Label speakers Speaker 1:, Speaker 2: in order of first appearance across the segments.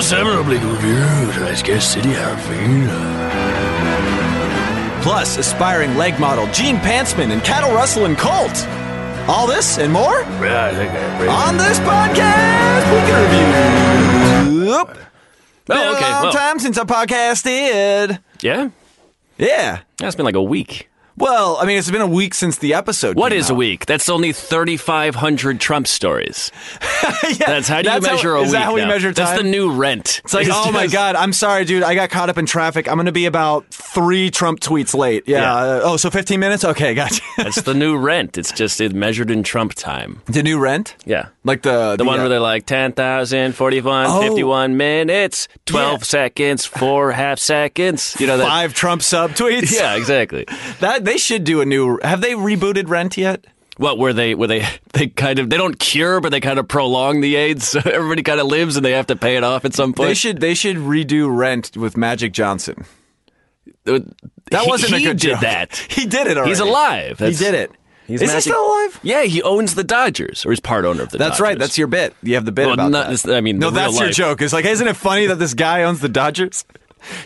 Speaker 1: severably confused. I scarcity Arvina.
Speaker 2: Plus, aspiring leg model Gene Pantsman and cattle rustling Colt. All this and more
Speaker 1: Yeah, I think I agree.
Speaker 2: on this podcast. We can review. Oop. Been
Speaker 3: Oh, okay.
Speaker 2: a long
Speaker 3: Well,
Speaker 2: time since I podcasted.
Speaker 3: yeah.
Speaker 2: Yeah.
Speaker 3: That's been like a week.
Speaker 2: Well, I mean, it's been a week since the episode.
Speaker 3: What is a week? That's only 3,500 Trump stories. That's how do you measure
Speaker 2: how,
Speaker 3: a week?
Speaker 2: Is that how we
Speaker 3: now?
Speaker 2: measure time?
Speaker 3: That's the new rent.
Speaker 2: It's like, oh my god, I'm sorry, dude. I got caught up in traffic. I'm gonna be about three Trump tweets late. Yeah.
Speaker 3: Yeah.
Speaker 2: uh, oh, so 15 minutes? Okay, gotcha.
Speaker 3: That's the new rent. It's just it measured in Trump time.
Speaker 2: the new rent?
Speaker 3: Yeah.
Speaker 2: Like the
Speaker 3: The one
Speaker 2: uh,
Speaker 3: where they're like 10,000, 41,
Speaker 2: Oh.
Speaker 3: 51 minutes, 12
Speaker 2: Yeah.
Speaker 3: seconds, four half seconds. You know that?
Speaker 2: five Trump sub tweets.
Speaker 3: Yeah, exactly.
Speaker 2: That they should do a new. Have they rebooted Rent yet?
Speaker 3: What were they? Were they? They kind of they don't cure, but they kind of prolong the AIDS. So everybody kind of lives, and they have to pay it off at some
Speaker 2: They
Speaker 3: point.
Speaker 2: should. They should redo Rent with Magic Johnson. That
Speaker 3: He-
Speaker 2: wasn't
Speaker 3: he
Speaker 2: a good
Speaker 3: did
Speaker 2: joke.
Speaker 3: that.
Speaker 2: He did it. Already.
Speaker 3: He's alive.
Speaker 2: He
Speaker 3: That's-
Speaker 2: did it.
Speaker 3: He's
Speaker 2: Is he
Speaker 3: Magic-
Speaker 2: still alive?
Speaker 3: Yeah, he owns the Dodgers, or he's part owner of the.
Speaker 2: That's
Speaker 3: Dodgers.
Speaker 2: right. That's your bit. You have the bit
Speaker 3: Well,
Speaker 2: about
Speaker 3: not-
Speaker 2: that.
Speaker 3: I mean,
Speaker 2: no,
Speaker 3: the real
Speaker 2: that's your
Speaker 3: life.
Speaker 2: joke. It's like, isn't it funny that this guy owns the Dodgers?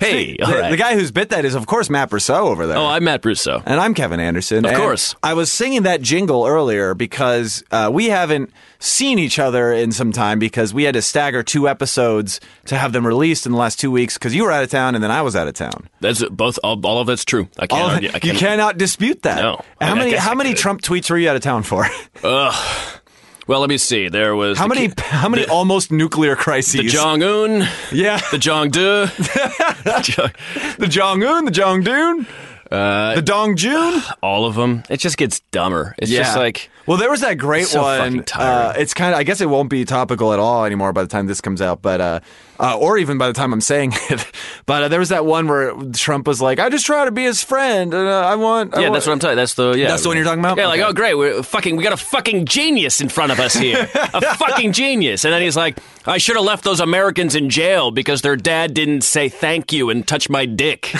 Speaker 3: Hey, all
Speaker 2: the,
Speaker 3: right.
Speaker 2: the guy who's bit that is, of course, Matt Brousseau over there.
Speaker 3: Oh, I'm Matt Russo.
Speaker 2: and I'm Kevin Anderson. Of
Speaker 3: course.
Speaker 2: I was singing that jingle earlier because uh, we haven't seen each other in some time because we had to stagger two episodes to have them released in the last two weeks because you were out of town and then I was out of town.
Speaker 3: That's both. All, all of that's true. I can't.
Speaker 2: All of-
Speaker 3: argue, I
Speaker 2: you
Speaker 3: can't-
Speaker 2: cannot dispute that.
Speaker 3: No. I
Speaker 2: How
Speaker 3: mean, I
Speaker 2: many
Speaker 3: guess
Speaker 2: how
Speaker 3: I
Speaker 2: many
Speaker 3: could.
Speaker 2: Trump tweets were you out of town for?
Speaker 3: Well, let me see. There was
Speaker 2: how
Speaker 3: the
Speaker 2: many
Speaker 3: ki-
Speaker 2: how many almost nuclear crises?
Speaker 3: The Jong Un,
Speaker 2: yeah.
Speaker 3: the Jong Du.
Speaker 2: the Jong Un, the Jong Doon,
Speaker 3: Uh,
Speaker 2: the Dong Jun.
Speaker 3: all of them. It just gets dumber. It's just like
Speaker 2: well, there was that great
Speaker 3: So
Speaker 2: one.
Speaker 3: fucking tiring.
Speaker 2: Uh, it's kind of, I guess it won't be topical at all anymore by the time this comes out, but uh, uh, or even by the time I'm saying it. But uh, there was that one where Trump was like, "I just try to be his friend, and uh, I want." I
Speaker 3: Yeah,
Speaker 2: want-
Speaker 3: that's what I'm talking. That's the yeah.
Speaker 2: That's the one you're talking about?
Speaker 3: Yeah, like
Speaker 2: Okay.
Speaker 3: oh great, we're fucking. We got a fucking genius in front of us here, a fucking genius. And then he's like, I should have left those Americans in jail because their dad didn't say thank you and touch my dick.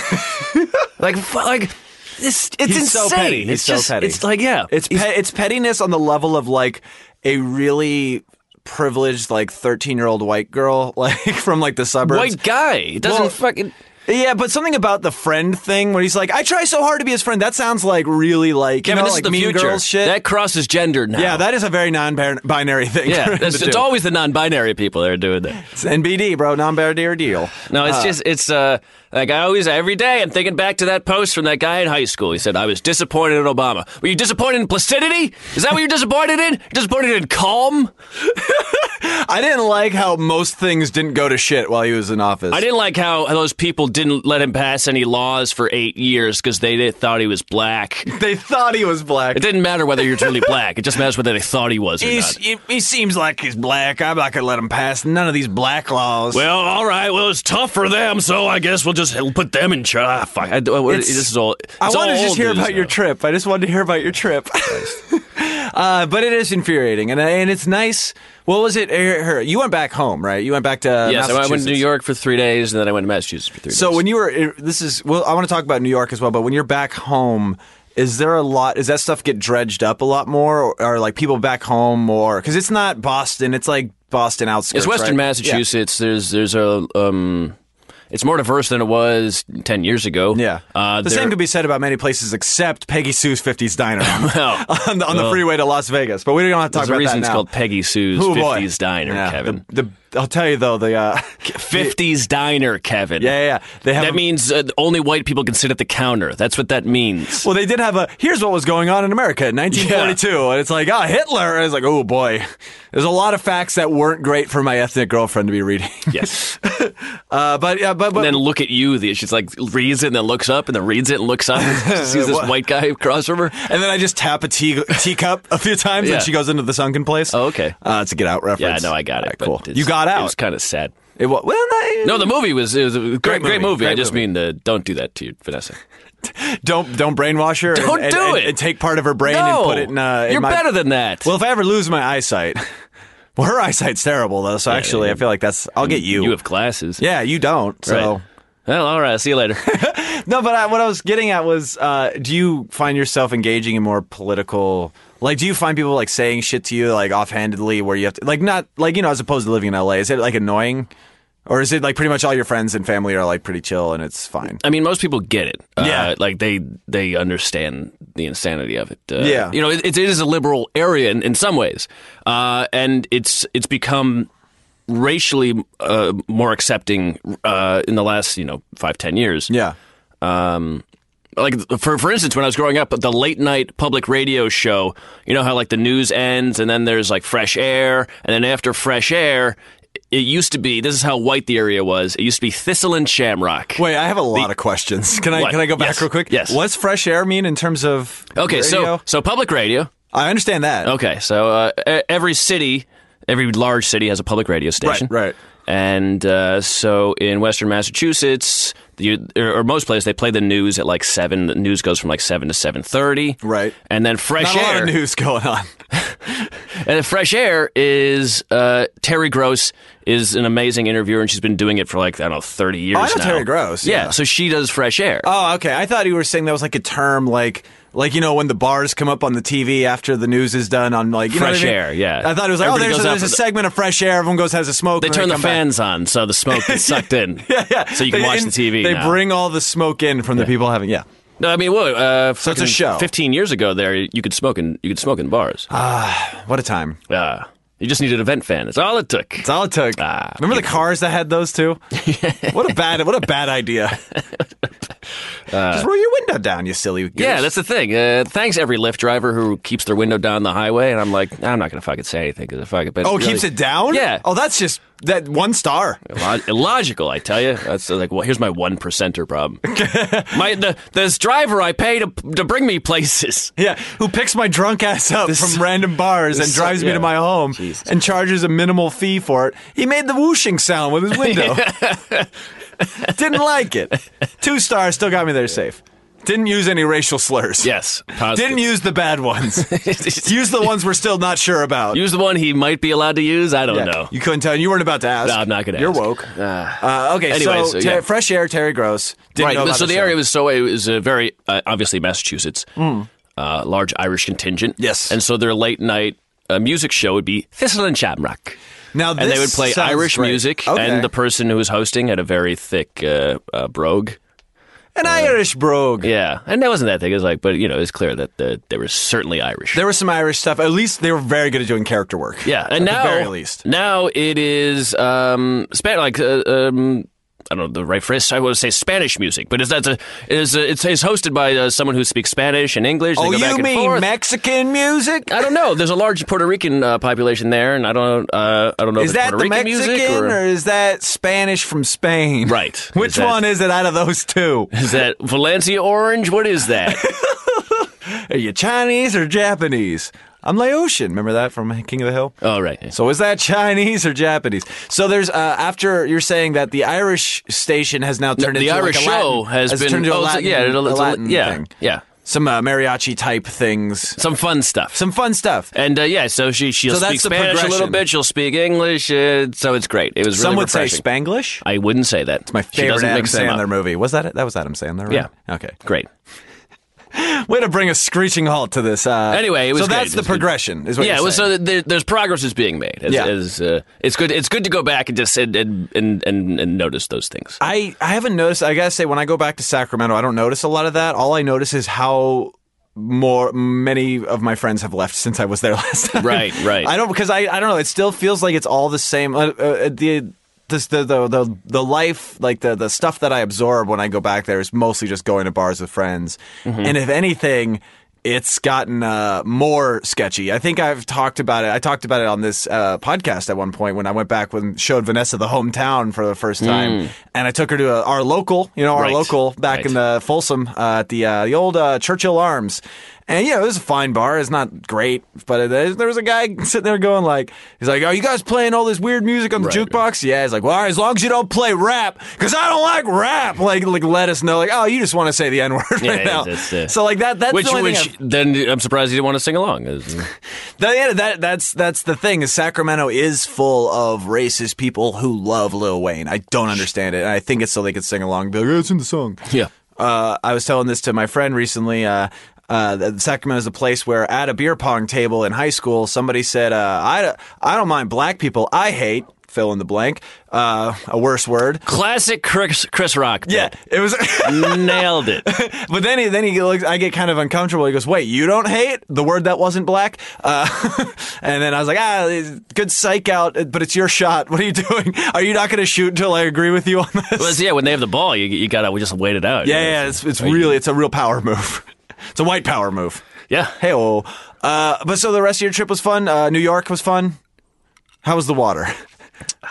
Speaker 3: like fu- like. It's, it's
Speaker 2: He's
Speaker 3: insane.
Speaker 2: so petty. He's
Speaker 3: it's
Speaker 2: so
Speaker 3: just,
Speaker 2: petty.
Speaker 3: It's like yeah.
Speaker 2: It's
Speaker 3: He's-
Speaker 2: pe- it's pettiness on the level of like a really privileged like 13 year old white girl like from like the suburbs
Speaker 3: white guy. It doesn't
Speaker 2: Well,
Speaker 3: fucking.
Speaker 2: Yeah, but something about the friend thing where he's like, I try so hard to be his friend. That sounds like really like, you
Speaker 3: Kevin,
Speaker 2: know,
Speaker 3: this
Speaker 2: like
Speaker 3: is the
Speaker 2: mean
Speaker 3: future.
Speaker 2: girls shit.
Speaker 3: That crosses gender now.
Speaker 2: yeah, that is a very non-binary thing. for
Speaker 3: yeah.
Speaker 2: him
Speaker 3: It's,
Speaker 2: to
Speaker 3: it's
Speaker 2: do.
Speaker 3: always the non-binary people that are doing that.
Speaker 2: It's NBD, bro, non-binary deal.
Speaker 3: No, it's just it's uh like I always every day I'm thinking back to that post from that guy in high school. He said I was disappointed in Obama. Were you disappointed in placidity? Is that what you're disappointed in? Disappointed in calm?
Speaker 2: I didn't like how most things didn't go to shit while he was in office.
Speaker 3: I didn't like how those people didn't let him pass any laws for eight years because they did- thought he was black.
Speaker 2: They thought he was black.
Speaker 3: It didn't matter whether you're truly black. It just matters whether they thought he was or
Speaker 2: He's,
Speaker 3: not.
Speaker 2: he, he seems like he's black. I'm not gonna let him pass none of these black laws.
Speaker 3: Well, all right. Well, it's tough for them, so I guess we'll just put them in charge. Ah, fuck. I, what-
Speaker 2: It's-
Speaker 3: this is all.
Speaker 2: I
Speaker 3: it's
Speaker 2: wanted
Speaker 3: all
Speaker 2: to just
Speaker 3: old
Speaker 2: hear
Speaker 3: news
Speaker 2: about your
Speaker 3: now.
Speaker 2: trip. I just wanted to hear about your trip. uh, but it is infuriating, and and it's nice. What was it? Her- her- You went back home, right? You went back to
Speaker 3: Yes, I went to New
Speaker 2: Massachusetts.
Speaker 3: York for three days, and then I went to Massachusetts for three days.
Speaker 2: So when you were eh, this is well, I want to talk about New York as well. But when you're back home, is there a lot? Is that stuff get dredged up a lot more, or, or like people back home more? Because it's not Boston. It's like Boston outskirts.
Speaker 3: It's Western
Speaker 2: right?
Speaker 3: Massachusetts. There's there's a um, it's more diverse than it was ten years ago.
Speaker 2: Yeah,
Speaker 3: uh,
Speaker 2: the
Speaker 3: there-
Speaker 2: same could be said about many places except Peggy Sue's 50s Diner
Speaker 3: Well,
Speaker 2: on, the, on the freeway to Las Vegas. But we don't have to talk
Speaker 3: There's a
Speaker 2: about that
Speaker 3: oh, reason it's
Speaker 2: now.
Speaker 3: called Peggy Sue's
Speaker 2: Oh, boy.
Speaker 3: Fifties Diner,
Speaker 2: Yeah,
Speaker 3: Kevin.
Speaker 2: The, the, I'll tell you though, the uh,
Speaker 3: Fifties Diner, Kevin.
Speaker 2: yeah, yeah, yeah, they have.
Speaker 3: That
Speaker 2: a-
Speaker 3: means uh, only white people can sit at the counter. That's what that means.
Speaker 2: well, they did have a. Here's what was going on in America in 1942, and it's like, ah, Hitler. And it's like, oh boy, there's a lot of facts that weren't great for my ethnic girlfriend to be reading.
Speaker 3: yes.
Speaker 2: Uh, but yeah, but, but
Speaker 3: and then look at you. The- She's like reads it and then looks up and then reads it and looks up. She sees this
Speaker 2: What?
Speaker 3: white guy across from her.
Speaker 2: and then I just tap a tea teacup a few times,
Speaker 3: Yeah.
Speaker 2: and she goes into the sunken place.
Speaker 3: Oh, okay.
Speaker 2: Uh, it's a Get Out
Speaker 3: Yeah,
Speaker 2: reference.
Speaker 3: no, I got
Speaker 2: All
Speaker 3: it.
Speaker 2: right,
Speaker 3: but
Speaker 2: cool.
Speaker 3: it's-
Speaker 2: You got out.
Speaker 3: It was kind of sad.
Speaker 2: It wa- well, no,
Speaker 3: No, the movie was it was a great great movie.
Speaker 2: movie, great
Speaker 3: I just
Speaker 2: movie.
Speaker 3: mean the don't do that to you, Vanessa.
Speaker 2: don't don't brainwash her.
Speaker 3: Don't
Speaker 2: and,
Speaker 3: do
Speaker 2: and-
Speaker 3: it.
Speaker 2: And take part of her brain and put it in. Uh, in
Speaker 3: you're
Speaker 2: my-
Speaker 3: better than that.
Speaker 2: Well, if I ever lose my eyesight, well, her eyesight's terrible though. So actually,
Speaker 3: yeah.
Speaker 2: I feel like that's I'll get you.
Speaker 3: you have glasses.
Speaker 2: yeah, you don't. So
Speaker 3: Right. Well, all right. See you later.
Speaker 2: no, but I, what I was getting at was, uh, do you find yourself engaging in more political? Like, do you find people like saying shit to you like offhandedly, where you have to like not like you know as opposed to living in L.A. Is it like annoying? Or is it like pretty much all your friends and family are like pretty chill and it's fine?
Speaker 3: I mean, most people get it.
Speaker 2: Yeah.
Speaker 3: uh, like they they understand the insanity of it. Uh,
Speaker 2: Yeah.
Speaker 3: you know, it, it is a liberal area in, in some ways, uh, and it's it's become racially uh, more accepting uh, in the last you know five ten years.
Speaker 2: Yeah.
Speaker 3: like for for instance, when I was growing up, the late night public radio show, you know how like the news ends and then there's like fresh air, and then after fresh air, it used to be this is how white the area was. It used to be Thistle and Shamrock.
Speaker 2: Wait, I have a lot of questions. Can I
Speaker 3: What?
Speaker 2: can I go back
Speaker 3: Yes.
Speaker 2: real quick?
Speaker 3: Yes.
Speaker 2: What's fresh air mean in terms of
Speaker 3: okay,
Speaker 2: radio?
Speaker 3: so so public radio.
Speaker 2: I understand that.
Speaker 3: Okay, so uh, e- every city, every large city has a public radio station.
Speaker 2: right.
Speaker 3: And uh, so in Western Massachusetts, you, or, or most places, they play the news at like seven. The news goes from like seven to seven thirty.
Speaker 2: Right.
Speaker 3: And then
Speaker 2: Not
Speaker 3: fresh
Speaker 2: a lot
Speaker 3: air.
Speaker 2: of news going on.
Speaker 3: And the Fresh Air is uh, Terry Gross is an amazing interviewer, and she's been doing it for like I don't know thirty years.
Speaker 2: Oh, I know
Speaker 3: now.
Speaker 2: Terry Gross, yeah.
Speaker 3: so she does Fresh Air.
Speaker 2: Oh, okay. I thought you were saying that was like a term, like like you know when the bars come up on the TV after the news is done on like you know what
Speaker 3: Fresh
Speaker 2: I mean?
Speaker 3: air, yeah.
Speaker 2: I thought it was like
Speaker 3: Everybody
Speaker 2: oh, there's,
Speaker 3: goes
Speaker 2: a,
Speaker 3: out
Speaker 2: there's a
Speaker 3: for the-
Speaker 2: segment of fresh air. Everyone goes has a smoke.
Speaker 3: they
Speaker 2: and
Speaker 3: turn the
Speaker 2: come back.
Speaker 3: fans on, so the smoke gets sucked in.
Speaker 2: Yeah,
Speaker 3: So you can
Speaker 2: They
Speaker 3: watch
Speaker 2: in-
Speaker 3: the TV.
Speaker 2: They
Speaker 3: now.
Speaker 2: bring all the smoke in from the people having yeah.
Speaker 3: No, I mean, what? Uh, so
Speaker 2: it's a show. Ah.
Speaker 3: Fifteen years ago, there you could smoke in you could smoke in bars.
Speaker 2: What a time!
Speaker 3: Uh, you just needed a vent fan. That's all it took.
Speaker 2: That's all it took.
Speaker 3: Ah,
Speaker 2: Remember the cars that had those too? what a bad what a bad idea. Just roll your window down, you silly. Goose.
Speaker 3: Uh, Yeah, that's the thing. Uh, thanks every Lyft driver who keeps their window down the highway, and I'm like, I'm not gonna fucking say anything because if I could, but
Speaker 2: oh,
Speaker 3: it's
Speaker 2: it keeps
Speaker 3: really-
Speaker 2: it down.
Speaker 3: Yeah.
Speaker 2: Oh, that's just that one star.
Speaker 3: Illo- illogical, I tell you. That's uh, like, well, here's my one percenter problem. my the this driver I pay to to bring me places.
Speaker 2: Yeah, who picks my drunk ass up from random bars and
Speaker 3: this-
Speaker 2: drives me
Speaker 3: yeah.
Speaker 2: to my home
Speaker 3: Jesus.
Speaker 2: and charges a minimal fee for it. He made the whooshing sound with his window. Didn't like it. Two stars still got me there safe. Didn't use any racial slurs.
Speaker 3: Yes, positive.
Speaker 2: Didn't use the bad ones. use the ones we're still not sure about.
Speaker 3: use the one he might be allowed to use? I don't
Speaker 2: Yeah.
Speaker 3: know.
Speaker 2: You couldn't tell. You weren't about to ask.
Speaker 3: No, I'm not gonna
Speaker 2: You're
Speaker 3: ask.
Speaker 2: woke. Uh, okay,
Speaker 3: Anyway,
Speaker 2: so,
Speaker 3: so, yeah.
Speaker 2: Ter- fresh air, Terry Gross. Didn't know
Speaker 3: right.
Speaker 2: about
Speaker 3: So the
Speaker 2: show.
Speaker 3: area was so it was uh, very uh, obviously Massachusetts, uh, large Irish contingent.
Speaker 2: Hmm. Yes.
Speaker 3: and so their late night uh, music show would be Thistle and Shamrock.
Speaker 2: Now
Speaker 3: and they
Speaker 2: this
Speaker 3: would play
Speaker 2: sounds
Speaker 3: Irish
Speaker 2: great.
Speaker 3: music,
Speaker 2: Okay.
Speaker 3: and the person who was hosting had a very thick uh, uh, brogue.
Speaker 2: an Irish brogue.
Speaker 3: Yeah, and that wasn't that thick. It was like, but you know, it's clear that the, they were certainly Irish.
Speaker 2: There was some Irish stuff. At least they were very good at doing character work.
Speaker 3: yeah, and
Speaker 2: at
Speaker 3: now
Speaker 2: the very least.
Speaker 3: now it is um, Span like uh, um, I don't know the right phrase. I want to say Spanish music, but it's that's a it is a, it's, it's hosted by uh, someone who speaks Spanish and English. They
Speaker 2: Oh,
Speaker 3: go back
Speaker 2: you
Speaker 3: and
Speaker 2: mean
Speaker 3: forth.
Speaker 2: Mexican music?
Speaker 3: I don't know. There's a large Puerto Rican uh, population there, and I don't uh, I don't know
Speaker 2: Is
Speaker 3: if it's
Speaker 2: that the
Speaker 3: Puerto Rican
Speaker 2: Mexican
Speaker 3: music or,
Speaker 2: or is that Spanish from Spain?
Speaker 3: Right.
Speaker 2: Which
Speaker 3: Is that-
Speaker 2: one is it out of those two?
Speaker 3: is that Valencia Orange? What is that?
Speaker 2: Are you Chinese or Japanese? I'm Laotian. Remember that from King of the Hill?
Speaker 3: oh, right.
Speaker 2: So is that Chinese or Japanese? So there's uh, after you're saying that the Irish station has now turned
Speaker 3: the
Speaker 2: into
Speaker 3: Irish
Speaker 2: like a Latin-
Speaker 3: show has been
Speaker 2: turned into a
Speaker 3: oh, it's a-
Speaker 2: Latin,
Speaker 3: yeah, it'll-
Speaker 2: a
Speaker 3: it's a-
Speaker 2: Latin
Speaker 3: yeah,
Speaker 2: thing.
Speaker 3: yeah.
Speaker 2: some uh, mariachi type things,
Speaker 3: Some fun stuff.
Speaker 2: some fun stuff.
Speaker 3: And uh, yeah, so she she'll
Speaker 2: So that's
Speaker 3: speak
Speaker 2: the
Speaker 3: Spanish a little
Speaker 2: progression.
Speaker 3: bit. She'll speak English. Uh, so it's great. It was really
Speaker 2: Some would
Speaker 3: refreshing.
Speaker 2: say Spanglish.
Speaker 3: I wouldn't say that. It's
Speaker 2: My
Speaker 3: she
Speaker 2: favorite
Speaker 3: doesn't
Speaker 2: Adam
Speaker 3: mix them
Speaker 2: Sandler
Speaker 3: up.
Speaker 2: movie was that. It? That was Adam Sandler. Right?
Speaker 3: Yeah.
Speaker 2: Okay.
Speaker 3: Great.
Speaker 2: Way to bring a screeching halt to this. Uh,
Speaker 3: Anyway, it was
Speaker 2: so
Speaker 3: great.
Speaker 2: that's the
Speaker 3: It was good.
Speaker 2: progression. Is what
Speaker 3: Yeah, uh,
Speaker 2: You're
Speaker 3: well,
Speaker 2: saying.
Speaker 3: so that there, there's progress is being made. As,
Speaker 2: Yeah.
Speaker 3: as, uh, it's good. It's good to go back and just and and and, and, and notice those things.
Speaker 2: I, I haven't noticed. I gotta say, when I go back to Sacramento, I don't notice a lot of that. All I notice is how more many of my friends have left since I was there last time.
Speaker 3: Right, right.
Speaker 2: I don't because I, I don't know. It still feels like it's all the same. Uh, uh, the this, the, the the the life like the the stuff that I absorb when I go back there is mostly just going to bars with friends, and if anything. It's gotten uh, more sketchy. I think I've talked about it. I talked about it on this uh, podcast at one point when I went back and showed Vanessa the hometown for the first time, and I took her to a, our local, you know, our
Speaker 3: Right.
Speaker 2: local back in
Speaker 3: Right.
Speaker 2: the uh, Folsom uh, at the uh, the old uh, Churchill Arms. And yeah, it was a fine bar. It's not great, but it, there there was a guy sitting there going like, he's like, "Are you guys playing all this weird music on the
Speaker 3: Right,
Speaker 2: jukebox?" Yeah, he's like, "Well, all right, as long as you don't play rap, because I don't like rap." Like, like let us know, like, "Oh, you just want to say the n word
Speaker 3: Yeah,
Speaker 2: right now."
Speaker 3: that's, uh,
Speaker 2: so like that. That's
Speaker 3: Which
Speaker 2: the only thing I've-
Speaker 3: which then I'm surprised you didn't want to sing along.
Speaker 2: that, yeah, that that's that's the thing. Is Sacramento is full of racist people who love Lil Wayne. I don't understand it, and I think it's so they could sing along. And be like, "Yeah, it's in the song.
Speaker 3: Yeah.
Speaker 2: Uh, I was telling this to my friend recently. Uh, uh, that Sacramento is a place where, at a beer pong table in high school, somebody said, uh, "I I don't mind black people. I hate." fill in the blank. Uh, a worse word.
Speaker 3: Classic Chris, Chris Rock.
Speaker 2: Yeah,
Speaker 3: bit.
Speaker 2: it was.
Speaker 3: Nailed it.
Speaker 2: but then he then he looks. I get kind of uncomfortable. He goes, "Wait, you don't hate the word that wasn't black?" Uh, and then I was like, "Ah, it's good psych out, but it's your shot. What are you doing? Are you not going to shoot until I agree with you on this?"
Speaker 3: Well, it's- yeah, when they have the ball, you, you gotta just wait it out.
Speaker 2: yeah, yeah, it's it's really it's a real power move. It's a white power move.
Speaker 3: yeah.
Speaker 2: Hey, oh, uh, but so the rest of your trip was fun. Uh, New York was fun. How was the water?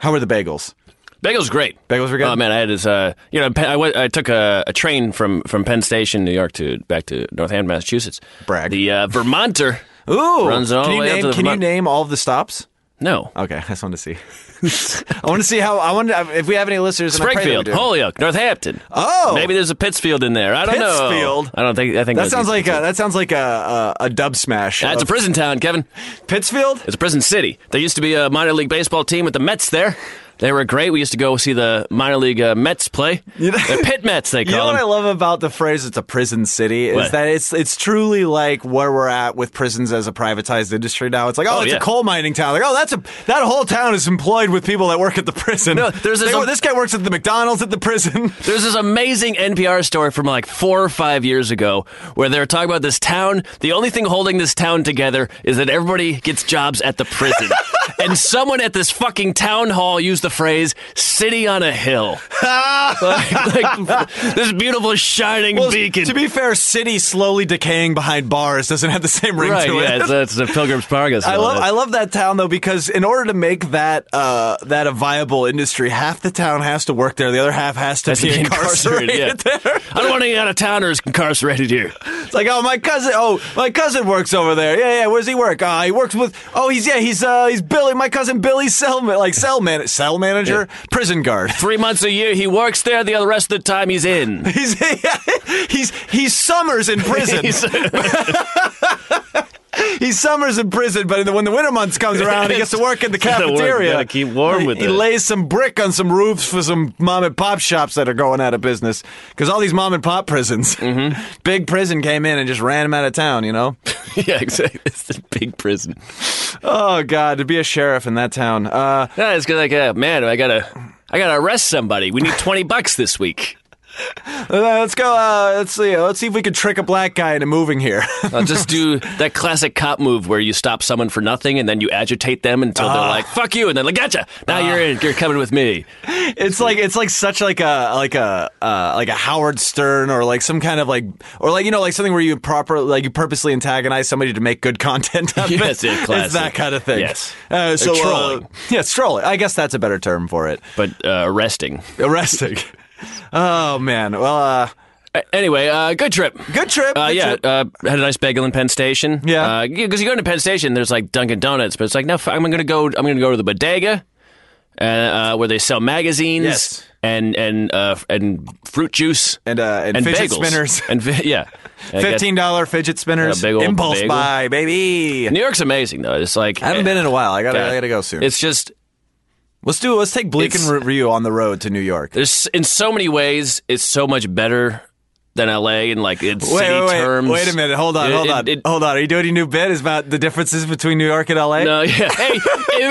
Speaker 2: How were the bagels?
Speaker 3: Bagels great.
Speaker 2: Bagels were good?
Speaker 3: Oh man, I had this. Uh, you know, Penn, I, went, I took a, a train from from Penn Station, New York, to back to Northampton, Massachusetts.
Speaker 2: Brag.
Speaker 3: The uh, Vermonter.
Speaker 2: Ooh,
Speaker 3: Runs all
Speaker 2: can
Speaker 3: the
Speaker 2: you
Speaker 3: way up
Speaker 2: name
Speaker 3: to the
Speaker 2: can you
Speaker 3: front.
Speaker 2: name all of the stops?
Speaker 3: No.
Speaker 2: Okay, I just want to see. I want to see how I want to, if we have any listeners. and I pray that we
Speaker 3: Springfield,
Speaker 2: do.
Speaker 3: Holyoke, Northampton.
Speaker 2: Oh,
Speaker 3: Maybe there's a Pittsfield in there. I don't know.
Speaker 2: Pittsfield?
Speaker 3: I don't think. I think
Speaker 2: that
Speaker 3: those-
Speaker 2: sounds like a, that sounds like a a, a dub smash.
Speaker 3: That's a
Speaker 2: of-
Speaker 3: prison town, Kevin.
Speaker 2: Pittsfield.
Speaker 3: It's a prison city. There used to be a minor league baseball team with the Mets there. They were great. We used to go see the minor league uh, Mets play.
Speaker 2: You know-
Speaker 3: the Pit Mets, they
Speaker 2: You know
Speaker 3: call
Speaker 2: what I
Speaker 3: them.
Speaker 2: love about the phrase "it's a prison city" is
Speaker 3: What?
Speaker 2: that it's it's truly like where we're at with prisons as a privatized industry now. It's like, oh,
Speaker 3: Oh,
Speaker 2: it's
Speaker 3: yeah.
Speaker 2: a coal mining town. Like, oh, that's a that whole town is employed with people that work at the prison.
Speaker 3: No, there's this-
Speaker 2: They wor- this guy works at the McDonald's at the prison.
Speaker 3: There's this amazing NPR story from like four or five years ago where they're talking about this town. The only thing holding this town together is that everybody gets jobs at the prison. and someone at this fucking town hall used the phrase city on a hill. like, like, this beautiful shining
Speaker 2: Well,
Speaker 3: beacon.
Speaker 2: to be fair, city slowly decaying behind bars doesn't have the same ring
Speaker 3: right,
Speaker 2: to it.
Speaker 3: yeah, it's, it's the Pilgrim's Progress.
Speaker 2: I
Speaker 3: and all
Speaker 2: love
Speaker 3: that.
Speaker 2: I love that town though because in order to make that uh, that a viable industry, half the town has to work there, the other half has to
Speaker 3: Has to
Speaker 2: be
Speaker 3: be incarcerated,
Speaker 2: incarcerated. there.
Speaker 3: I don't want any out of towners incarcerated here.
Speaker 2: It's like oh my cousin oh my cousin works over there. Yeah yeah. Where's he work? Uh, he works with oh he's yeah he's uh, he's Billy my cousin Billy's cell ma- like cell man cell manager prison guard.
Speaker 3: Three months a year, he works there. The other rest of the time, he's in.
Speaker 2: He's he's he's summers in prison.
Speaker 3: He's-
Speaker 2: He summers in prison, but when the winter months comes around, he gets to work in the
Speaker 3: gotta work,
Speaker 2: cafeteria.
Speaker 3: gotta keep warm
Speaker 2: he,
Speaker 3: with
Speaker 2: he
Speaker 3: it.
Speaker 2: lays some brick on some roofs for some mom and pop shops that are going out of business because all these mom and pop prisons,
Speaker 3: Mm-hmm.
Speaker 2: big prison came in and just ran him out of town. You know.
Speaker 3: yeah, exactly. It's the big prison.
Speaker 2: oh God, to be a sheriff in that town. Uh,
Speaker 3: No, it's 'cause, like, uh, man, I gotta, I gotta arrest somebody. We need twenty bucks this week.
Speaker 2: uh, let's go. Uh, let's see. Let's see if we could trick a black guy into moving here.
Speaker 3: I'll just do that classic cop move where you stop someone for nothing and then you agitate them until
Speaker 2: Ah.
Speaker 3: they're like, "Fuck you," and then like, "Gotcha." Now you're in. You're coming with me.
Speaker 2: It's like it's like such like a like a uh, like a Howard Stern or like some kind of like or like you know like something where you proper like you purposely antagonize somebody to make good content. Of
Speaker 3: Yes,
Speaker 2: it.
Speaker 3: yeah, classic.
Speaker 2: It's that kind of thing.
Speaker 3: Yes.
Speaker 2: Uh, so
Speaker 3: trolling.
Speaker 2: Uh, yeah, it's trolling. I guess that's a better term for it.
Speaker 3: But uh, arresting.
Speaker 2: Arresting. oh man. Well, uh,
Speaker 3: A- Anyway, uh, good trip.
Speaker 2: good trip.
Speaker 3: Uh,
Speaker 2: good
Speaker 3: yeah,
Speaker 2: trip.
Speaker 3: uh, had a nice bagel in Penn Station.
Speaker 2: Yeah.
Speaker 3: because you go into Penn Station, there's like Dunkin' Donuts, but it's like no, f- I'm gonna go. I'm gonna go to the bodega, uh, uh, where they sell magazines
Speaker 2: Yes.
Speaker 3: and and uh, f- and fruit juice
Speaker 2: And, uh, and fidget
Speaker 3: bagels.
Speaker 2: spinners.
Speaker 3: and fi- yeah, And I got-
Speaker 2: Fifteen dollar fidget spinners.
Speaker 3: Got a big old
Speaker 2: Impulse
Speaker 3: bagel.
Speaker 2: buy, baby.
Speaker 3: New York's amazing though. It's like
Speaker 2: I haven't been in a while. I gotta
Speaker 3: Yeah.
Speaker 2: I gotta go soon.
Speaker 3: It's just
Speaker 2: let's do. Let's take Bleak and
Speaker 3: it's-
Speaker 2: Review on the road to New York.
Speaker 3: there's in so many ways it's so much better than LA in like in
Speaker 2: Wait,
Speaker 3: city
Speaker 2: wait, wait,
Speaker 3: terms.
Speaker 2: wait a minute. Hold on,
Speaker 3: It-
Speaker 2: hold
Speaker 3: it-
Speaker 2: on,
Speaker 3: it-
Speaker 2: hold on. Are you doing a new bit? Is about the differences between New York and LA?
Speaker 3: no, yeah. Hey,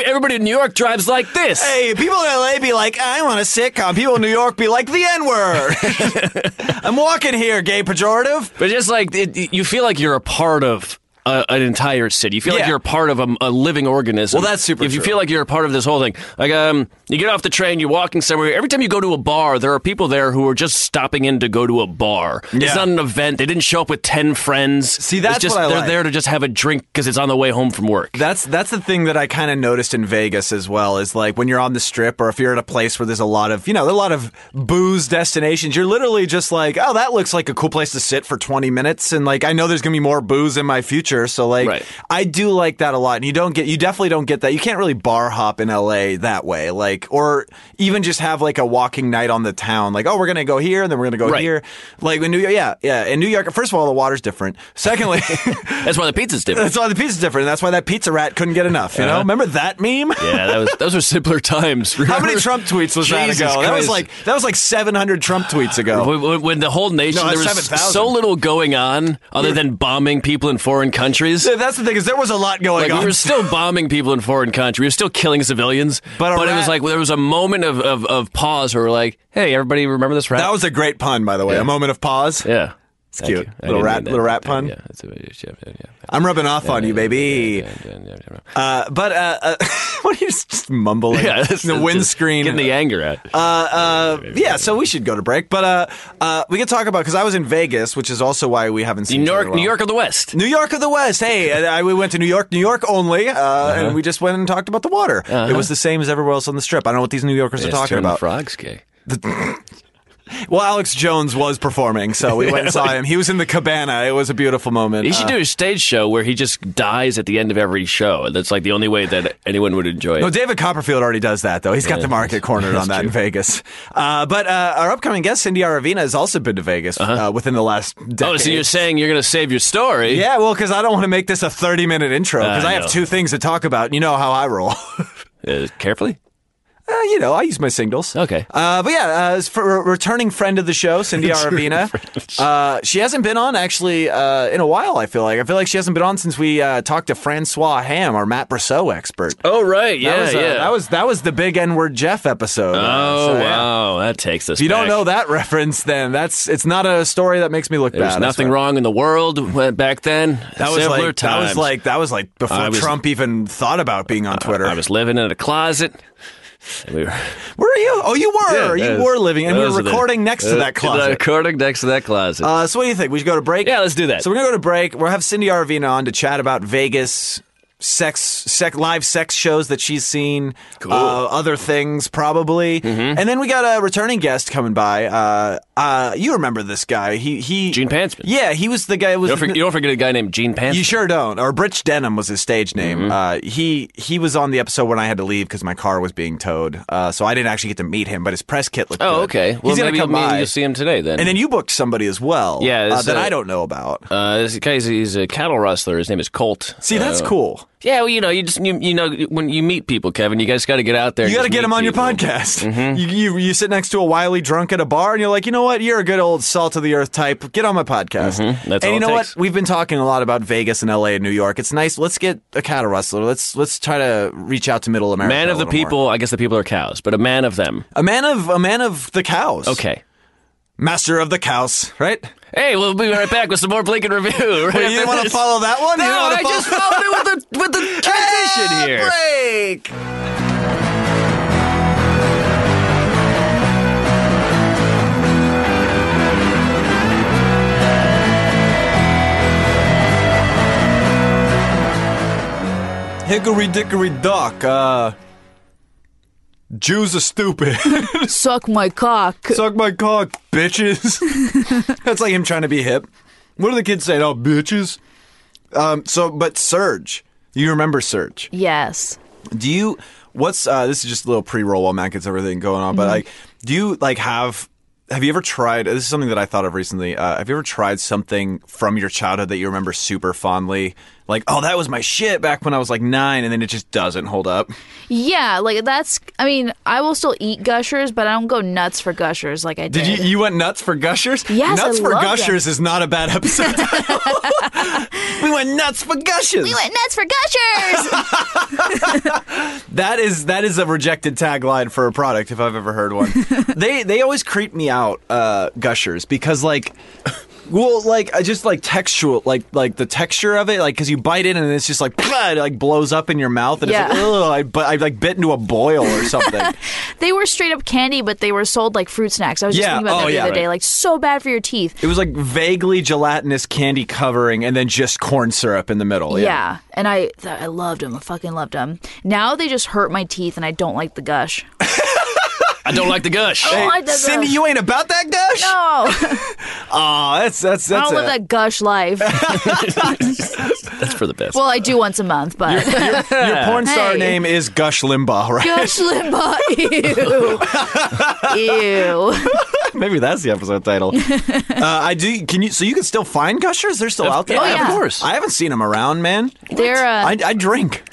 Speaker 3: everybody in New York drives like this.
Speaker 2: Hey, people in LA be like, I want a sitcom. People in New York be like, the N word. I'm walking here, gay pejorative.
Speaker 3: But just like it, you feel like you're a part of a, an entire city, you feel
Speaker 2: Yeah.
Speaker 3: like you're a part of a, a living organism.
Speaker 2: Well, that's super
Speaker 3: If you
Speaker 2: true.
Speaker 3: feel like you're a part of this whole thing, like um, you get off the train, you're walking somewhere. Every time you go to a bar, there are people there who are just stopping in to go to a bar.
Speaker 2: Yeah.
Speaker 3: It's not an event. They didn't show up with ten friends.
Speaker 2: See, that's
Speaker 3: it's just,
Speaker 2: what I
Speaker 3: they're
Speaker 2: like.
Speaker 3: there to just have a drink because it's on the way home from work.
Speaker 2: That's that's the thing that I kind of noticed in Vegas as well is like when you're on the strip or if you're at a place where there's a lot of you know there are a lot of booze destinations you're literally just like oh that looks like a cool place to sit for 20 minutes and like I know there's gonna be more booze in my future so like
Speaker 3: Right.
Speaker 2: I do like that a lot and you don't get you definitely don't get that you can't really bar hop in LA that way like or even just have like a walking night on the town like oh we're gonna go here and then we're gonna go
Speaker 3: Right.
Speaker 2: here like in New York yeah yeah in New York first of all the water's different secondly.
Speaker 3: That's why the pizza's different.
Speaker 2: That's why the pizza's different. and That's why that pizza rat couldn't get enough. You know, remember that meme?
Speaker 3: Uh-huh. yeah, that was those were simpler times.
Speaker 2: How many
Speaker 3: remember?
Speaker 2: Trump tweets was that
Speaker 3: Jesus
Speaker 2: ago? That was
Speaker 3: Christ.
Speaker 2: like that was like 700 Trump tweets ago.
Speaker 3: When, when- when the whole nation,
Speaker 2: Oh. No,
Speaker 3: there
Speaker 2: it's
Speaker 3: was
Speaker 2: 7,000.
Speaker 3: so little going on other than bombing people in foreign countries.
Speaker 2: So that's the thing is there was a lot going
Speaker 3: Like
Speaker 2: on.
Speaker 3: we were still bombing people in foreign countries. We were still killing civilians.
Speaker 2: But a
Speaker 3: it
Speaker 2: rat-
Speaker 3: was like there was a moment of, of, of pause where we're like, hey, everybody remember this rat?
Speaker 2: that was a great pun, by the way. A moment of pause.
Speaker 3: yeah.
Speaker 2: It's cute.
Speaker 3: I
Speaker 2: Little
Speaker 3: didn't
Speaker 2: rat,
Speaker 3: mean that.
Speaker 2: little rat pun.
Speaker 3: Yeah, that's what it is. Yeah, yeah, yeah.
Speaker 2: I'm rubbing off on you, baby.
Speaker 3: Yeah, yeah, yeah, yeah.
Speaker 2: Uh, but uh, uh, what are you just, just mumbling?
Speaker 3: Yeah, that's-
Speaker 2: the
Speaker 3: that's
Speaker 2: windscreen.
Speaker 3: Getting the anger out.
Speaker 2: uh, uh, yeah, so we should go to break. But uh, uh, we could talk about because I was in Vegas, which is also why we haven't seen
Speaker 3: New
Speaker 2: each other
Speaker 3: York,
Speaker 2: well.
Speaker 3: New York of the West.
Speaker 2: New York of the West. Hey, and I, we went to New York, New York only, uh,
Speaker 3: Uh-huh.
Speaker 2: and we just went and talked about the water. It was the same as everywhere else on the strip. I don't know what these New Yorkers are
Speaker 3: Yes,
Speaker 2: talking
Speaker 3: turn
Speaker 2: about.
Speaker 3: The frogs gay.
Speaker 2: well, Alex Jones was performing, so we went and saw him. He was in the cabana. It was a beautiful moment. Uh,
Speaker 3: He should do a stage show where he just dies at the end of every show. That's like the only way that anyone would enjoy it.
Speaker 2: No, oh, David Copperfield already does that, though. He's got the market cornered on that in Vegas. Uh, but uh, our upcoming guest, Cindy Aravina, has also been to Vegas uh within the last decade.
Speaker 3: Uh-huh. oh, so you're saying you're going to save your story?
Speaker 2: Yeah, well, because I don't want to make this a 30 minute intro, because
Speaker 3: I
Speaker 2: I, have
Speaker 3: know.
Speaker 2: two things to talk about. and You know how I roll.
Speaker 3: Uh, carefully.
Speaker 2: Uh, you know, I use my signals.
Speaker 3: Okay.
Speaker 2: Uh, but yeah, uh, as for a returning friend of the show, Cindy Aravina. Uh, she hasn't been on actually uh, in a while. I feel like I feel like she hasn't been on since we uh, talked to Francois Ham, our Matt Brousseau expert.
Speaker 3: Oh right, yeah,
Speaker 2: that was, uh,
Speaker 3: yeah.
Speaker 2: That was that was the big N word Jeff episode. Uh,
Speaker 3: Oh
Speaker 2: so, yeah.
Speaker 3: wow, that takes us.
Speaker 2: If you don't
Speaker 3: back.
Speaker 2: know that reference, then that's it's not a story that makes me look
Speaker 3: there's
Speaker 2: bad. I
Speaker 3: nothing
Speaker 2: swear.
Speaker 3: wrong in the world went back then.
Speaker 2: That was
Speaker 3: Simpler
Speaker 2: like
Speaker 3: times.
Speaker 2: that was like that was like before
Speaker 3: I was-
Speaker 2: Trump even thought about being on Twitter.
Speaker 3: I was living in a closet. And we were,
Speaker 2: Were you? Oh, you were.
Speaker 3: Yeah,
Speaker 2: you
Speaker 3: that
Speaker 2: were
Speaker 3: was-
Speaker 2: living, and we
Speaker 3: those
Speaker 2: were
Speaker 3: are the-
Speaker 2: recording next to
Speaker 3: uh,
Speaker 2: that closet.
Speaker 3: Recording next to that closet.
Speaker 2: Uh, so what do you think? We should go to break.
Speaker 3: Yeah, let's do that.
Speaker 2: So we're gonna go to break. We'll have Cindy Arvina on to chat about Vegas, sex, sec, live sex shows that she's seen, uh, other things probably,
Speaker 3: Mm-hmm.
Speaker 2: and then we got a returning guest coming by. Uh, uh, you remember this guy? He he.
Speaker 3: Gene Pantsman.
Speaker 2: Yeah, he was the guy. who Was
Speaker 3: you, don't
Speaker 2: in
Speaker 3: forget,
Speaker 2: the-
Speaker 3: you don't forget a guy named Gene Pants.
Speaker 2: you sure don't. Or Britch Denham was his stage name.
Speaker 3: Mm-hmm.
Speaker 2: Uh, he he was on the episode when I had to leave because my car was being towed. Uh, so I didn't actually get to meet him, but his press kit looked.
Speaker 3: oh,
Speaker 2: good.
Speaker 3: okay. Well,
Speaker 2: He's gonna
Speaker 3: maybe
Speaker 2: come
Speaker 3: maybe
Speaker 2: by.
Speaker 3: you'll see him today then.
Speaker 2: and then you booked somebody as well.
Speaker 3: Yeah,
Speaker 2: uh,
Speaker 3: it's,
Speaker 2: that
Speaker 3: uh,
Speaker 2: I don't know about.
Speaker 3: uh, this guy's he's a cattle rustler. His name is Colt.
Speaker 2: See, that's
Speaker 3: Uh,
Speaker 2: cool.
Speaker 3: Yeah, well, you know, you just you, you know when you meet people, Kevin, you guys got to get out there.
Speaker 2: You got to get him
Speaker 3: him
Speaker 2: on your podcast.
Speaker 3: Mm-hmm.
Speaker 2: You, you you sit next to a wily drunk at a bar, and you're like, you know what? You're a good old salt of the earth type. Get on my podcast.
Speaker 3: Mm-hmm.
Speaker 2: and
Speaker 3: That's all
Speaker 2: you
Speaker 3: it
Speaker 2: know
Speaker 3: takes.
Speaker 2: what? We've been talking a lot about Vegas and L.A. and New York. It's nice. Let's get a cattle rustler. Let's let's try to reach out to Middle America.
Speaker 3: Man
Speaker 2: a
Speaker 3: of the
Speaker 2: little more.
Speaker 3: people. I guess the people are cows, but a man of them.
Speaker 2: a man of a man of the cows.
Speaker 3: Okay.
Speaker 2: master of the cows, right?
Speaker 3: Hey, we'll be right back with some more Blink and Review. Right
Speaker 2: Wait, you
Speaker 3: after
Speaker 2: didn't want to
Speaker 3: this.
Speaker 2: follow that one.
Speaker 3: No,
Speaker 2: you didn't wanna
Speaker 3: I
Speaker 2: follow-
Speaker 3: just followed it with the with the transition
Speaker 2: Ah,
Speaker 3: here.
Speaker 2: Break. Hickory dickory dock. Uh, Jews are stupid.
Speaker 4: suck my cock.
Speaker 2: Suck my cock, bitches. That's like him trying to be hip. What do the kids say? Oh, bitches. Um. So, but Surge, you remember Surge?
Speaker 4: yes.
Speaker 2: Do you? What's uh? This is just a little pre-roll while Matt gets everything going on.
Speaker 4: Mm-hmm.
Speaker 2: But like, do you like have? Have you ever tried? This is something that I thought of recently. Uh, have you ever tried something from your childhood that you remember super fondly? Like, oh, that was my shit back when I was like nine, and then it just doesn't hold up.
Speaker 4: Yeah, like that's. I mean, I will still eat gushers, but I don't go nuts for gushers like I did.
Speaker 2: Did you you went nuts for gushers?
Speaker 4: Yes, I
Speaker 2: nuts for
Speaker 4: love them.
Speaker 2: gushers is not a bad episode. title. we went nuts for gushers.
Speaker 4: We went nuts for gushers.
Speaker 2: that is that is a rejected tagline for a product if I've ever heard one. they they always creep me out uh, gushers because like. Well, like I just like textual, like like the texture of it, like because you bite in and it's just like it like blows up in your mouth and it's
Speaker 4: Yeah.
Speaker 2: like ugh, I, bu- I like bit into a boil or something.
Speaker 4: they were straight up candy, but they were sold like fruit snacks. I was just
Speaker 2: Yeah,
Speaker 4: thinking about
Speaker 2: oh,
Speaker 4: that the
Speaker 2: yeah,
Speaker 4: other day.
Speaker 2: right.
Speaker 4: Like so bad for your teeth.
Speaker 2: it was like vaguely gelatinous candy covering and then just corn syrup in the middle.
Speaker 4: Yeah. and I th- I loved them. I fucking loved them. Now they just hurt my teeth, and I don't like the gush.
Speaker 3: I don't like the gush.
Speaker 4: I don't like the
Speaker 2: Cindy,
Speaker 4: gush.
Speaker 2: you ain't about that gush.
Speaker 4: No, I
Speaker 2: Oh, that's that's that's.
Speaker 4: don't live
Speaker 2: a-
Speaker 4: that gush life.
Speaker 3: That's for the best.
Speaker 4: well, I do once a month, but
Speaker 2: Your porn star
Speaker 4: Hey.
Speaker 2: name is Gush Limbaugh, right?
Speaker 4: Gush Limbaugh. Ew. Ew.
Speaker 2: Maybe that's the episode title. uh, I do. Can you? So you can still find gushers? They're still out there.
Speaker 4: Oh, yeah.
Speaker 3: of course.
Speaker 2: I haven't seen them around, man.
Speaker 4: They're uh,
Speaker 2: I, I drink.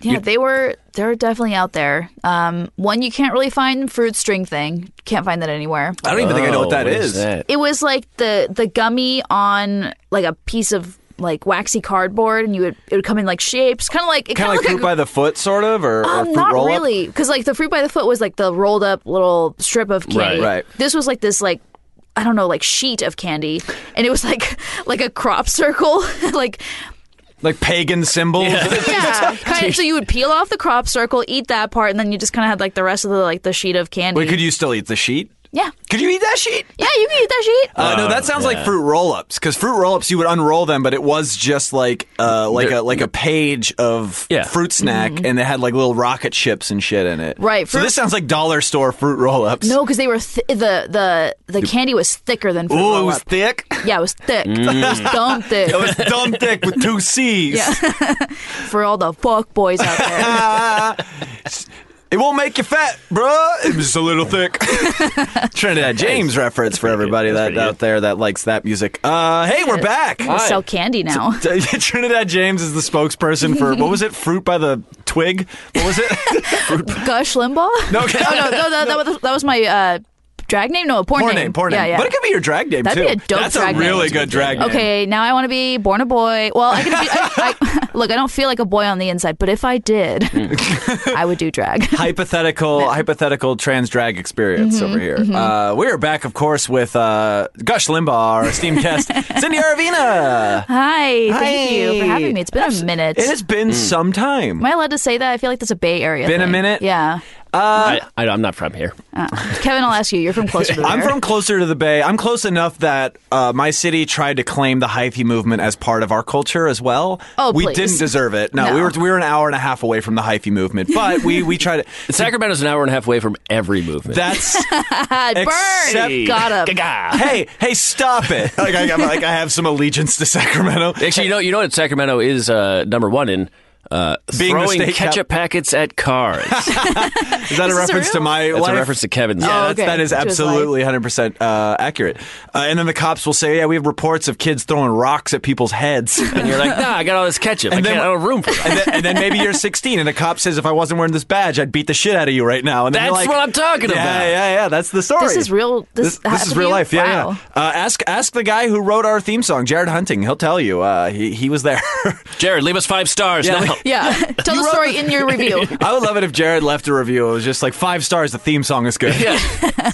Speaker 4: Yeah, they were they were definitely out there. Um, one you can't really find fruit string thing. Can't find that anywhere.
Speaker 3: Oh,
Speaker 2: I don't even think I know what that
Speaker 3: what is
Speaker 2: is.
Speaker 3: that?
Speaker 4: It was like the the gummy on like a piece of like waxy cardboard, and you would it would come in like shapes, kind of like it
Speaker 2: Kind of like fruit
Speaker 4: looked
Speaker 2: by the foot, sort of, or, or
Speaker 4: um,
Speaker 2: fruit
Speaker 4: not
Speaker 2: roll up.
Speaker 4: really, because like the fruit by the foot was like the rolled up little strip of candy.
Speaker 2: Right.
Speaker 3: Right.
Speaker 4: This was like this like I don't know like sheet of candy, and it was like like a crop circle, like
Speaker 2: Like pagan symbols.
Speaker 4: yeah. kind of, so you would peel off the crop circle, eat that part, and then you just kind of had like the rest of the like the sheet of candy.
Speaker 2: Wait, could you still eat the sheet?
Speaker 4: yeah,
Speaker 2: Could you eat that sheet?
Speaker 4: yeah, you can eat that sheet.
Speaker 2: Uh, no, that sounds like fruit roll-ups. Because fruit roll-ups, you would unroll them, but it was just like uh, like a like a page of
Speaker 3: Yeah.
Speaker 2: fruit snack, and they had like little rocket ships and shit in it.
Speaker 4: Mm-hmm. Right,
Speaker 2: so
Speaker 4: fruit-
Speaker 2: this sounds like dollar store fruit roll-ups.
Speaker 4: no, because they were th- the the the candy was thicker than fruit
Speaker 2: Ooh, it
Speaker 4: roll
Speaker 2: was
Speaker 4: up.
Speaker 2: thick.
Speaker 4: yeah, it was thick. It was dumb thick
Speaker 2: It was dumb thick with two C's.
Speaker 4: for all the fuck boys out there.
Speaker 2: It won't make you fat, bruh. It was a little thick. Trinidad James reference for everybody that
Speaker 3: pretty
Speaker 2: out there that likes that music. Uh, hey, we're back.
Speaker 4: We sell candy now.
Speaker 2: Trinidad James is the spokesperson for what was it? Fruit by the twig? What was it?
Speaker 4: Gush Limbaugh?
Speaker 2: No,
Speaker 4: oh, no, no, that, that, was, that was my uh, drag name. No, porn
Speaker 2: porn
Speaker 4: name.
Speaker 2: name, porn name.
Speaker 4: Yeah, yeah.
Speaker 2: But it could be your drag name
Speaker 4: That'd
Speaker 2: too.
Speaker 4: be a dope
Speaker 2: That's
Speaker 4: drag
Speaker 2: a
Speaker 4: name.
Speaker 2: really good drag name.
Speaker 4: okay, now I want to be born a boy. Well, I could be, I, I, look. I don't feel like a boy on the inside, but if I did, I would do drag.
Speaker 2: Hypothetical, hypothetical trans drag experience
Speaker 4: Mm-hmm.
Speaker 2: over here. Uh, we are back, of course, with uh, Gush Limbaugh, our esteemed guest, Cindy Aravina.
Speaker 4: Hi, thank you
Speaker 2: Hi.
Speaker 4: for having me. It's been a minute.
Speaker 2: It has been some time.
Speaker 4: Am I allowed to say that? I feel like that's a Bay Area.
Speaker 2: Been a
Speaker 4: thing.
Speaker 2: minute?
Speaker 4: Yeah.
Speaker 2: Uh,
Speaker 3: I, I, I'm not from here.
Speaker 4: Uh, Kevin, I'll ask you. You're from closer to the
Speaker 2: I'm
Speaker 4: river.
Speaker 2: from closer to the Bay. I'm close enough that uh, my city tried to claim the hyphy movement as part of our culture as well.
Speaker 4: Oh,
Speaker 2: we
Speaker 4: please.
Speaker 2: didn't deserve it. No,
Speaker 4: No.
Speaker 2: we were we were an hour and a half away from the hyphy movement, but we we tried. to-
Speaker 3: Sacramento's an hour and a half away from every movement.
Speaker 2: That's
Speaker 4: God, burn.
Speaker 2: except-
Speaker 4: Ah, Got him.
Speaker 3: Gaga.
Speaker 2: hey hey stop it. Like I, I'm like I have some allegiance to Sacramento.
Speaker 3: Actually, you know, you know what Sacramento is uh, number one in uh,
Speaker 2: Being the
Speaker 3: throwing
Speaker 2: state cap-
Speaker 3: ketchup packets at cars. That's
Speaker 2: Is that a
Speaker 4: Is this
Speaker 2: reference to
Speaker 4: real?
Speaker 2: my
Speaker 3: a
Speaker 2: life?
Speaker 3: reference to Kevin's.
Speaker 2: Yeah,
Speaker 4: Oh,
Speaker 2: that's,
Speaker 4: okay.
Speaker 2: that is
Speaker 4: To his
Speaker 2: absolutely 100% uh, accurate. Uh, and then the cops will say, yeah, we have reports of kids throwing rocks at people's heads.
Speaker 3: And you're like, nah, I got all this ketchup. I
Speaker 2: then
Speaker 3: can't. I
Speaker 2: what-
Speaker 3: don't have room for it.
Speaker 2: and, then, and then maybe you're 16, and a cop says, "If I wasn't wearing this badge, I'd beat the shit out of you right now." And then you're
Speaker 3: That's
Speaker 2: like,
Speaker 3: what I'm talking
Speaker 2: yeah,
Speaker 3: about.
Speaker 2: Yeah, yeah, that's the story.
Speaker 4: This is real- this-
Speaker 2: this is
Speaker 4: happened to
Speaker 2: real
Speaker 4: you?
Speaker 2: life. Yeah,
Speaker 4: Wow.
Speaker 2: yeah. Uh, ask ask the guy who wrote our theme song, Jared Hunting. He'll tell you. Uh, he he was there.
Speaker 3: Jared, leave us five stars
Speaker 2: Yeah,
Speaker 3: now.
Speaker 4: Yeah. Tell the story in your review.
Speaker 2: I would love it if Jared left a review. It was just like five stars. The theme song is good.
Speaker 3: Yeah.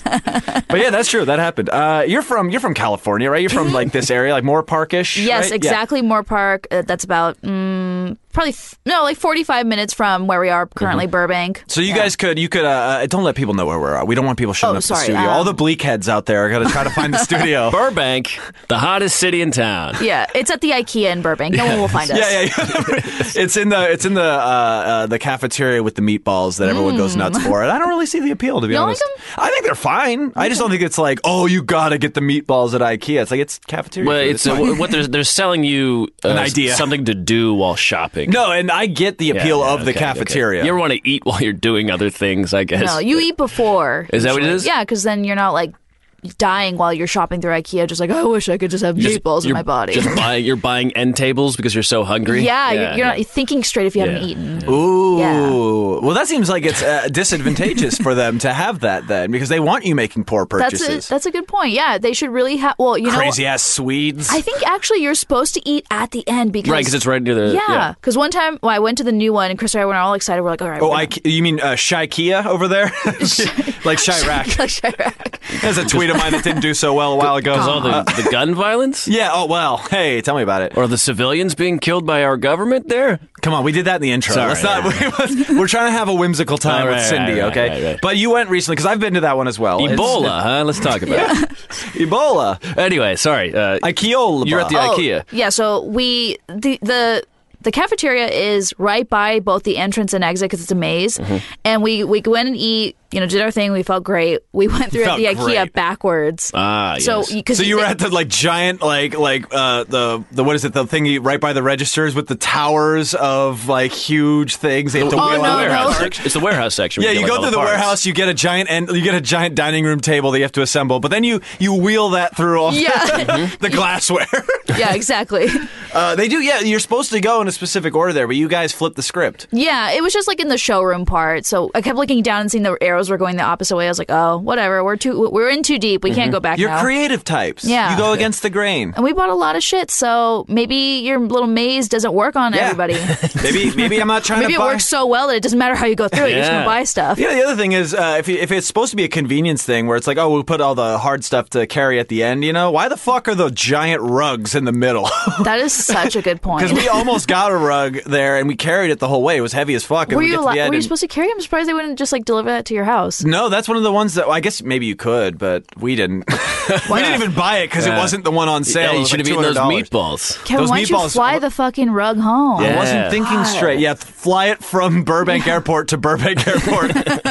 Speaker 2: But yeah, that's true. That happened. Uh, you're from you're from California, right? You're from like this area, like more parkish.
Speaker 4: Yes,
Speaker 2: right? Yeah.
Speaker 4: exactly. Moore Park. Uh, that's about mm, probably f- no, like forty-five minutes from where we are currently, Burbank.
Speaker 2: Mm-hmm. So you guys could you could uh, uh, don't let people know where we're at. We don't want people showing
Speaker 4: Oh,
Speaker 2: up
Speaker 4: sorry,
Speaker 2: the studio. All
Speaker 4: um,
Speaker 2: the bleak heads out there are gonna try to find the studio.
Speaker 3: Burbank, the hottest city in town.
Speaker 4: Yeah, it's at the IKEA in Burbank. No one will find us.
Speaker 2: Yeah, yeah. yeah. it's in the it's in the uh, uh, the cafeteria with the meatballs that everyone goes nuts for. And I don't really see the appeal to be
Speaker 4: Mm. You don't like
Speaker 2: honest. I think they're fine. I just don't think it's like oh you gotta get the meatballs at IKEA. It's like it's cafeteria.
Speaker 3: Well,
Speaker 2: food.
Speaker 3: it's uh, what they're they're selling you uh,
Speaker 2: An idea.
Speaker 3: something to do while shopping.
Speaker 2: no, and I get the
Speaker 3: Yeah,
Speaker 2: appeal
Speaker 3: yeah,
Speaker 2: of the
Speaker 3: okay, okay.
Speaker 2: cafeteria.
Speaker 3: You ever want to eat while you're doing other things? I guess.
Speaker 4: No, you eat before.
Speaker 3: Is that what it
Speaker 4: usually.
Speaker 3: is?
Speaker 4: Yeah, because then you're not like dying while you're shopping through IKEA. Just like I wish I could just have
Speaker 3: Just-
Speaker 4: meatballs in
Speaker 3: you're
Speaker 4: my body.
Speaker 3: Just buying, you're buying end tables because you're so hungry.
Speaker 4: yeah, you're, you're not thinking straight if you haven't
Speaker 3: Yeah.
Speaker 4: eaten.
Speaker 2: Ooh.
Speaker 4: Yeah.
Speaker 2: Well, that seems like it's uh, disadvantageous for them to have that then because they want you making poor
Speaker 4: That's
Speaker 2: purchases.
Speaker 4: a that's a good point. Yeah, they should really have. Well, you
Speaker 2: Crazy
Speaker 4: know,
Speaker 2: ass Swedes.
Speaker 4: I think actually you're supposed to eat at the end because
Speaker 3: Right, because it's uh, right near the.
Speaker 4: yeah. Because one time well, I went to the new one and Chris and I were all excited. We're like, all right.
Speaker 2: Oh,
Speaker 4: we're
Speaker 2: I, you mean uh, Shaikia over there? like Chirac.
Speaker 4: Like Chirac.
Speaker 2: That's a tweet of mine that didn't do so well a while ago.
Speaker 3: All the, the gun violence?
Speaker 2: Uh, yeah, oh, well, hey, tell me about it.
Speaker 3: Or the civilians being killed by our government there?
Speaker 2: Come on, we did that in the intro.
Speaker 3: Sorry,
Speaker 2: Let's not, we, are trying to have a whimsical time
Speaker 3: All
Speaker 2: with
Speaker 3: right,
Speaker 2: Cindy,
Speaker 3: right, right,
Speaker 2: okay?
Speaker 3: right, right.
Speaker 2: But you went recently, because I've been to that one as well. It's-
Speaker 3: Ebola, huh? Let's talk about it.
Speaker 2: Ebola.
Speaker 3: Anyway, sorry. Uh,
Speaker 2: Ikeola.
Speaker 3: You're at the
Speaker 4: Oh,
Speaker 3: IKEA.
Speaker 4: Yeah, so we the the the cafeteria is right by both the entrance and exit because it's a maze,
Speaker 2: Mm-hmm.
Speaker 4: and we we went and eat. You know, did our thing. We felt great. We went through
Speaker 2: Felt
Speaker 4: the IKEA
Speaker 2: great.
Speaker 4: backwards.
Speaker 3: Ah,
Speaker 4: so
Speaker 3: yes.
Speaker 4: because
Speaker 2: So you were
Speaker 4: think-
Speaker 2: at the like giant like like uh the the what is it the thing you- right by the registers with the towers of like huge things they have to
Speaker 4: Oh,
Speaker 2: wheel
Speaker 4: no,
Speaker 2: out.
Speaker 4: no.
Speaker 3: warehouse section. It's the warehouse section.
Speaker 2: Yeah,
Speaker 3: where
Speaker 2: you
Speaker 3: get,
Speaker 2: go
Speaker 3: like, all
Speaker 2: through the
Speaker 3: parts.
Speaker 2: warehouse, you get a giant and you get a giant dining room table that you have to assemble, but then you you wheel that through all
Speaker 4: Yeah.
Speaker 2: Mm-hmm. the glassware.
Speaker 4: yeah, exactly.
Speaker 2: Uh, they do, yeah. You're supposed to go, and it's specific order there, but you guys flipped the script.
Speaker 4: Yeah, it was just like in the showroom part. So I kept looking down and seeing the arrows were going the opposite way. I was like, oh, whatever. We're too we're in too deep. We can't go back
Speaker 2: Mm-hmm. You're
Speaker 4: now.
Speaker 2: creative types.
Speaker 4: Yeah.
Speaker 2: You go against the grain.
Speaker 4: and we bought a lot of shit, so maybe your little maze doesn't work on everybody.
Speaker 2: Maybe maybe I'm not trying
Speaker 4: maybe
Speaker 2: to
Speaker 4: it
Speaker 2: buy.
Speaker 4: works so well that it doesn't matter how you go through it. You're just
Speaker 3: Yeah.
Speaker 4: gonna buy stuff.
Speaker 2: Yeah, the other thing is uh, if, you- if it's supposed to be a convenience thing where it's like, oh, we'll put all the hard stuff to carry at the end, you know, why the fuck are the giant rugs in the middle?
Speaker 4: That is such a good point.
Speaker 2: Because we almost got a rug there and we carried it the whole way. It was heavy as fuck. And
Speaker 4: were
Speaker 2: we
Speaker 4: you
Speaker 2: get to the
Speaker 4: allo-
Speaker 2: end
Speaker 4: were you
Speaker 2: and-
Speaker 4: supposed to carry? it? I'm surprised they wouldn't just like deliver that to your house.
Speaker 2: No, that's one of the ones that well, I guess maybe you could, but we didn't. we didn't even buy it because it wasn't the one on sale.
Speaker 3: Yeah,
Speaker 2: It
Speaker 3: you
Speaker 2: was
Speaker 3: should
Speaker 2: like
Speaker 3: have eaten those
Speaker 2: $200.
Speaker 3: meatballs.
Speaker 4: Kevin,
Speaker 2: Those
Speaker 4: why don't you
Speaker 2: meatballs-
Speaker 4: fly the fucking rug home?
Speaker 2: I
Speaker 3: Yeah.
Speaker 2: wasn't thinking straight. Yeah, fly it from Burbank Airport to Burbank Airport.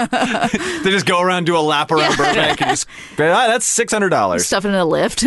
Speaker 2: they just go around, do a lap around Burbank, and just ah, that's six hundred dollars.
Speaker 4: Stuff it in a lift.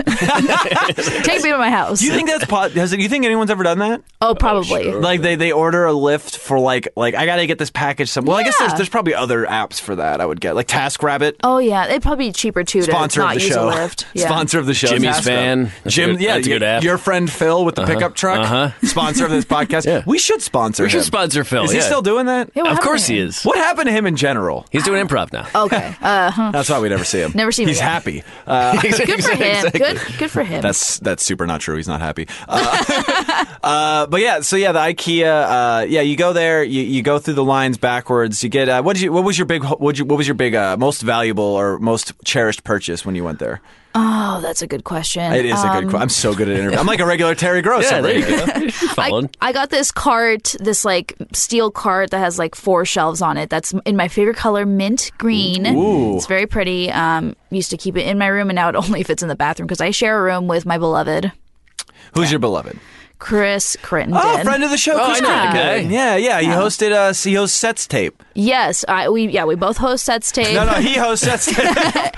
Speaker 4: Take me to my house.
Speaker 2: Do you think that's po- has it, you think anyone's ever done that?
Speaker 4: oh, probably.
Speaker 2: Like they, they order a lift for like like I gotta get this package. Some well, I guess there's
Speaker 4: Yeah.
Speaker 2: there's probably other apps for that. I would get like TaskRabbit.
Speaker 4: Oh yeah, it'd probably be cheaper too
Speaker 2: sponsor
Speaker 4: to
Speaker 2: of
Speaker 4: not
Speaker 2: the
Speaker 4: use
Speaker 2: show.
Speaker 4: a lift. Yeah.
Speaker 2: Sponsor of the show.
Speaker 3: Jimmy's
Speaker 2: Tasco.
Speaker 3: Van. That's a
Speaker 2: Jim,
Speaker 3: good-
Speaker 2: yeah,
Speaker 3: that's a good
Speaker 2: your,
Speaker 3: app. Uh-huh.
Speaker 2: your friend Phil with the pickup truck. Sponsor of this podcast.
Speaker 3: Yeah.
Speaker 2: We should sponsor.
Speaker 3: We should
Speaker 2: him.
Speaker 3: sponsor Phil,
Speaker 2: Is he
Speaker 3: yeah.
Speaker 2: still doing that?
Speaker 4: Yeah, what
Speaker 3: Of
Speaker 4: happened
Speaker 3: course
Speaker 4: to
Speaker 3: he
Speaker 4: him?
Speaker 3: is.
Speaker 2: What happened to him in general?
Speaker 3: He's doing improv now.
Speaker 4: Okay. Uh, huh.
Speaker 2: That's why we never see him.
Speaker 4: Never see him
Speaker 2: He's
Speaker 4: again.
Speaker 2: happy. Uh,
Speaker 4: Good for him. Good. Good for him.
Speaker 2: that's that's super not true. He's not happy. Uh, uh, but yeah, so yeah, the IKEA. Uh, yeah, you go there. You, you go through the lines backwards. You get uh, what did you? What was your big? What you? What was your big? Uh, most valuable or most cherished purchase when you went there?
Speaker 4: oh, that's a good question.
Speaker 2: It is a
Speaker 4: Um,
Speaker 2: good. que- I'm so good at interviews. I'm like a regular Terry Gross.
Speaker 3: Yeah,
Speaker 2: over
Speaker 3: there you
Speaker 2: here.
Speaker 3: go. You should follow
Speaker 4: I,
Speaker 3: him.
Speaker 4: I got this cart, this like steel cart that has like four shelves on it. That's in my favorite color, mint green.
Speaker 2: Ooh.
Speaker 4: It's very pretty. Um, used to keep it in my room, and now it only fits in the bathroom because I share a room with my beloved
Speaker 2: Who's your beloved?
Speaker 4: Chris Crittenden.
Speaker 2: Oh, friend of the show,
Speaker 3: Oh,
Speaker 2: Chris
Speaker 3: I know the
Speaker 2: Crittenden.
Speaker 3: guy.
Speaker 2: Yeah, yeah. He hosted uh, he hosts Sets Tape.
Speaker 4: yes, I, we yeah we both host sets tape.
Speaker 2: No, no, he hosts Sets Tape.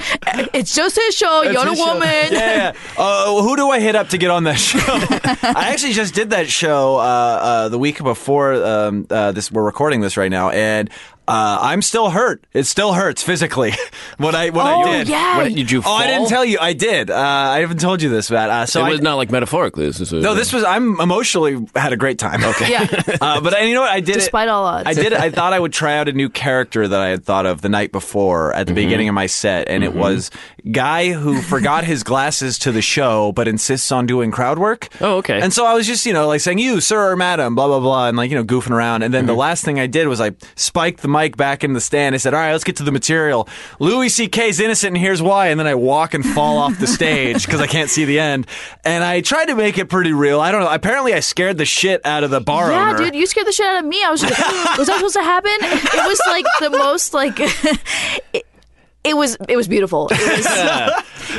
Speaker 4: It's just his show. You're a
Speaker 2: his show.
Speaker 4: woman.
Speaker 2: Yeah, yeah. Uh, who do I hit up to get on that show? I actually just did that show uh, uh, the week before um, uh, this. We're recording this right now, and uh, I'm still hurt. It still hurts physically. what I what
Speaker 4: Oh,
Speaker 2: I did.
Speaker 4: yeah.
Speaker 3: What, did you
Speaker 2: Oh, I didn't
Speaker 3: fall?
Speaker 2: tell you. I did. Uh, I haven't told you this, Matt. Uh, so
Speaker 3: It
Speaker 2: I,
Speaker 3: was not like metaphorically. This was a-
Speaker 2: No, this was I'm emotionally had a great time. Okay.
Speaker 4: Yeah.
Speaker 2: Uh, but I, you know what I did? it-
Speaker 4: Despite all odds.
Speaker 2: I did. it- I thought I would try out a new character that I had thought of the night before
Speaker 3: Mm-hmm.
Speaker 2: at the beginning of my set, and it was guy who forgot his glasses to the show, but insists on doing crowd work.
Speaker 3: Oh, okay.
Speaker 2: And so I was just you know like saying you sir or madam blah blah blah and like you know goofing around, and then the last thing I did was I spiked the mic back in the stand. I said, all right, let's get to the material. Louis C.K.'s innocent, and here's why. And then I walk and fall off the stage because I can't see the end. And I tried to make it pretty real. I don't know. Apparently, I scared the shit out of the bar
Speaker 4: Yeah,
Speaker 2: owner.
Speaker 4: dude, you scared the shit out of me. I was just like, was that supposed to happen? It was like the most like. it, it was it was beautiful. It was,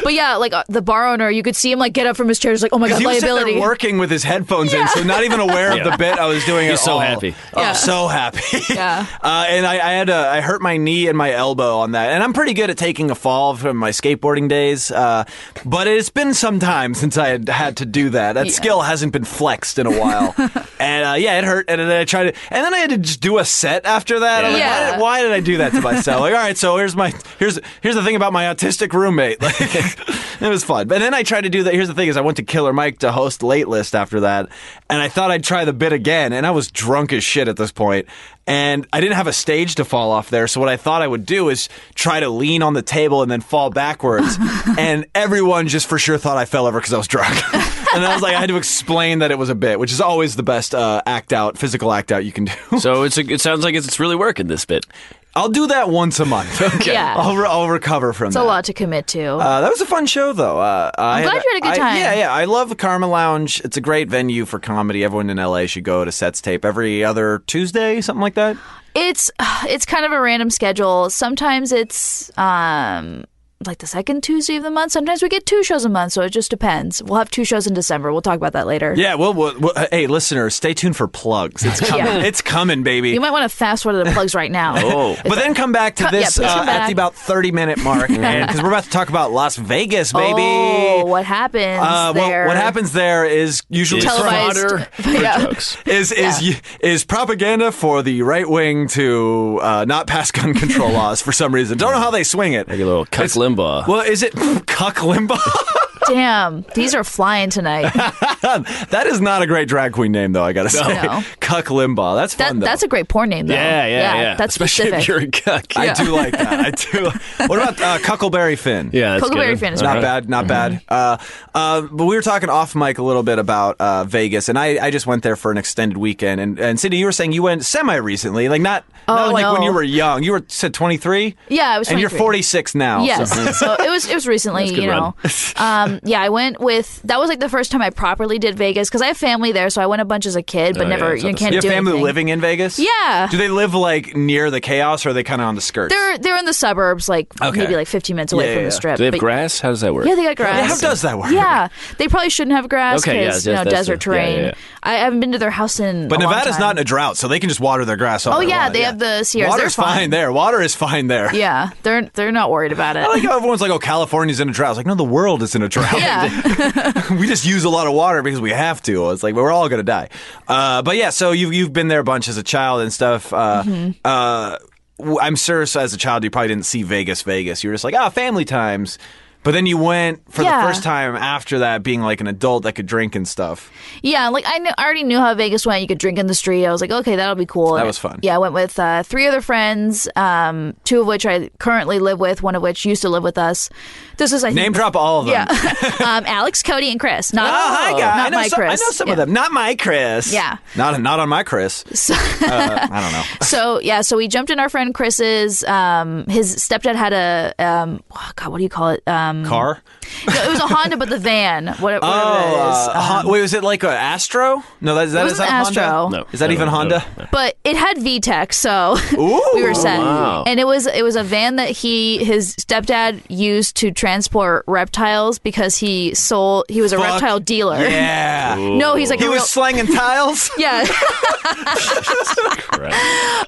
Speaker 4: But yeah, like uh, the bar owner, you could see him like get up from his chair, just like oh my
Speaker 2: Because
Speaker 4: god,
Speaker 2: he was sitting there
Speaker 4: liability.
Speaker 2: working with his headphones in, so not even aware of the bit I was doing. at
Speaker 3: He's so
Speaker 2: all.
Speaker 3: happy.
Speaker 2: Oh,
Speaker 4: Yeah.
Speaker 2: so happy.
Speaker 4: Yeah.
Speaker 2: Uh, and I, I had a, I hurt my knee and my elbow on that, and I'm pretty good at taking a fall from my skateboarding days. Uh, but it's been some time since I had had to do that. That
Speaker 4: Yeah.
Speaker 2: skill hasn't been flexed in a while, and uh, yeah, it hurt. And then I tried to, and then I had to just do a set after that. I'm like,
Speaker 4: Yeah.
Speaker 2: why, did, why did I do that to myself? Like, all right, so here's my here's here's the thing about my autistic roommate. Like, it was fun. But then I tried to do that. Here's the thing: is I went to Killer Mike to host Late List after that, and I thought I'd try the bit again. And I was drunk as shit at this point, and I didn't have a stage to fall off there. So what I thought I would do is try to lean on the table and then fall backwards. and everyone just for sure thought I fell over because I was drunk. and I was like, I had to explain that it was a bit, which is always the best uh, act out, physical act out you can do.
Speaker 3: So it's a, it sounds like it's, it's really working this bit.
Speaker 2: I'll do that once a month. okay.
Speaker 4: Yeah.
Speaker 2: I'll, re- I'll recover from
Speaker 4: It's a
Speaker 2: that.
Speaker 4: lot to commit to.
Speaker 2: Uh, that was a fun show, though. Uh, I'm
Speaker 4: glad you had a good time.
Speaker 2: yeah, yeah. I love the Karma Lounge. It's a great venue for comedy. Everyone in LA should go to Sets Tape every other Tuesday, something like that.
Speaker 4: it's it's kind of a random schedule. Sometimes it's um like the second Tuesday of the month. Sometimes we get two shows a month, so it just depends. We'll have two shows in December. We'll talk about that later.
Speaker 2: Yeah, well, well, well uh, hey, listeners, stay tuned for plugs. It's coming.
Speaker 4: Yeah.
Speaker 2: It's coming, baby.
Speaker 4: You might want to fast forward to the plugs right now.
Speaker 3: Oh.
Speaker 2: but then come back to
Speaker 4: Co- yeah,
Speaker 2: this
Speaker 4: please
Speaker 2: uh,
Speaker 4: come
Speaker 2: at
Speaker 4: back.
Speaker 2: the about 30 minute mark because we're about to talk about Las Vegas, baby.
Speaker 4: Oh, what happens
Speaker 2: uh, well,
Speaker 4: there?
Speaker 2: what happens there is usually
Speaker 3: It's
Speaker 4: Televised-
Speaker 3: fodder for
Speaker 4: Yeah.
Speaker 3: jokes.
Speaker 2: is is y is propaganda for the right wing to uh, not pass gun control laws for some reason. Don't know how they swing it.
Speaker 3: Like a little Cuck
Speaker 2: It's-
Speaker 3: Limbaugh.
Speaker 2: Well, is it cuck Limbaugh?
Speaker 4: damn, these are flying tonight.
Speaker 2: That is not a great drag queen name, though. I gotta say,
Speaker 4: No.
Speaker 2: Cuck Limbaugh. That's
Speaker 4: That,
Speaker 2: fun. though.
Speaker 4: that's a great porn name, though.
Speaker 3: Yeah, yeah, yeah.
Speaker 4: That's
Speaker 3: Especially
Speaker 4: specific.
Speaker 3: if you're a cuck.
Speaker 2: I
Speaker 3: yeah.
Speaker 2: do like that. I do. What about uh, Cuckleberry Finn?
Speaker 3: yeah, that's
Speaker 4: Huckleberry
Speaker 3: good.
Speaker 4: Finn is
Speaker 3: All
Speaker 2: Not
Speaker 4: Right.
Speaker 2: bad, not bad. Uh, uh, but we were talking off mic a little bit about uh, Vegas, and I, I just went there for an extended weekend. And, and Cindy, you were saying you went semi recently, like not, not
Speaker 4: Oh,
Speaker 2: like when
Speaker 4: no.
Speaker 2: you were young. You were said twenty three.
Speaker 4: Yeah, I was
Speaker 2: and you're
Speaker 4: 23.
Speaker 2: forty six now. so-
Speaker 4: Yes. so it was it was recently,
Speaker 3: That's a good
Speaker 4: you know. um, yeah, I went with that was like the first time I properly did Vegas because I have family there, so I went a bunch as a kid, but
Speaker 3: Oh, yeah,
Speaker 4: never
Speaker 3: it's not
Speaker 4: you
Speaker 3: the
Speaker 4: can't
Speaker 2: you have
Speaker 4: do
Speaker 2: family
Speaker 4: anything.
Speaker 2: living in Vegas.
Speaker 4: Yeah.
Speaker 2: Do they live like near the chaos, or are they kind of on the skirts?
Speaker 4: They're they're in the suburbs, like
Speaker 2: Okay.
Speaker 4: maybe like 15 minutes away
Speaker 2: Yeah,
Speaker 4: from
Speaker 2: yeah,
Speaker 4: the
Speaker 2: yeah.
Speaker 3: Do
Speaker 4: strip.
Speaker 3: they have
Speaker 4: but-
Speaker 3: grass? How does that work?
Speaker 4: Yeah, they got grass.
Speaker 2: how does that work?
Speaker 4: Yeah, they probably shouldn't have grass
Speaker 3: Okay, yeah,
Speaker 4: because you
Speaker 3: that's-
Speaker 4: know
Speaker 3: that's
Speaker 4: desert
Speaker 3: the- yeah,
Speaker 4: terrain.
Speaker 3: yeah, yeah.
Speaker 4: I haven't been to their house in.
Speaker 2: But
Speaker 4: a long
Speaker 2: Nevada's
Speaker 4: time.
Speaker 2: not in a drought, so they can just water their grass. all
Speaker 4: Oh,
Speaker 2: they
Speaker 4: yeah,
Speaker 2: want,
Speaker 4: they have the Sierras. They're
Speaker 2: Water's
Speaker 4: fine.
Speaker 2: there. Water is fine there.
Speaker 4: Yeah, they're they're not worried about it.
Speaker 2: I like how everyone's like, "Oh, California's in a drought." It's like, no, the world is in a drought.
Speaker 4: yeah,
Speaker 2: we just use a lot of water because we have to. It's like we're all gonna die. Uh, but yeah, so you've you've been there a bunch as a child and stuff. Uh,
Speaker 4: Mm-hmm.
Speaker 2: uh, w- I'm sure so as a child you probably didn't see Vegas, Vegas. You were just like, ah, family times. But then you went for
Speaker 4: Yeah.
Speaker 2: the first time after that, being like an adult that could drink and stuff.
Speaker 4: yeah. Like I, knew, I already knew how Vegas went. You could drink in the street. I was like, okay, that'll be cool.
Speaker 2: That
Speaker 4: And
Speaker 2: was fun.
Speaker 4: Yeah, I went with uh, three other friends, um, two of which I currently live with, one of which used to live with us. This is I think,
Speaker 2: Name drop all of them.
Speaker 4: Mm-hmm. Yeah, um, Alex, Cody, and Chris. Not,
Speaker 2: Oh, hi guys. I
Speaker 4: not
Speaker 2: know
Speaker 4: my
Speaker 2: some,
Speaker 4: Chris.
Speaker 2: I know some
Speaker 4: Yeah.
Speaker 2: of them. Not my Chris.
Speaker 4: Yeah.
Speaker 2: Not not on my Chris. uh, I don't know.
Speaker 4: so yeah, so we jumped in our friend Chris's. Um, his stepdad had a um, oh, God, what do you call it? Um,
Speaker 2: Car.
Speaker 4: no, it was a Honda, but the van, what- whatever it is. Um,
Speaker 2: uh, Hon- wait, was it like an Astro? No, that, that
Speaker 4: It
Speaker 2: is
Speaker 4: wasn't
Speaker 2: that
Speaker 4: Astro.
Speaker 2: Honda?
Speaker 3: No.
Speaker 2: Is that
Speaker 3: No,
Speaker 2: even
Speaker 3: no,
Speaker 2: Honda?
Speaker 3: no,
Speaker 4: but it had VTEC, so
Speaker 2: Ooh.
Speaker 4: we were set.
Speaker 3: Wow.
Speaker 4: And it was it was a van that he his stepdad used to transport reptiles because he sold he was a
Speaker 2: Fuck
Speaker 4: reptile dealer.
Speaker 2: Yeah.
Speaker 4: No, he's like
Speaker 2: He
Speaker 4: a real,
Speaker 2: was slanging tiles.
Speaker 4: yeah.
Speaker 3: Right.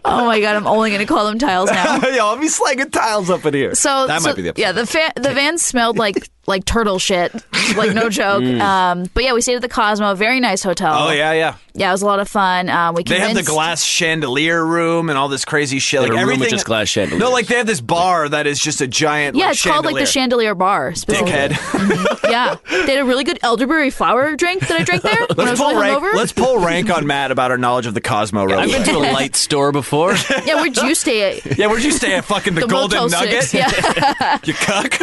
Speaker 4: oh my god, I'm only gonna call them tiles now.
Speaker 2: Yo, I'll be slanging tiles up in here.
Speaker 4: So
Speaker 2: that
Speaker 4: so-
Speaker 2: might be the episode.
Speaker 4: yeah. The fa- the van smelled like like turtle shit, like no joke. Um, but yeah, we stayed at the Cosmo, very nice hotel.
Speaker 2: Mm. Oh yeah, yeah.
Speaker 4: yeah, it was a lot of fun. Um, we
Speaker 2: They have the
Speaker 4: convinced-
Speaker 2: glass chandelier room and all this crazy shit. Like
Speaker 3: a room with
Speaker 2: everything.
Speaker 3: just glass chandeliers.
Speaker 2: No, like they have this bar that is just a giant.
Speaker 4: Yeah,
Speaker 2: like,
Speaker 4: it's called like the chandelier bar. specifically.
Speaker 2: Dickhead.
Speaker 4: yeah, they had a really good elderberry flower drink that I drank there when
Speaker 2: Let's
Speaker 4: I was
Speaker 2: pull
Speaker 4: really
Speaker 2: rank.
Speaker 4: hungover.
Speaker 2: Let's pull rank on Matt about our knowledge of the Cosmo. Real
Speaker 3: I've been
Speaker 2: quick.
Speaker 3: to a light store before.
Speaker 4: Yeah, where'd you stay? At?
Speaker 2: yeah, where'd you stay at? Fucking the,
Speaker 4: The
Speaker 2: Golden
Speaker 4: Motel
Speaker 2: Nugget.
Speaker 4: Six. Yeah,
Speaker 2: You cuck.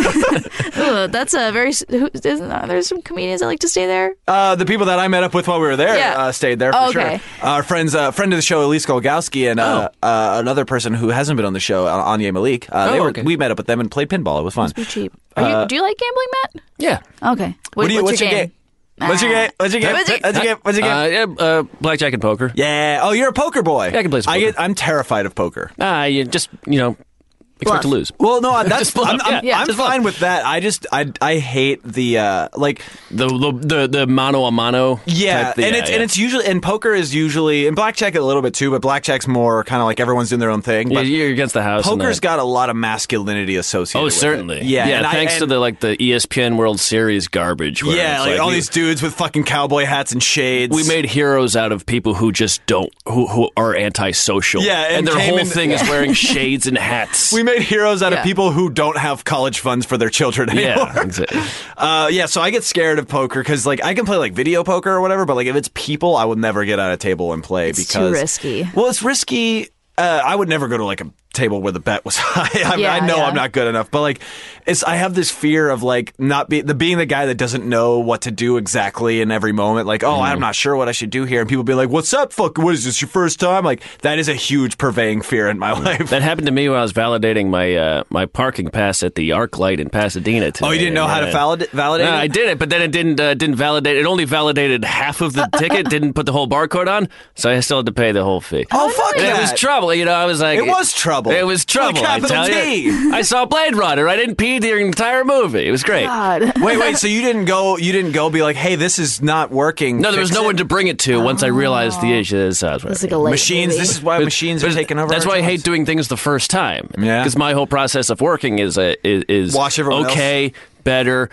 Speaker 4: Ugh, that's a very. s- Who, isn't uh, there's some comedians that like to stay there?
Speaker 2: Uh, the people that I met up with while we were there
Speaker 4: Yeah.
Speaker 2: uh, stayed there for
Speaker 4: Oh,
Speaker 2: sure.
Speaker 4: okay. Oh.
Speaker 2: Our friends, uh, friend of the show, Elise Golgowski, and uh, uh, another person who hasn't been on the show, uh, Anya Malik. Uh, they
Speaker 3: Oh,
Speaker 2: were,
Speaker 3: okay.
Speaker 2: We met up with them and played pinball. It was fun.
Speaker 4: Be cheap. Are you, do you like gambling,
Speaker 3: yeah.
Speaker 4: Matt? Okay. What,
Speaker 2: Uh, do you-
Speaker 4: what's, your game?
Speaker 2: What's your
Speaker 4: Ah.
Speaker 2: game? What's your game?
Speaker 4: What's your-
Speaker 2: What's your game? What's your game?
Speaker 3: Uh, yeah, uh, blackjack and poker.
Speaker 2: yeah. Oh, you're a poker boy.
Speaker 3: Yeah, I can play some poker.
Speaker 2: I'm terrified of poker.
Speaker 3: Ah, you just you know expect
Speaker 4: Bluff.
Speaker 3: to lose.
Speaker 2: Well, no, I- that's
Speaker 3: Just bluff,
Speaker 2: I'm, I'm,
Speaker 3: yeah,
Speaker 2: I'm
Speaker 3: just bluff.
Speaker 2: fine with that. I just I I hate the uh like
Speaker 3: The the the, the mano a mano.
Speaker 2: Yeah,
Speaker 3: type,
Speaker 2: and it's and it's usually and poker is usually and blackjack a little bit too, but blackjack's more kind of like everyone's doing their own thing.
Speaker 3: Yeah,
Speaker 2: But
Speaker 3: you're against the house. and
Speaker 2: poker's
Speaker 3: that.
Speaker 2: got a lot of masculinity associated.
Speaker 3: Oh,
Speaker 2: with it.
Speaker 3: certainly.
Speaker 2: Yeah, and I-
Speaker 3: thanks to
Speaker 2: and-
Speaker 3: the like the E ESPN World Series garbage. Where
Speaker 2: yeah,
Speaker 3: it's
Speaker 2: like, all
Speaker 3: you-
Speaker 2: these dudes with fucking cowboy hats and shades.
Speaker 3: We made heroes out of people who just don't, who, who are antisocial.
Speaker 2: Yeah, and
Speaker 3: and, their
Speaker 2: came
Speaker 3: whole
Speaker 2: in-
Speaker 3: thing is wearing shades and hats.
Speaker 2: we made heroes out of
Speaker 4: Yeah.
Speaker 2: people who don't have college funds for their children anymore.
Speaker 3: yeah, exactly.
Speaker 2: Uh, yeah, so I get scared of poker because like I can play like video poker or whatever, but like if it's people, I would never get at a table and play
Speaker 4: It's too
Speaker 2: because
Speaker 4: risky.
Speaker 2: Well, it's risky. Uh, I would never go to like a table where the bet was high. I, mean, I
Speaker 4: Yeah,
Speaker 2: know
Speaker 4: yeah.
Speaker 2: I'm not good enough, but like, it's I have this fear of like not be the being the guy that doesn't know what to do exactly in every moment. Like, oh,
Speaker 3: Mm-hmm.
Speaker 2: I'm not sure what I should do here, and people be like, "What's up, fuck? What is this your first time?" Like, that is a huge purveying fear in my life.
Speaker 3: That happened to me when I was validating my uh, my parking pass at the ArcLight in Pasadena. Today.
Speaker 2: Oh, you didn't know how to
Speaker 3: Yeah.
Speaker 2: valid- validate?
Speaker 3: No,
Speaker 2: it?
Speaker 3: I did it, but then it didn't uh, didn't validate. It only validated half of the ticket. Didn't put the whole barcode on, so I still had to pay the whole fee.
Speaker 2: Oh, fuck
Speaker 3: And
Speaker 2: that.
Speaker 3: it was trouble. You know, I was like,
Speaker 2: It was trouble.
Speaker 3: It was trouble.
Speaker 2: With a
Speaker 3: I
Speaker 2: capital
Speaker 3: tell
Speaker 2: T.
Speaker 3: you, I saw Blade Runner. I didn't pee during the entire movie. It was great.
Speaker 4: God.
Speaker 2: Wait, wait. So you didn't go? You didn't go? Be like, hey, this is not working.
Speaker 3: No, there was
Speaker 2: Fix
Speaker 3: no
Speaker 2: it.
Speaker 3: one to bring it to. Once I realized the issue, this uh,
Speaker 4: It's like a late
Speaker 2: machines.
Speaker 4: movie.
Speaker 2: This is why machines are
Speaker 3: But
Speaker 2: taking over.
Speaker 3: That's
Speaker 2: our
Speaker 3: why I
Speaker 2: jobs.
Speaker 3: hate doing things the first time.
Speaker 2: Yeah.
Speaker 3: because my whole process of working is uh, is, is
Speaker 2: Watch everyone else.
Speaker 3: okay, better,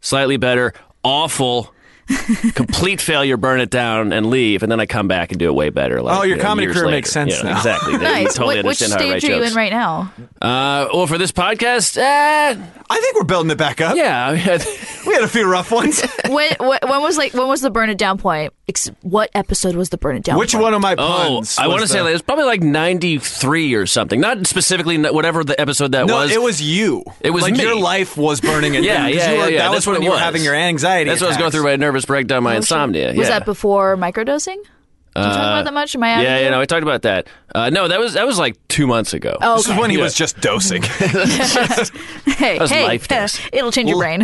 Speaker 3: slightly better, awful. complete failure, burn it down, and leave, and then I come back and do it way better. Like,
Speaker 2: Oh, your
Speaker 3: you know,
Speaker 2: comedy
Speaker 3: years
Speaker 2: career
Speaker 3: later.
Speaker 2: makes sense
Speaker 3: Yeah,
Speaker 2: now.
Speaker 3: Exactly. You
Speaker 4: nice.
Speaker 3: totally
Speaker 4: What- which
Speaker 3: understand how to write
Speaker 4: stage are you
Speaker 3: jokes.
Speaker 4: in right now?
Speaker 3: Uh, well, for this podcast, eh,
Speaker 2: I think we're building it back up.
Speaker 3: Yeah.
Speaker 2: We had a few rough ones.
Speaker 4: when, when when was like when was the burn it down point? Ex- what episode was the burn it down?
Speaker 2: Which
Speaker 4: point?
Speaker 2: one of my
Speaker 3: Oh,
Speaker 2: puns?
Speaker 3: I
Speaker 2: was
Speaker 3: want to say
Speaker 2: the-
Speaker 3: like, it was probably like 93 or something. Not specifically n- whatever the episode that
Speaker 2: No,
Speaker 3: was.
Speaker 2: it was you.
Speaker 3: It was
Speaker 2: like
Speaker 3: me.
Speaker 2: your life was burning it
Speaker 3: Yeah,
Speaker 2: down. 'cause
Speaker 3: yeah,
Speaker 2: you
Speaker 3: yeah,
Speaker 2: were-
Speaker 3: yeah.
Speaker 2: That
Speaker 3: That's
Speaker 2: was when
Speaker 3: what it
Speaker 2: you were
Speaker 3: was.
Speaker 2: having your anxiety.
Speaker 3: That's what I was going
Speaker 2: attacks.
Speaker 3: through my nervous breakdown, my insomnia.
Speaker 4: Oh, Was
Speaker 3: yeah.
Speaker 4: that before microdosing? Did you talk
Speaker 2: Uh,
Speaker 4: about that much? Am I out of
Speaker 3: Yeah,
Speaker 4: here?
Speaker 3: yeah, no, I talked about that. Uh, no, that was that was like two months ago.
Speaker 4: Oh,
Speaker 2: This is
Speaker 4: okay.
Speaker 2: when he
Speaker 3: Yeah.
Speaker 2: was just dosing.
Speaker 4: hey,
Speaker 3: was
Speaker 4: hey,
Speaker 3: life days.
Speaker 4: it'll change your brain.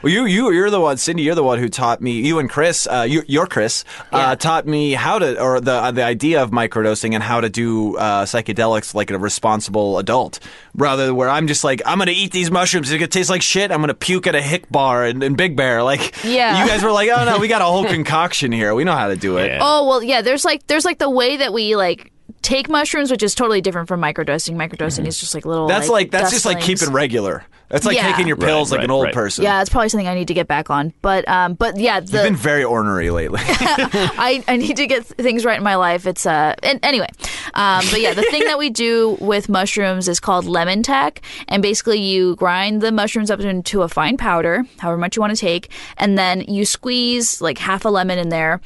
Speaker 2: Well, you you you're the one, Cindy. You're the one who taught me. You and Chris, uh, you, your Chris, uh, taught me how to, or the uh, the idea of microdosing and how to do uh, psychedelics like a responsible adult, rather than where I'm just like I'm gonna eat these mushrooms. It's gonna taste like shit. I'm gonna puke at a hick bar and, and Big Bear. Like
Speaker 4: Yeah.
Speaker 2: you guys were like, oh no, we got a whole concoction here. We know how to do it.
Speaker 3: Yeah.
Speaker 4: Oh well, yeah. There's like there's like the way that we like take mushrooms, which is totally different from microdosing. Microdosing is just like little.
Speaker 2: Mm-hmm. That's like, that's just like
Speaker 4: dustlings.
Speaker 2: keeping regular. That's like
Speaker 4: Yeah.
Speaker 2: taking your pills
Speaker 3: Right,
Speaker 2: like an
Speaker 3: right,
Speaker 2: old
Speaker 3: right.
Speaker 2: person.
Speaker 4: Yeah, it's probably something I need to get back on. But um, but yeah,
Speaker 2: You've
Speaker 4: the
Speaker 2: been very ornery lately.
Speaker 4: I, I need to get th- things right in my life. It's uh and anyway, um, but yeah, the thing that we do with mushrooms is called lemon tack, and basically you grind the mushrooms up into a fine powder, however much you want to take, and then you squeeze like half a lemon in there,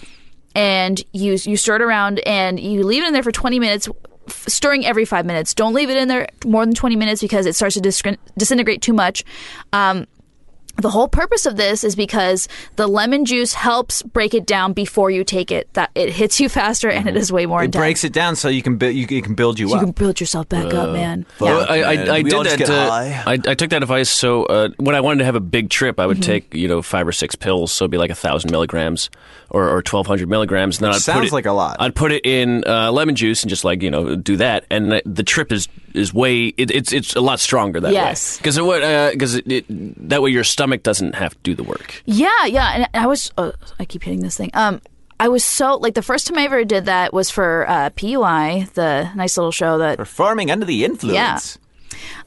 Speaker 4: and you you stir it around and you leave it in there for twenty minutes. f- Stirring every five minutes. Don't leave it in there more than 20 minutes because it starts to disgrin- disintegrate too much. Um, the whole purpose of this is because the lemon juice helps break it down before you take it. That it hits you faster and it is way more
Speaker 2: Mm-hmm. it
Speaker 4: intense.
Speaker 2: breaks it down so you can bu- you, can- it can build you
Speaker 4: you
Speaker 2: up. Uh,
Speaker 4: can build yourself back up, man.
Speaker 3: Well,
Speaker 2: Fuck,
Speaker 3: I, I,
Speaker 2: man.
Speaker 3: I
Speaker 2: We
Speaker 3: did
Speaker 2: all just
Speaker 3: that.
Speaker 2: get
Speaker 3: uh,
Speaker 2: high.
Speaker 3: I, I took that advice. So uh, when I wanted to have a big trip, I would
Speaker 4: Mm-hmm.
Speaker 3: take you know five or six pills. So it'd be like a thousand milligrams or, or twelve hundred milligrams, and then I'd put
Speaker 2: sounds
Speaker 3: it,
Speaker 2: like a lot.
Speaker 3: I'd put it in uh, lemon juice and just like you know do that, and the- the trip is is way it, it's it's a lot stronger that
Speaker 4: Yes.
Speaker 3: way. Because it would because it, it, that way your stomach doesn't have to do the work.
Speaker 4: Yeah, yeah. And I was, oh, I keep hitting this thing. Um, I was so like the first time I ever did that was for uh, PUI, the nice little show that
Speaker 2: Performing under the influence.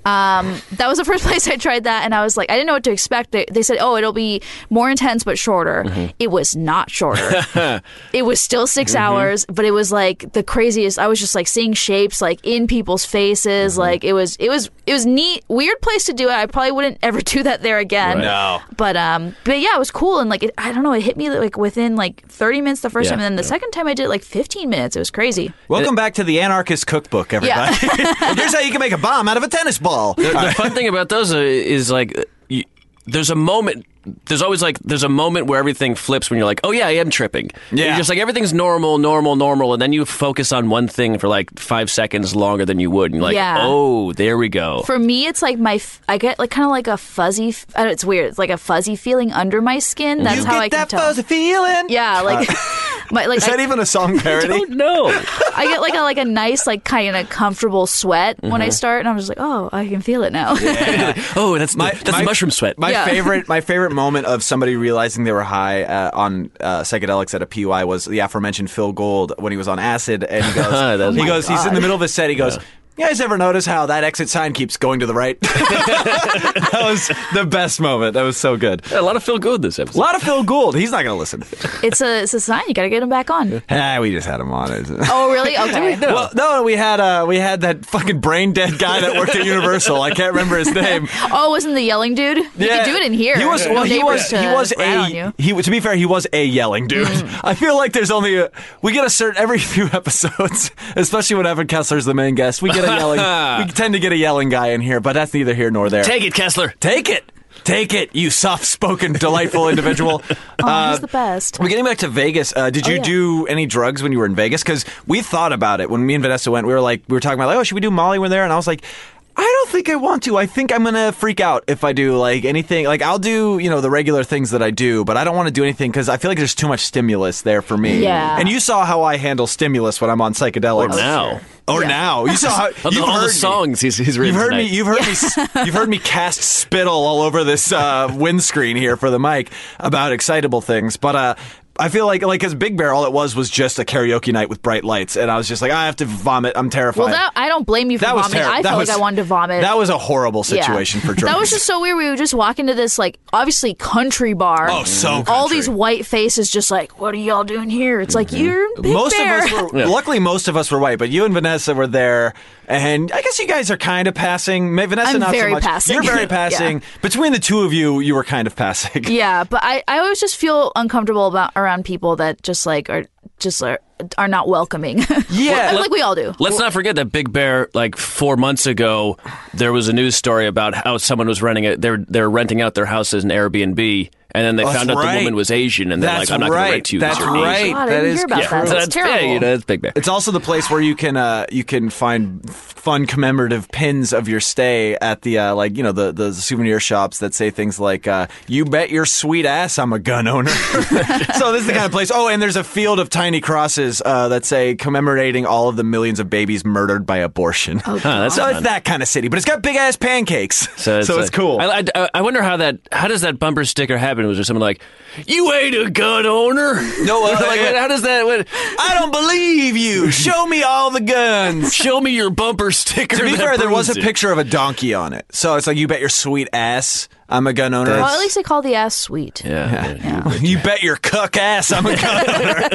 Speaker 4: Um, that was the first place I tried that, and I was like, I didn't know what to expect. They, they said, "Oh, it'll be more intense but shorter."
Speaker 3: Mm-hmm.
Speaker 4: It was not shorter. it was still 6 hours, but it was like the craziest. I was just like seeing shapes like in people's faces.
Speaker 3: Mm-hmm.
Speaker 4: Like it was, it was, it was neat, weird place to do it. I probably wouldn't ever do that there again.
Speaker 3: Right.
Speaker 2: No.
Speaker 4: but um, but yeah, it was cool, and like it, I don't know, it hit me like within like 30 minutes the first
Speaker 3: Yeah,
Speaker 4: time, and then the
Speaker 3: yeah.
Speaker 4: second time I did it, like 15 minutes. It was crazy.
Speaker 2: Welcome back to the Anarchist Cookbook, everybody. Here's how you can make a bomb out of a tennis ball.
Speaker 3: the fun thing about those uh, is like you, there's a moment there's always like there's a moment where everything flips when you're like oh yeah i am tripping
Speaker 2: Yeah.
Speaker 3: you're just like everything's normal normal normal and then you focus on one thing for like five seconds longer than you would and you're like
Speaker 4: Yeah.
Speaker 3: oh there we go
Speaker 4: For me, it's like my f- I get like kind of like a fuzzy. F- I don't- it's weird. It's like a fuzzy feeling under my skin. That's
Speaker 2: you
Speaker 4: how
Speaker 2: get
Speaker 4: I can
Speaker 2: that
Speaker 4: tell.
Speaker 2: fuzzy feeling.
Speaker 4: Yeah, like my like
Speaker 2: Is that
Speaker 4: I,
Speaker 2: even a song parody?
Speaker 3: no
Speaker 4: I get like a like a nice like kind of comfortable sweat when I start, and I'm just like, oh, I can feel it now.
Speaker 3: oh that's my, that's the mushroom sweat
Speaker 2: My
Speaker 4: Yeah.
Speaker 2: favorite, my favorite moment of somebody realizing they were high uh, on uh, psychedelics at a PY was the aforementioned Phil Gold when he was on acid, and he
Speaker 3: That's-
Speaker 2: goes,
Speaker 3: Oh
Speaker 2: he
Speaker 3: my
Speaker 2: goes, he's in the middle of a set, he goes. You guys ever notice how that exit sign keeps going to the right? that was the best moment. That was so good.
Speaker 3: a lot of feel good this
Speaker 2: A
Speaker 3: episode
Speaker 2: lot of Phil Gould. He's not going to listen.
Speaker 4: it's a it's a sign. You got to get them back on.
Speaker 2: ah, we just had him on. It.
Speaker 4: Oh, really? Okay.
Speaker 2: Well, no, we had uh, we had that fucking brain dead guy that worked at Universal. I can't remember his name.
Speaker 4: Oh, wasn't the yelling dude? You could do it in here.
Speaker 2: He was
Speaker 4: No
Speaker 2: well. He was
Speaker 4: neighbors to
Speaker 2: he was
Speaker 4: rat on
Speaker 2: a
Speaker 4: you. Mm.
Speaker 2: he. was- To be fair, he was a yelling dude. I feel like there's only a, we get a certain every few episodes, especially when Evan Kessler's the main guest. We get a yelling. we tend to get a yelling guy in here, but that's neither here nor there.
Speaker 3: take it kessler
Speaker 2: Take it. Take it, you soft-spoken, delightful individual. Uh,
Speaker 4: Oh, he's the best.
Speaker 2: We're getting back to Vegas. Uh, did you
Speaker 4: Oh, yeah.
Speaker 2: do any drugs when you were in Vegas? Because we thought about it when me and Vanessa went. We were like, we were talking about like, oh, should we do Molly when we're there? And I was like, I don't think I want to. I think I'm gonna freak out if I do like anything. Like I'll do you know the regular things that I do, but I don't want to do anything because I feel like there's too much stimulus there for me.
Speaker 4: Yeah.
Speaker 2: And you saw how I handle stimulus when I'm on psychedelics.
Speaker 3: Or now.
Speaker 2: Or
Speaker 4: Yeah.
Speaker 2: now. You saw how
Speaker 3: Of
Speaker 2: you've
Speaker 3: all
Speaker 2: heard
Speaker 3: the
Speaker 2: me.
Speaker 3: songs he's, he's written
Speaker 2: You've heard me.
Speaker 3: tonight.
Speaker 2: You've heard me. s- You've heard me cast spittle all over this uh, windscreen here for the mic about excitable things. But uh, I feel like like as Big Bear, all it was was just a karaoke night with bright lights, and I was just like, I have to vomit. I'm terrified.
Speaker 4: Well, that I don't blame you for
Speaker 2: That was
Speaker 4: vomiting.
Speaker 2: terrible.
Speaker 4: I felt like I wanted to vomit.
Speaker 2: That was a horrible
Speaker 4: Yeah.
Speaker 2: situation for drugs.
Speaker 4: That was just so weird. We would just walk into this like obviously country bar.
Speaker 2: Oh, so
Speaker 4: all
Speaker 2: country. Mm-hmm.
Speaker 4: these white faces just like, what are y'all doing here? It's like you're in Big
Speaker 2: most
Speaker 4: Bear."
Speaker 2: of us were luckily most of us were white, but you and Vanessa were there, And I guess you guys are kind of passing. Ma- Vanessa,
Speaker 4: I'm
Speaker 2: not
Speaker 4: very
Speaker 2: so much.
Speaker 4: passing.
Speaker 2: You're very
Speaker 4: Yeah.
Speaker 2: passing. Between the two of you, you were kind of passing.
Speaker 4: Yeah, but I, I always just feel uncomfortable about around people that just like are just are, are not welcoming.
Speaker 2: Yeah.
Speaker 4: I think we all do.
Speaker 3: Let's not forget that Big Bear, like four months ago, there was a news story about how someone was renting it. They're they're renting out their house as an Airbnb, and then they
Speaker 2: Oh, That's
Speaker 3: found out
Speaker 2: right.
Speaker 3: the woman was Asian, and they're
Speaker 2: That's
Speaker 3: like, "I'm not going to rent
Speaker 2: right.
Speaker 3: to you." 'cause
Speaker 2: That's
Speaker 3: you're Asian."
Speaker 2: right.
Speaker 4: God, I
Speaker 2: that
Speaker 4: didn't
Speaker 2: is
Speaker 4: hear about
Speaker 2: yeah.
Speaker 4: that.
Speaker 3: So
Speaker 4: That's
Speaker 3: that's yeah,
Speaker 4: terrible.
Speaker 3: you know, that's Big Bear.
Speaker 2: It's also the place where you can uh, you can find f- fun commemorative pins of your stay at the uh, like you know the, the souvenir shops that say things like uh, "You bet your sweet ass I'm a gun owner." so this is the kind of place. Oh, and there's a field of tiny crosses uh, that say commemorating all of the millions of babies murdered by abortion.
Speaker 4: Oh,
Speaker 3: Huh, that's
Speaker 2: so
Speaker 3: fun.
Speaker 2: it's that kind of city, but it's got big ass pancakes, so it's,
Speaker 3: like-
Speaker 2: cool.
Speaker 3: I, I, I wonder how that how does that bumper sticker happen? Was there someone like, "You ain't a gun owner"?
Speaker 2: No, uh,
Speaker 3: like
Speaker 2: yeah.
Speaker 3: what- how does that? What,
Speaker 2: I don't believe you. Show me all the guns.
Speaker 3: show me your bumper sticker.
Speaker 2: To be
Speaker 3: that
Speaker 2: fair, there was a
Speaker 3: proves it.
Speaker 2: picture of a donkey on it, so it's like you bet your sweet ass I'm a gun owner.
Speaker 4: Well, at least they call the ass sweet.
Speaker 3: Yeah.
Speaker 2: you bet your cuck ass I'm a gun owner.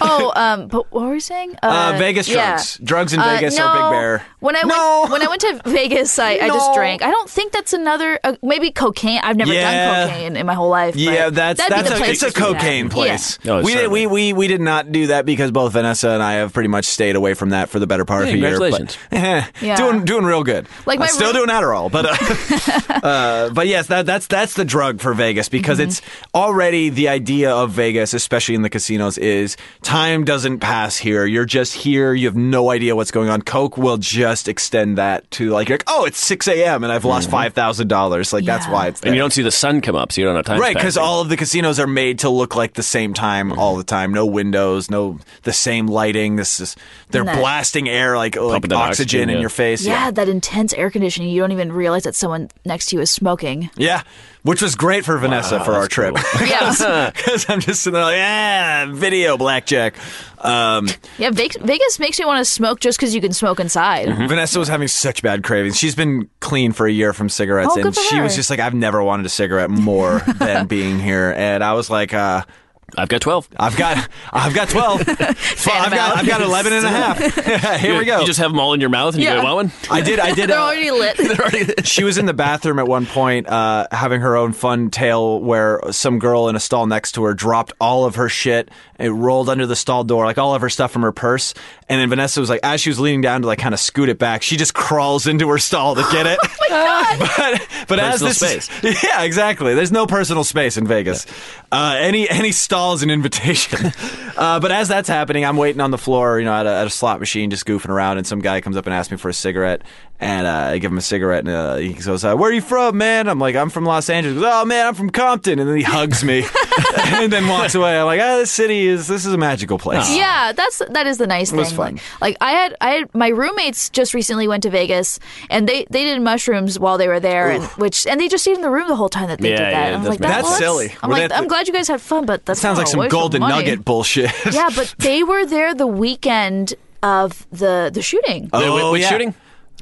Speaker 4: Oh, um, but what were we saying?
Speaker 2: Uh, Vegas drugs, drugs in
Speaker 4: Uh,
Speaker 2: Vegas
Speaker 4: no,
Speaker 2: or Big Bear.
Speaker 4: When I
Speaker 2: No.
Speaker 4: went when I went to Vegas, I, I just
Speaker 2: No.
Speaker 4: drank. I don't think that's another. Uh, maybe cocaine. I've never
Speaker 2: Yeah.
Speaker 4: done cocaine in my whole life.
Speaker 2: Yeah,
Speaker 4: but
Speaker 2: that's
Speaker 4: that'd be
Speaker 2: that's
Speaker 4: the
Speaker 2: a,
Speaker 4: place
Speaker 2: it's a
Speaker 4: to do that.
Speaker 2: cocaine place.
Speaker 3: Yeah. Oh,
Speaker 2: we did we,
Speaker 3: certainly.
Speaker 2: we we did not do that because both Vanessa and I have pretty much stayed away from that for the better part of
Speaker 3: Hey,
Speaker 2: a year. but-
Speaker 3: congratulations.
Speaker 2: Eh,
Speaker 4: Yeah.
Speaker 2: doing doing real good. Uh,
Speaker 4: Like my
Speaker 2: still
Speaker 4: room-
Speaker 2: doing Adderall, but uh, uh, but yes, that that's that's the drug for Vegas because
Speaker 4: Mm-hmm.
Speaker 2: it's already the idea of Vegas, especially in the casinos, is time doesn't pass here. You're just here. You have no idea what's going on. Coke will just extend that to like you're like oh it's six a.m. and I've lost thousand dollars. Like that's
Speaker 4: Yeah.
Speaker 2: why it's there.
Speaker 3: Mm-hmm. And you don't see the sun come up, so you don't have time.
Speaker 2: Right, because all of the casinos are made to look like the same time all the time. No windows, no the same lighting. This is they're
Speaker 4: Nice.
Speaker 2: blasting air like, like oxygen,
Speaker 3: that oxygen,
Speaker 2: in
Speaker 3: yeah.
Speaker 2: your face.
Speaker 4: Yeah, that intense air conditioning. You don't even realize that someone next to you is smoking.
Speaker 2: yeah, which was great for Vanessa for our trip.
Speaker 4: Yeah,
Speaker 2: Because I'm just sitting there like, ah, video blackjack. Um,
Speaker 4: yeah. Vegas, Vegas makes me want to smoke just because you can smoke inside.
Speaker 2: Vanessa was having such bad cravings. She's been clean for a year from cigarettes,
Speaker 4: Oh, good
Speaker 2: and
Speaker 4: for
Speaker 2: she was
Speaker 4: her.
Speaker 2: just like, I've never wanted a cigarette more than being here. And I was like, uh,
Speaker 3: I've got twelve.
Speaker 2: I've got, I've got twelve. I've got,
Speaker 4: amount.
Speaker 2: I've got eleven and a half. Here we go.
Speaker 3: You just have them all in your mouth, and you
Speaker 4: Yeah.
Speaker 3: go, "Want one?"
Speaker 2: I did. I did.
Speaker 4: They're
Speaker 2: uh,
Speaker 4: already lit.
Speaker 2: she was in the bathroom at one point, uh, having her own fun tale where some girl in a stall next to her dropped all of her shit. It rolled under the stall door, like all of her stuff from her purse. And then Vanessa was like, as she was leaning down to like kind of scoot it back, she just crawls into her stall to get it. but but as
Speaker 3: Personal
Speaker 2: this Is, yeah, exactly. There's no personal space in Vegas. Uh, any any stall is an invitation. uh, but as that's happening, I'm waiting on the floor, you know, at a, at a slot machine, just goofing around, and some guy comes up and asks me for a cigarette, and uh, I give him a cigarette, and uh, he goes, uh, "Where are you from, man?" I'm like, "I'm from Los Angeles." He goes, oh man, I'm from Compton, and then he hugs me, and then walks away. I'm like, "Ah, this city is this is a magical place."
Speaker 4: Yeah, that's that is the nice thing.
Speaker 2: was fun.
Speaker 4: Like, like I had I had my roommates just recently went to Vegas and they they did mushrooms while they were there and which and they just stayed in the room the whole time that they
Speaker 3: Yeah,
Speaker 4: did that.
Speaker 3: yeah,
Speaker 4: And I'm
Speaker 3: that's
Speaker 4: like that,
Speaker 2: That's
Speaker 4: well,
Speaker 2: silly.
Speaker 4: I'm
Speaker 2: Were
Speaker 4: like
Speaker 2: they at
Speaker 4: I'm
Speaker 2: the-
Speaker 4: glad you guys had fun, but that
Speaker 3: Oh,
Speaker 2: Sounds like some golden nugget bullshit.
Speaker 4: yeah, but they were there the weekend of the the shooting
Speaker 3: Wait, wait,
Speaker 2: Oh,
Speaker 3: wait,
Speaker 2: yeah.
Speaker 3: shooting?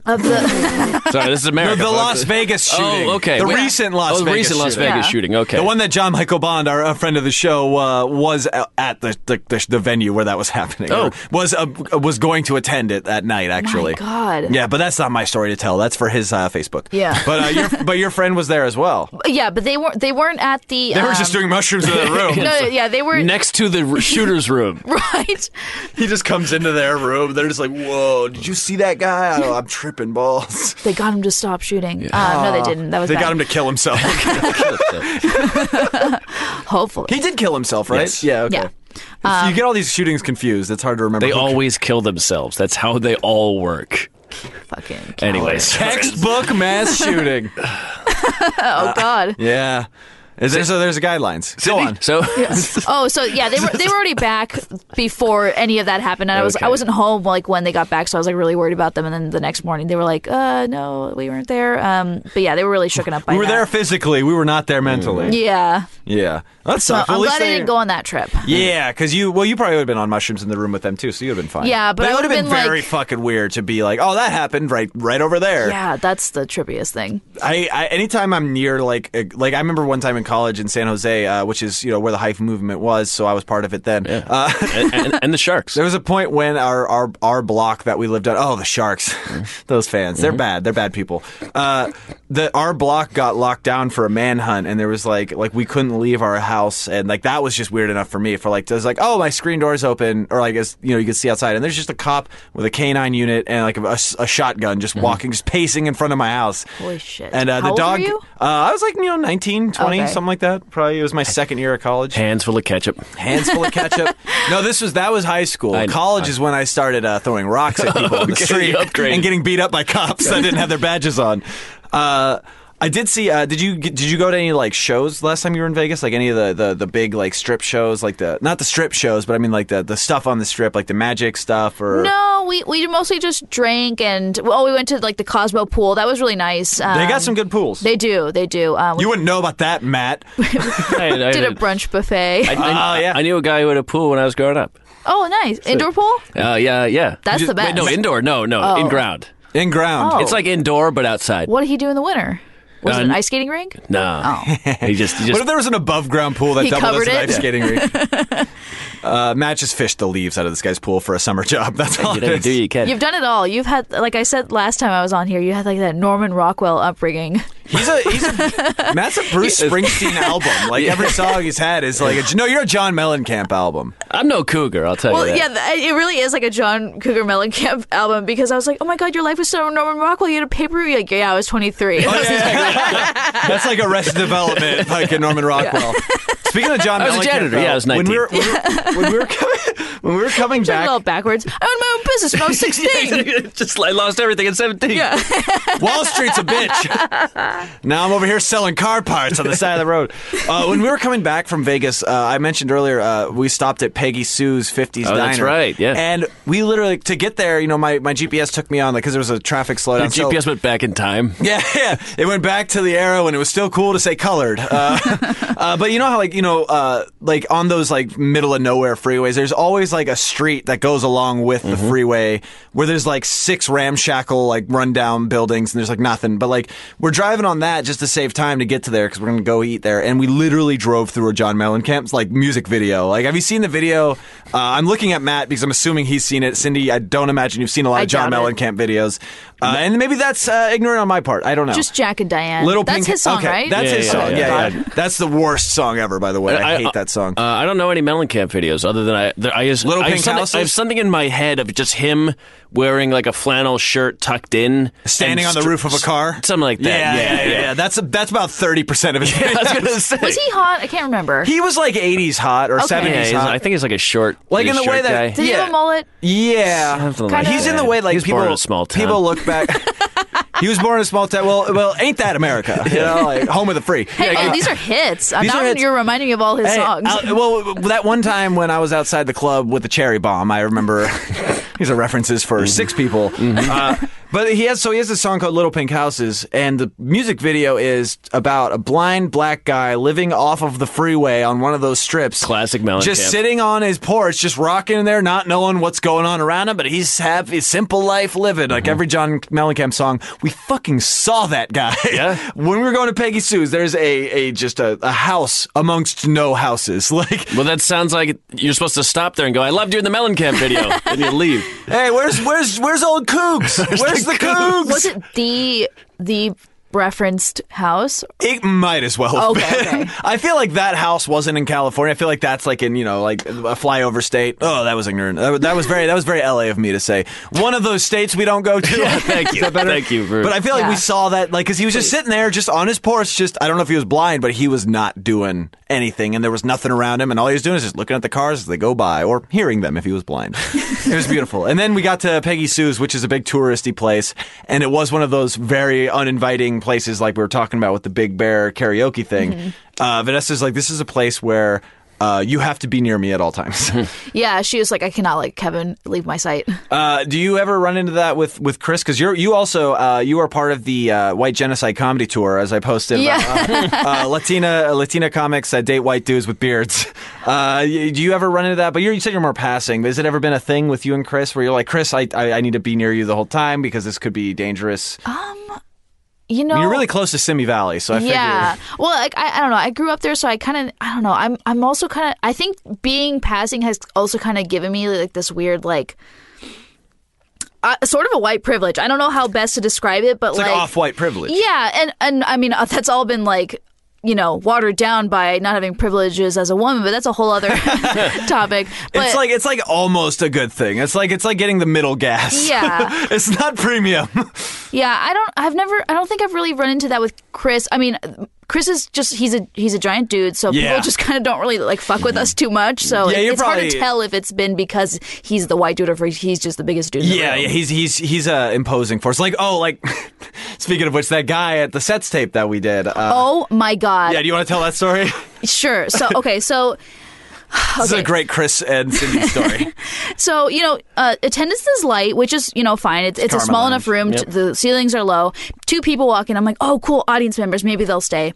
Speaker 4: of the
Speaker 3: Sorry, this is America.
Speaker 2: The
Speaker 3: folks.
Speaker 2: Las Vegas shooting.
Speaker 3: Oh, okay.
Speaker 2: The
Speaker 3: Wait.
Speaker 2: recent Las
Speaker 3: oh, the
Speaker 2: Vegas
Speaker 3: recent Las
Speaker 2: shooting.
Speaker 3: Vegas
Speaker 4: Yeah.
Speaker 3: shooting. Okay.
Speaker 2: The one that John Michael Bond, our a friend of the show, uh, was a- at the, the, the the venue where that was happening.
Speaker 3: Oh.
Speaker 2: Or was uh, was going to attend it that night. Actually,
Speaker 4: God.
Speaker 2: Yeah, but that's not my story to tell. That's for his uh, Facebook.
Speaker 4: Yeah.
Speaker 2: but uh, your, but your friend was there as well.
Speaker 4: yeah, but they weren't they weren't at the
Speaker 2: They were just doing mushrooms in their room.
Speaker 4: Um, no, yeah, they were
Speaker 3: next to the r- shooter's room.
Speaker 4: right.
Speaker 2: He just comes into their room. They're just like, "Whoa, did you see that guy? Oh, I'm tripping balls."
Speaker 4: They got him to stop shooting. Uh, no, they didn't. That was
Speaker 2: Ah. They
Speaker 4: bad.
Speaker 2: got him to kill himself.
Speaker 4: Hopefully,
Speaker 2: he did kill himself, right?
Speaker 3: Yes.
Speaker 2: Yeah. Okay.
Speaker 4: Yeah. Um,
Speaker 2: you get all these shootings confused. It's hard to remember.
Speaker 3: They
Speaker 2: who
Speaker 3: always kill themselves. That's how they all work.
Speaker 4: fucking
Speaker 3: Anyways,
Speaker 2: textbook mass shooting. Uh,
Speaker 4: oh god.
Speaker 2: Yeah. Is there, so there's a guidelines. Go on.
Speaker 3: So
Speaker 4: Oh, so yeah, they were they were already back before any of that happened, and I was
Speaker 3: Okay.
Speaker 4: I wasn't home like when they got back, so I was like really worried about them. And then the next morning, they were like, "Uh, no, we weren't there." Um, but yeah, they were really shooken up by
Speaker 2: We were there
Speaker 4: that.
Speaker 2: physically. We were not there mentally.
Speaker 4: Yeah,
Speaker 2: Mm. Yeah. That
Speaker 4: so
Speaker 2: sucks.
Speaker 4: I'm
Speaker 2: At least
Speaker 4: glad I
Speaker 2: they-
Speaker 4: didn't go on that trip.
Speaker 2: Yeah, because you well, you probably would have been on mushrooms in the room with them too, so you'd have been fine.
Speaker 4: Yeah, but
Speaker 2: But
Speaker 4: I
Speaker 2: it would have
Speaker 4: would've
Speaker 2: been,
Speaker 4: been, like-
Speaker 2: very fucking weird to be like, oh, that happened right, right over there.
Speaker 4: Yeah, that's the trippiest thing.
Speaker 2: I, I anytime I'm near like a, like I remember one time in college in San Jose, uh, which is you know where the hyphen movement was. So I was part of it then. Uh,
Speaker 3: and, and, and the sharks.
Speaker 2: there was a point when our, our our block that we lived on. Oh, the Sharks,
Speaker 4: Mm-hmm.
Speaker 2: those fans. They're bad. They're bad people. Uh, the our block got locked down for a manhunt, and there was like like we couldn't leave our house, and like that was just weird enough for me. For like, there's like, oh, my screen door's open, or like as you know, you could see outside, and there's just a cop with a canine unit and like a, a shotgun, just walking, just pacing in front of my house.
Speaker 4: Mm-hmm. Holy shit.
Speaker 2: And uh,
Speaker 4: How
Speaker 2: the
Speaker 4: old were
Speaker 2: dog.
Speaker 4: you?
Speaker 2: Uh, I was like you know 19, 20,
Speaker 4: Okay.
Speaker 2: something like that. Probably it was my second year of college
Speaker 3: Hands full of ketchup.
Speaker 2: hands full of ketchup. no, this was that was high school.
Speaker 3: I know.
Speaker 2: College is when I started uh, throwing rocks at people in the
Speaker 3: Okay,
Speaker 2: street
Speaker 3: you upgraded.
Speaker 2: and getting beat up by cops that didn't have their badges on. Uh, I did see. Uh, did you did you go to any like shows last time you were in Vegas? Like any of the, the, the big like strip shows, like the not the strip shows, but I mean like the, the stuff on the strip, like the magic stuff or
Speaker 4: No, we, we mostly just drank and oh, we went to like the Cosmo pool. That was really nice. Um,
Speaker 2: they got some good pools.
Speaker 4: They do. They do. Um, we
Speaker 2: you wouldn't know about that, Matt.
Speaker 3: I, I
Speaker 4: did a
Speaker 3: did-
Speaker 4: brunch buffet.
Speaker 3: I- I-
Speaker 2: Oh, yeah.
Speaker 3: I knew a guy who had a pool when I was growing up.
Speaker 4: oh, nice indoor pool.
Speaker 3: Uh, yeah, yeah.
Speaker 4: That's the best.
Speaker 3: Wait, no, indoor. No, no, in ground.
Speaker 2: In ground.
Speaker 4: Oh.
Speaker 3: It's like indoor, but outside.
Speaker 4: What did he do in the winter? Was
Speaker 3: Uh,
Speaker 4: it an
Speaker 3: n-
Speaker 4: ice skating rink? Oh.
Speaker 3: No. He just, he
Speaker 2: Oh. What
Speaker 3: just
Speaker 2: if there was an above ground pool that
Speaker 4: He
Speaker 2: doubled as
Speaker 4: covered
Speaker 2: an
Speaker 4: it.
Speaker 2: ice skating rink? uh, Matt just fished the leaves out of this guy's pool for a summer job. That's all. it
Speaker 3: you know, you
Speaker 2: is.
Speaker 3: do, you can.
Speaker 4: You've done it all. You've had, like I said last time I was on here, you had like that Norman Rockwell upbringing.
Speaker 2: He's a he's a Matt's a Bruce Springsteen album. Like every song he's had is like a, no, you're a John Mellencamp album.
Speaker 3: I'm no cougar, I'll tell
Speaker 4: Well,
Speaker 3: you that.
Speaker 4: yeah, th- it really is like a John Cougar Mellencamp album because I was like, oh my god, your life was so Norman Rockwell. You had a paper route. You're Like, yeah, I was 23.
Speaker 2: Oh,
Speaker 3: Oh,
Speaker 2: That's like Arrested Development, like a Norman Rockwell. Speaking of John,
Speaker 3: I was a
Speaker 2: Mellencamp,
Speaker 3: janitor, yeah, I was
Speaker 2: though, When we
Speaker 3: 19.
Speaker 2: were, when we were coming, when we were coming
Speaker 4: Turned it all
Speaker 2: back,
Speaker 4: backwards. I owned my own business when I was 16.
Speaker 3: just I lost everything at 17.
Speaker 4: yeah.
Speaker 2: Wall Street's a bitch. Now I'm over here selling car parts on the side of the road. Uh, when we were coming back from Vegas, uh, I mentioned earlier uh, we stopped at Peggy Sue's 50s
Speaker 3: Oh,
Speaker 2: Diner.
Speaker 3: that's right, yeah.
Speaker 2: And we literally to get there, you know, my, my GPS took me on like because there was a traffic slowdown.
Speaker 3: The
Speaker 2: so-
Speaker 3: GPS went back in time.
Speaker 2: Yeah, yeah. It went back to the era when it was still cool to say colored. Uh, uh, but you know how, like, you know, uh, like on those like middle of nowhere freeways, there's always like a street that goes along with the
Speaker 4: Mm-hmm.
Speaker 2: freeway where there's like six ramshackle, like rundown buildings and there's like nothing. But like we're driving on that just to save time to get to there because we're gonna go eat there. And we literally drove through a John Mellencamp's like music video. Like, have you seen the video? Uh, I'm looking at Matt because I'm assuming he's seen it. Cindy, I don't imagine you've seen a lot
Speaker 4: I
Speaker 2: of John
Speaker 4: doubt it.
Speaker 2: Mellencamp camp videos. Uh, and maybe that's uh, ignorant on my part. I don't know.
Speaker 4: Just Jack and Diane.
Speaker 2: Little
Speaker 4: That's
Speaker 2: Pink-
Speaker 4: his song,
Speaker 2: okay,
Speaker 4: right?
Speaker 2: That's
Speaker 3: Yeah,
Speaker 2: his
Speaker 3: yeah,
Speaker 2: song.
Speaker 3: yeah,
Speaker 2: Yeah, yeah, That's the worst song ever, by the way. I,
Speaker 3: I-
Speaker 2: hate
Speaker 3: I-
Speaker 2: that song.
Speaker 3: Uh, I don't know any Mellencamp videos other than I. There, I just
Speaker 2: Little
Speaker 3: I have
Speaker 2: Pink
Speaker 3: something-
Speaker 2: Houses?
Speaker 3: I have something in my head of just him wearing like a flannel shirt tucked in,
Speaker 2: Standing
Speaker 3: and
Speaker 2: on the
Speaker 3: str-
Speaker 2: roof of a car.
Speaker 3: something like that.
Speaker 2: Yeah, yeah, yeah.
Speaker 3: yeah.
Speaker 2: yeah. That's that's about thirty percent of his.
Speaker 3: I was gonna say.
Speaker 4: Was he hot? I can't remember.
Speaker 2: He was like '80s hot or
Speaker 3: Yeah,
Speaker 2: '70s
Speaker 3: he's-
Speaker 2: hot.
Speaker 3: I think he's like a short,
Speaker 2: like in
Speaker 3: he's
Speaker 2: the
Speaker 3: a
Speaker 2: way
Speaker 3: short
Speaker 2: that
Speaker 3: guy.
Speaker 4: Did he
Speaker 2: yeah.
Speaker 4: have a mullet?
Speaker 2: Yeah,
Speaker 3: Something like
Speaker 2: he's in the
Speaker 3: that.
Speaker 2: way like
Speaker 3: He was
Speaker 2: people
Speaker 3: born in a small town.
Speaker 2: people look back. he was born in a small town. Well, well, ain't that America? You know, like home of the free.
Speaker 4: Hey,
Speaker 2: Uh,
Speaker 4: and these are hits. Uh,
Speaker 2: these
Speaker 4: now
Speaker 2: are hits.
Speaker 4: you're reminding me of all his
Speaker 2: Hey,
Speaker 4: songs.
Speaker 2: I- well, that one time when I was outside the club with the cherry bomb, I remember. these are references
Speaker 3: Mm-hmm.
Speaker 2: for six people. Uh, but he has so he has this song called Little Pink Houses, and the music video is about a blind black guy living off of the freeway on one of those strips.
Speaker 3: Classic Mellencamp.
Speaker 2: Just sitting on his porch, just rocking in there, not knowing what's going on around him, but he's happy, simple life living, like every John Mellencamp song. We fucking saw that guy.
Speaker 3: Yeah.
Speaker 2: when we were going to Peggy Sue's, there's a, a just a, a house amongst no houses. Like,
Speaker 3: Well, that sounds like you're supposed to stop there and go. I loved you in the Mellencamp video, and you leave.
Speaker 2: hey, where's where's where's old Cougs? Where's the, Cougs?
Speaker 4: was it the the referenced house?
Speaker 2: It might as well. Have
Speaker 4: Okay,
Speaker 2: been.
Speaker 4: okay.
Speaker 2: I feel like that house wasn't in California. I feel like that's like in you know like a flyover state. Oh, that was ignorant. That, was- that was very that was very LA of me to say. One of those states we don't go to.
Speaker 3: Thank you, thank you. For,
Speaker 2: But I feel like
Speaker 4: Yeah.
Speaker 2: we saw that, like, because he was just sitting there, just on his porch. Just I don't know if he was blind, but he was not doing anything, and there was nothing around him, and all he was doing is just looking at the cars as they go by, or hearing them if he was blind. it was beautiful. And then we got to Peggy Sue's, which is a big touristy place, and it was one of those very uninviting places, like we were talking about with the Big Bear karaoke thing. Uh, Vanessa's like, this is a place where. Uh, you have to be near me at all times.
Speaker 4: Yeah, she was like, I cannot let Kevin leave my sight.
Speaker 2: Uh, do you ever run into that with with Chris? Because you're you also uh, you are part of the uh, White Genocide Comedy Tour, as I posted.
Speaker 4: Yeah.
Speaker 2: Uh, uh, Latina Latina comics that date white dudes with beards. Uh, y- do you ever run into that? But you're, you said you're more passing. Has it ever been a thing with you and Chris where you're like, Chris, I I, I need to be near you the whole time because this could be dangerous?
Speaker 4: you know,
Speaker 2: You're really close to Simi Valley, so I
Speaker 4: Oh. yeah.
Speaker 2: figure.
Speaker 4: Well, like I, I don't know. I grew up there, so I kind of I don't know. I'm I'm also kind of I think being passing has also kind of given me like this weird like. Uh, sort of a white privilege. I don't know how best to describe it, but
Speaker 2: It's like, off-white privilege.
Speaker 4: yeah, and and I mean uh, that's all been like you know watered down by not having privileges as a woman, but that's a whole other topic. But
Speaker 2: It's like it's like almost a good thing. It's like it's like getting the middle gas.
Speaker 4: Yeah.
Speaker 2: it's not premium.
Speaker 4: yeah, I don't. I've never. I don't think I've really run into that with Chris. I mean. Chris is just he's a he's a giant dude, so
Speaker 2: Yeah.
Speaker 4: people just kind of don't really like fuck with us too much. So
Speaker 2: Yeah,
Speaker 4: it-
Speaker 2: you're
Speaker 4: it's hard to
Speaker 2: probably-
Speaker 4: tell if it's been because he's the white dude or if he's just the biggest dude. In the
Speaker 2: yeah,
Speaker 4: room.
Speaker 2: yeah, he's he's he's uh, imposing force. Like oh, like speaking of which, that guy at the sets tape that we did. Uh,
Speaker 4: Oh my god.
Speaker 2: Yeah, do you want to tell that story?
Speaker 4: Sure. So okay. So
Speaker 2: This is a
Speaker 4: Okay.
Speaker 2: great Chris and Cindy story.
Speaker 4: So you know, uh, attendance is light, which is you know fine. It's, it's a
Speaker 2: Karma
Speaker 4: small
Speaker 2: lounge.
Speaker 4: enough room.
Speaker 3: Yep.
Speaker 4: T- the ceilings are low. Two people walk in. I'm like, oh, cool, audience members. Maybe they'll stay.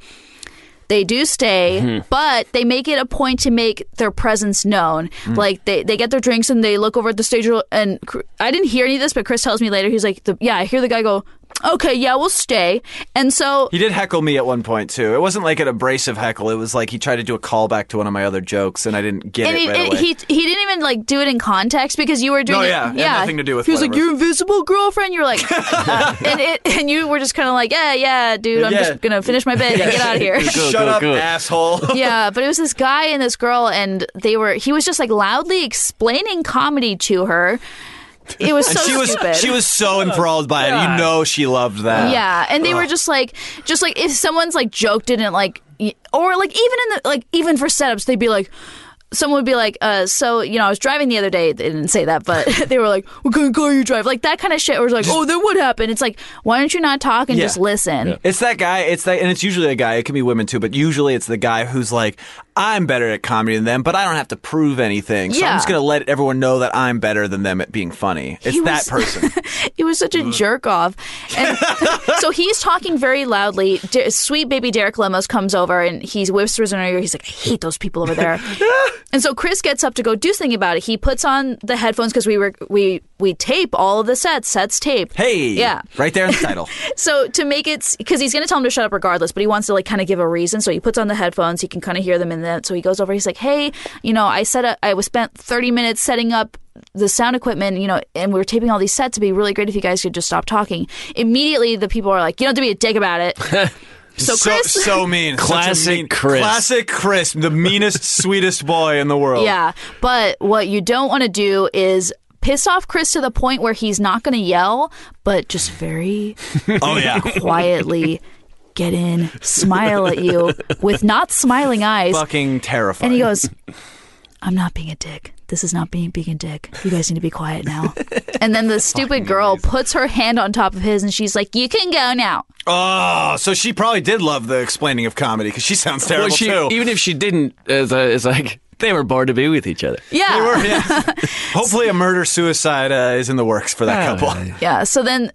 Speaker 4: They do stay, but they make it a point to make their presence known. Like they, they get their drinks and they look over at the stage. And Cr- I didn't hear any of this, but Chris tells me later. He's like, the, yeah, I hear the guy go, okay, yeah, we'll stay. And so
Speaker 2: he did heckle me at one point too. It wasn't like an abrasive heckle. It was like he tried to do a callback to one of my other jokes, and I didn't get
Speaker 4: and
Speaker 2: it.
Speaker 4: he,
Speaker 2: right
Speaker 4: and
Speaker 2: away.
Speaker 4: he he didn't even like do it in context because you were doing
Speaker 2: No,
Speaker 4: it-
Speaker 2: yeah, it had nothing to do with
Speaker 4: He was like,
Speaker 2: whatever.
Speaker 4: "Your invisible girlfriend." You're like, uh, and it and you were just kind of like, "Yeah, yeah, dude, I'm
Speaker 2: Yeah.
Speaker 4: just gonna finish my bed and get out of here."
Speaker 2: Shut
Speaker 3: go,
Speaker 2: up,
Speaker 3: go.
Speaker 2: asshole.
Speaker 4: yeah, but it was this guy and this girl, and they were he was just like loudly explaining comedy to her. It was so
Speaker 2: she was
Speaker 4: stupid.
Speaker 2: she was so enthralled by it. You know she loved that.
Speaker 4: Yeah, and they were just like, just like if someone's like joke didn't like, y- or like even in the like even for setups, they'd be like. Someone would be like, uh, so, you know, I was driving the other day. They didn't say that, but they were like, what kind of car you drive? Like, that kind of shit. Or it's like, oh, then what happened? It's like, why don't you not talk and
Speaker 2: Yeah.
Speaker 4: just listen?
Speaker 2: It's that guy. It's that, and it's usually a guy. It can be women too, but usually it's the guy who's like, "I'm better at comedy than them, but I don't have to prove anything. So
Speaker 4: Yeah.
Speaker 2: I'm just gonna let everyone know that I'm better than them at being funny." It's
Speaker 4: He
Speaker 2: that
Speaker 4: was-
Speaker 2: person.
Speaker 4: He was such a jerk off. And so he's talking very loudly. De- sweet baby Derek Lemos comes over and he whispers in her ear. He's like, I hate those people over there. and so Chris gets up to go do something about it. He puts on the headphones because we were we we tape all of the sets. Sets tape.
Speaker 2: hey,
Speaker 4: Yeah.
Speaker 2: right there in the title.
Speaker 4: So to make it, because he's going to tell him to shut up regardless, but he wants to like kind of give a reason. So he puts on the headphones. He can kind of hear them in that. So he goes over. He's like, "Hey, you know, I set up. I was spent thirty minutes setting up the sound equipment. You know, and we were taping all these sets. It'd be really great if you guys could just stop talking." Immediately, the people are like, "You don't have to be a dick about it." so Chris,
Speaker 2: so, so mean. Such a
Speaker 3: Classic
Speaker 2: mean-
Speaker 3: Chris.
Speaker 2: Classic Chris, the meanest, sweetest boy in the world.
Speaker 4: yeah. But what you don't want to do is. Piss off Chris to the point where he's not going to yell, but just very
Speaker 2: Oh yeah.
Speaker 4: quietly get in, smile at you with not smiling eyes,
Speaker 2: Fucking terrifying.
Speaker 4: And he goes, I'm not being a dick. This is not being being a dick. You guys need to be quiet now. And then the stupid girl puts her hand on top of his and she's like, You can go now.
Speaker 2: "Oh, so she probably did love the explaining of comedy because she sounds terrible
Speaker 3: Well, she,
Speaker 2: too."
Speaker 3: even if she didn't, it's, uh, it's like they were born to be with each other.
Speaker 4: Yeah.
Speaker 2: They were, yeah. Hopefully, a murder suicide uh, is in the works for that couple.
Speaker 4: Yeah. So then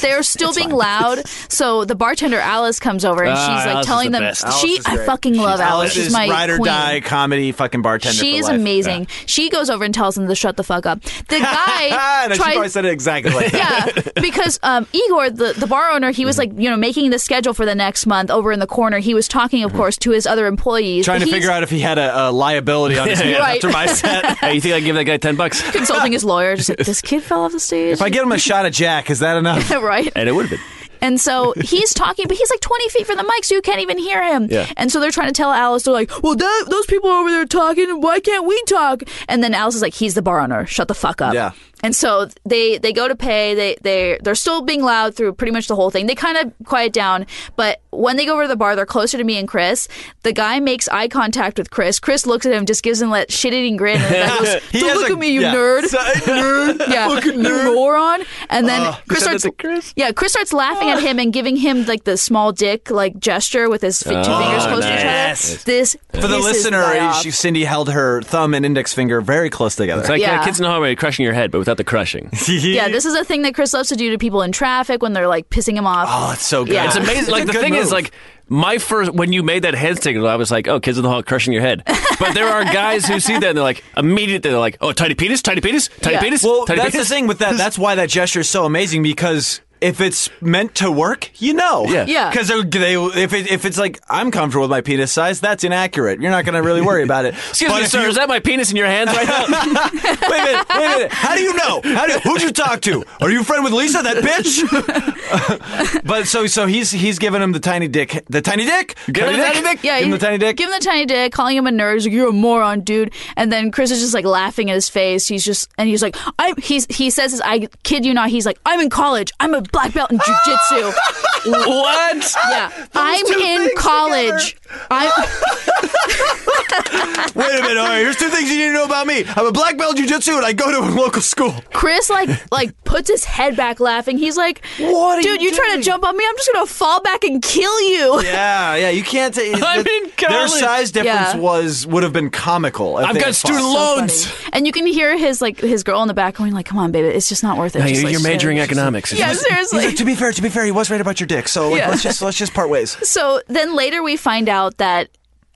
Speaker 4: they're still being loud. So the bartender Alice comes over and
Speaker 3: Ah,
Speaker 4: she's like
Speaker 3: Alice is
Speaker 4: telling
Speaker 3: the
Speaker 4: them
Speaker 3: best.
Speaker 4: she
Speaker 2: is
Speaker 4: I
Speaker 2: great.
Speaker 4: fucking love Alice. She's
Speaker 2: is
Speaker 4: my
Speaker 2: ride or
Speaker 4: queen.
Speaker 2: die comedy fucking bartender.
Speaker 4: She
Speaker 2: for
Speaker 4: is
Speaker 2: life.
Speaker 4: amazing. She goes over and tells them to shut the fuck up. The guy
Speaker 2: Ah, no, she probably
Speaker 4: tries
Speaker 2: said it exactly like that.
Speaker 4: yeah, because um, Igor, the, the bar owner, he was like,
Speaker 2: Mm-hmm.
Speaker 4: you know, making the schedule for the next month over in the corner. He was talking, of course, to his other employees.
Speaker 2: Mm-hmm. Trying to
Speaker 4: He's
Speaker 2: figure out if he had a, a liability on his hands
Speaker 4: Right.
Speaker 2: after my set.
Speaker 3: Hey, you think I give that guy ten bucks?
Speaker 4: Consulting his lawyer. Just like, this kid fell off the stage.
Speaker 2: If I give him a shot of Jack, is that enough?
Speaker 4: right.
Speaker 3: And it would have been.
Speaker 4: And so he's talking, but he's like 20 feet from the mic, so you can't even hear him.
Speaker 3: Yeah.
Speaker 4: And so they're trying to tell Alice, they're like, well, that, those people over there talking, why can't we talk? And then Alice is like, he's the bar owner, shut the fuck up.
Speaker 2: Yeah.
Speaker 4: And so they, they go to pay, they, they, they're still being loud through pretty much the whole thing. They kind of quiet down, but when they go over to the bar, they're closer to me and Chris. The guy makes eye contact with Chris. Chris looks at him, just gives him that shit-eating grin, and the guy goes,
Speaker 2: He
Speaker 4: don't
Speaker 2: has
Speaker 4: look
Speaker 2: a-
Speaker 4: at me, you
Speaker 2: yeah.
Speaker 4: nerd.
Speaker 2: So- nerd.
Speaker 4: Yeah,
Speaker 2: Fucking
Speaker 4: you
Speaker 2: nerd.
Speaker 4: moron. And then
Speaker 2: Uh,
Speaker 4: Chris
Speaker 3: said that
Speaker 4: starts.
Speaker 3: to Chris?
Speaker 4: Yeah, Chris starts laughing at him and giving him like the small dick like gesture with his fi- two fingers close to each
Speaker 2: nice.
Speaker 4: other. This
Speaker 2: For the
Speaker 4: pisses
Speaker 2: listener,
Speaker 4: me off.
Speaker 2: she- Cindy held her thumb and index finger very close together.
Speaker 3: It's like
Speaker 4: Yeah.
Speaker 3: uh, kids in the hallway crushing your head, but without the crushing.
Speaker 4: yeah, this is a thing that Chris loves to do to people in traffic when they're like pissing him off.
Speaker 2: oh, it's so good.
Speaker 4: Yeah.
Speaker 3: It's amazing. Like
Speaker 2: a
Speaker 3: the
Speaker 2: good
Speaker 3: thing is,
Speaker 2: move.
Speaker 3: like my first when you made that head signal, I was like, "Oh, kids in the hall crushing your head." But there are guys who see that and they're like, immediately they're like, "Oh, tiny penis, tiny penis, tiny
Speaker 4: Yeah.
Speaker 3: penis,
Speaker 2: Well,
Speaker 3: tiny
Speaker 2: that's the
Speaker 3: penis."
Speaker 2: thing with that. That's why that gesture is so amazing because if it's meant to work, you know.
Speaker 1: Yeah.
Speaker 4: Yeah.
Speaker 2: Because they, if, it, if it's like, I'm comfortable with my penis size, that's inaccurate. You're not going to really worry about it.
Speaker 3: Excuse
Speaker 2: But
Speaker 3: me,
Speaker 2: if
Speaker 3: sir.
Speaker 2: you-
Speaker 3: Is that my penis in your hands right now?
Speaker 2: wait a minute, wait a minute. How do you know? How do, who'd you talk to? Are you friend with Lisa, that bitch? but so so he's he's giving him the tiny dick, the tiny dick,
Speaker 3: Give him the tiny dick?
Speaker 4: Yeah,
Speaker 2: give him the tiny dick.
Speaker 4: Give him the tiny dick, calling him a nerd. He's like, "You're a moron, dude." And then Chris is just like laughing at his face. He's just and he's like, "I'm." He's he says, this, "I kid you not." He's like, "I'm in college. I'm a black belt in jujitsu."
Speaker 3: what?
Speaker 4: yeah, I'm
Speaker 2: two
Speaker 4: in
Speaker 2: things
Speaker 4: college. I'm.
Speaker 2: Wait a minute. All right, here's two things you need to know about me. I'm a black belt in jujitsu, and I go to a local school.
Speaker 4: Chris like like puts his head back laughing. He's like,
Speaker 2: What are
Speaker 4: dude,
Speaker 2: you
Speaker 4: are trying
Speaker 2: doing?"
Speaker 4: to jump on me? I'm just gonna fall back and kill you."
Speaker 2: Yeah, yeah. You can't. T-
Speaker 3: I'm
Speaker 2: that-
Speaker 3: in
Speaker 2: Their
Speaker 3: college.
Speaker 2: size difference
Speaker 4: Yeah.
Speaker 2: was would have been comical. if
Speaker 3: I've
Speaker 2: they
Speaker 3: got
Speaker 2: had
Speaker 3: student
Speaker 2: fought.
Speaker 3: loan.
Speaker 4: Funny.
Speaker 3: Bones.
Speaker 4: And you can hear his like his girl in the back going like, "Come on, baby, it's just not worth it."
Speaker 3: No,
Speaker 4: Just,
Speaker 3: you're,
Speaker 4: like,
Speaker 3: you're
Speaker 4: stay
Speaker 3: majoring
Speaker 4: away."
Speaker 3: economics.
Speaker 4: Yeah,
Speaker 2: He's
Speaker 4: seriously.
Speaker 2: like, to be fair, to be fair, he was right about your dick. So like,
Speaker 4: Yeah.
Speaker 2: let's just let's just part ways.
Speaker 4: So then later we find out that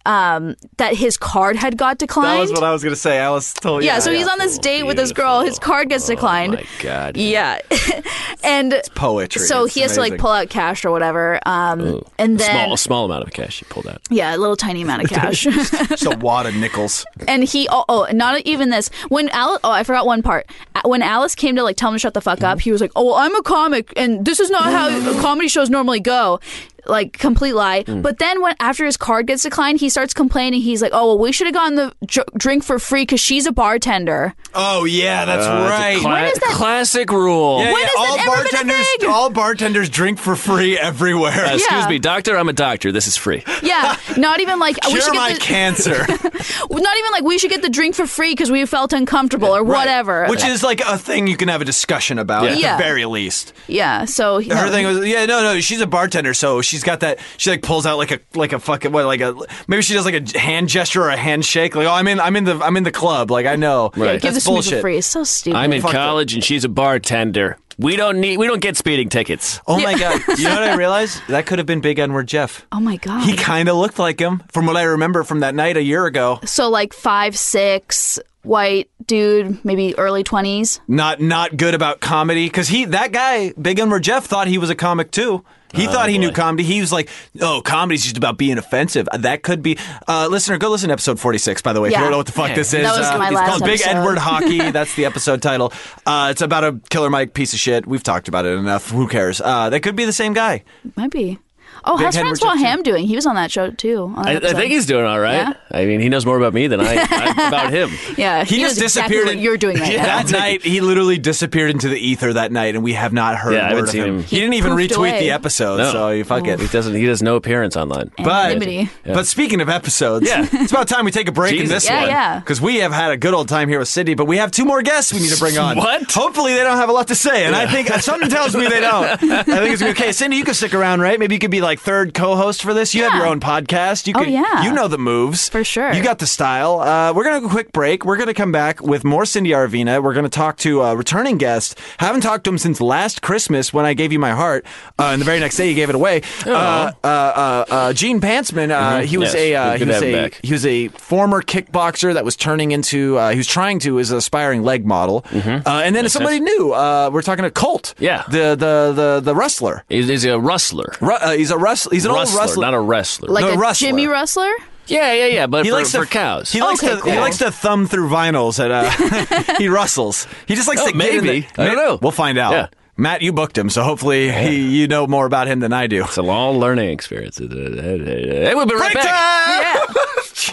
Speaker 4: um that his card had got declined.
Speaker 2: I was gonna say. Alice told
Speaker 4: yeah, so he's on this date with this girl. His card gets declined.
Speaker 3: Oh my God.
Speaker 4: Yeah, and
Speaker 2: poetry.
Speaker 4: so
Speaker 2: Oh It's
Speaker 4: he has to like
Speaker 2: amazing.
Speaker 4: pull out cash or whatever. Um, and then
Speaker 3: Small, a small amount of cash you pulled out.
Speaker 4: yeah, a little tiny amount of cash.
Speaker 2: just a wad of nickels.
Speaker 4: and he oh, oh not even this when alice oh i forgot one part A- when alice came to like tell him to shut the fuck up he was like oh well, i'm a comic and this is not how comedy shows normally go like complete lie
Speaker 2: Hmm.
Speaker 4: but then when after his card gets declined he starts complaining he's like oh well we should have gotten the dr- drink for free because she's a bartender
Speaker 2: Oh yeah, that's right.
Speaker 3: Cla-
Speaker 4: is that-
Speaker 3: Classic rule.
Speaker 2: Yeah,
Speaker 4: When
Speaker 2: yeah,
Speaker 4: has
Speaker 2: all
Speaker 4: that ever been a
Speaker 2: bartenders,
Speaker 4: thing?
Speaker 2: all bartenders drink for free everywhere.
Speaker 3: Uh, Excuse
Speaker 4: Yeah.
Speaker 3: me, doctor. I'm a doctor. This is free.
Speaker 4: yeah not even like we
Speaker 2: Cure
Speaker 4: should
Speaker 2: my
Speaker 4: get the,
Speaker 2: cancer,
Speaker 4: not even like we should get the drink for free because we felt uncomfortable or
Speaker 2: Right.
Speaker 4: whatever
Speaker 2: Which is like a thing you can have a discussion about at
Speaker 4: Yeah.
Speaker 2: the very least.
Speaker 4: yeah so he-
Speaker 2: Her thing was, yeah, no, no, she's a bartender, so she's got that. She like pulls out like a like a fucking what, like a maybe she does like a hand gesture or a handshake, like oh, I'm in, I'm in the, I'm in the club, like I know.
Speaker 3: Right.
Speaker 4: give
Speaker 2: That's
Speaker 4: this to me for
Speaker 2: bullshit.
Speaker 4: free it's so stupid
Speaker 3: I'm in
Speaker 2: Fuck that.
Speaker 3: college and she's a bartender. We don't need. We don't get speeding tickets.
Speaker 2: Oh my god! You know what I realized? That could have been Big N Word Jeff.
Speaker 4: oh my god
Speaker 2: He kind of looked like him, from what I remember from that night a year ago.
Speaker 4: So like five six white dude, maybe early twenties.
Speaker 2: Not not good about comedy because he that guy Big N Word Jeff thought he was a comic too. He
Speaker 3: Oh,
Speaker 2: thought he knew comedy. He was like, "Oh, comedy's just about being offensive." That could be. Uh, listener, go listen to episode forty-six. By the way, if you
Speaker 4: Yeah.
Speaker 2: don't know what the fuck this is,
Speaker 4: That was
Speaker 2: uh,
Speaker 4: my
Speaker 2: it's
Speaker 4: last
Speaker 2: called Big
Speaker 4: episode.
Speaker 2: Edward Hockey. That's the episode title. Uh, it's about a Killer Mike piece of shit. We've talked about it enough. Who cares? Uh, that could be the same guy.
Speaker 4: Might be. Oh, how's
Speaker 2: Henry
Speaker 4: Francois
Speaker 2: Richardson.
Speaker 4: Ham doing? He was on that show too. on that
Speaker 3: I, I
Speaker 4: episode.
Speaker 3: think he's doing all right. I mean, he knows more about me than I, I about him.
Speaker 4: Yeah,
Speaker 2: He, just
Speaker 4: knows exactly
Speaker 2: disappeared.
Speaker 4: what
Speaker 2: in-
Speaker 4: you're doing right
Speaker 2: Yeah.
Speaker 4: now.
Speaker 2: That night, he literally disappeared into the ether that night, and we have not heard
Speaker 3: Yeah,
Speaker 2: a word
Speaker 3: I haven't
Speaker 2: of
Speaker 3: seen
Speaker 2: him.
Speaker 3: him.
Speaker 2: He,
Speaker 4: He
Speaker 2: didn't even
Speaker 4: poofed
Speaker 2: retweet
Speaker 4: away.
Speaker 2: the episode,
Speaker 3: No.
Speaker 2: so you fuck it.
Speaker 3: He doesn't. He does no appearance online.
Speaker 2: But,
Speaker 4: Anonymity.
Speaker 2: but speaking of episodes,
Speaker 3: Yeah.
Speaker 2: it's about time we take a break in
Speaker 3: Jesus.
Speaker 2: this
Speaker 4: Yeah,
Speaker 2: one.
Speaker 4: yeah.
Speaker 2: Because we have had a good old time here with Sydney, but we have two more guests we need to bring on.
Speaker 3: What?
Speaker 2: Hopefully they don't have a lot to say, and I think something tells me they don't. I think it's gonna be okay. Cindy, you can stick around, right? Maybe you could be like third co-host for this. You have
Speaker 4: Yeah.
Speaker 2: your own podcast. You
Speaker 4: Oh,
Speaker 2: could,
Speaker 4: yeah.
Speaker 2: You know the moves
Speaker 4: For sure.
Speaker 2: You got the style. Uh, we're gonna go quick break. We're gonna come back with more Cindy Arvina. We're gonna talk to a returning guest. Haven't talked to him since last Christmas when I gave you my heart, uh, and the very next day you gave it away.
Speaker 4: Oh.
Speaker 2: Uh, uh, uh, uh, Gene Pantsman. Uh, he was
Speaker 3: Mm-hmm. Yes.
Speaker 2: a uh, he
Speaker 3: Good to
Speaker 2: was
Speaker 3: have him
Speaker 2: a
Speaker 3: back.
Speaker 2: he was a former kickboxer that was turning into uh, he was trying to is an aspiring leg model, uh, and then somebody new. Uh, we're talking to Colt,
Speaker 3: Mm-hmm. Yeah.
Speaker 2: the the the the wrestler.
Speaker 3: He's, he's a rustler.
Speaker 2: Ru- uh, he's a wrestler. He's an
Speaker 3: Rustler,
Speaker 2: old wrestler.
Speaker 3: not a wrestler.
Speaker 4: like
Speaker 2: No,
Speaker 4: a
Speaker 2: Rustler.
Speaker 4: Jimmy Rustler.
Speaker 3: yeah, yeah, yeah. But
Speaker 2: he
Speaker 3: for,
Speaker 2: likes
Speaker 3: for
Speaker 2: to,
Speaker 3: cows.
Speaker 2: He likes
Speaker 4: Okay,
Speaker 2: to he
Speaker 4: cool.
Speaker 2: likes to thumb through vinyls at uh, he rustles. He just likes
Speaker 3: Oh,
Speaker 2: to get in
Speaker 3: maybe.
Speaker 2: the-
Speaker 3: I don't know.
Speaker 2: We'll find out.
Speaker 3: Yeah.
Speaker 2: Matt, you booked him, so hopefully he, you know more about him than I do.
Speaker 3: it's a long learning experience. Hey, we'll be right
Speaker 2: Break
Speaker 3: back.
Speaker 2: time!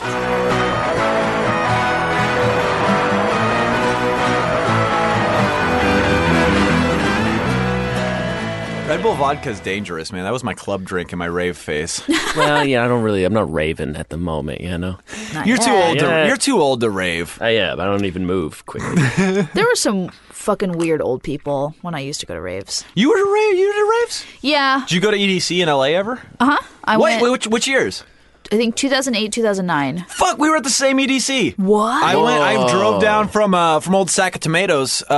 Speaker 4: Yeah.
Speaker 2: Red Bull vodka's dangerous, man. That was my club drink in my rave phase.
Speaker 3: well, yeah, I don't really. I'm not raving at the moment, you know.
Speaker 2: You're too old.
Speaker 3: Yeah.
Speaker 2: To, you're too old to rave.
Speaker 3: I am. Uh, I don't even move quickly.
Speaker 4: There were some fucking weird old people when I used to go to raves.
Speaker 2: You were to rave. You were to raves.
Speaker 4: Yeah,
Speaker 2: Did you go to EDC in LA ever?
Speaker 4: I
Speaker 2: Wait,
Speaker 4: went.
Speaker 2: wait, which which years?
Speaker 4: I think 2008, 2009.
Speaker 2: Fuck, we were at the same EDC.
Speaker 4: What?
Speaker 2: I went. I drove down from uh, from old sack of tomatoes.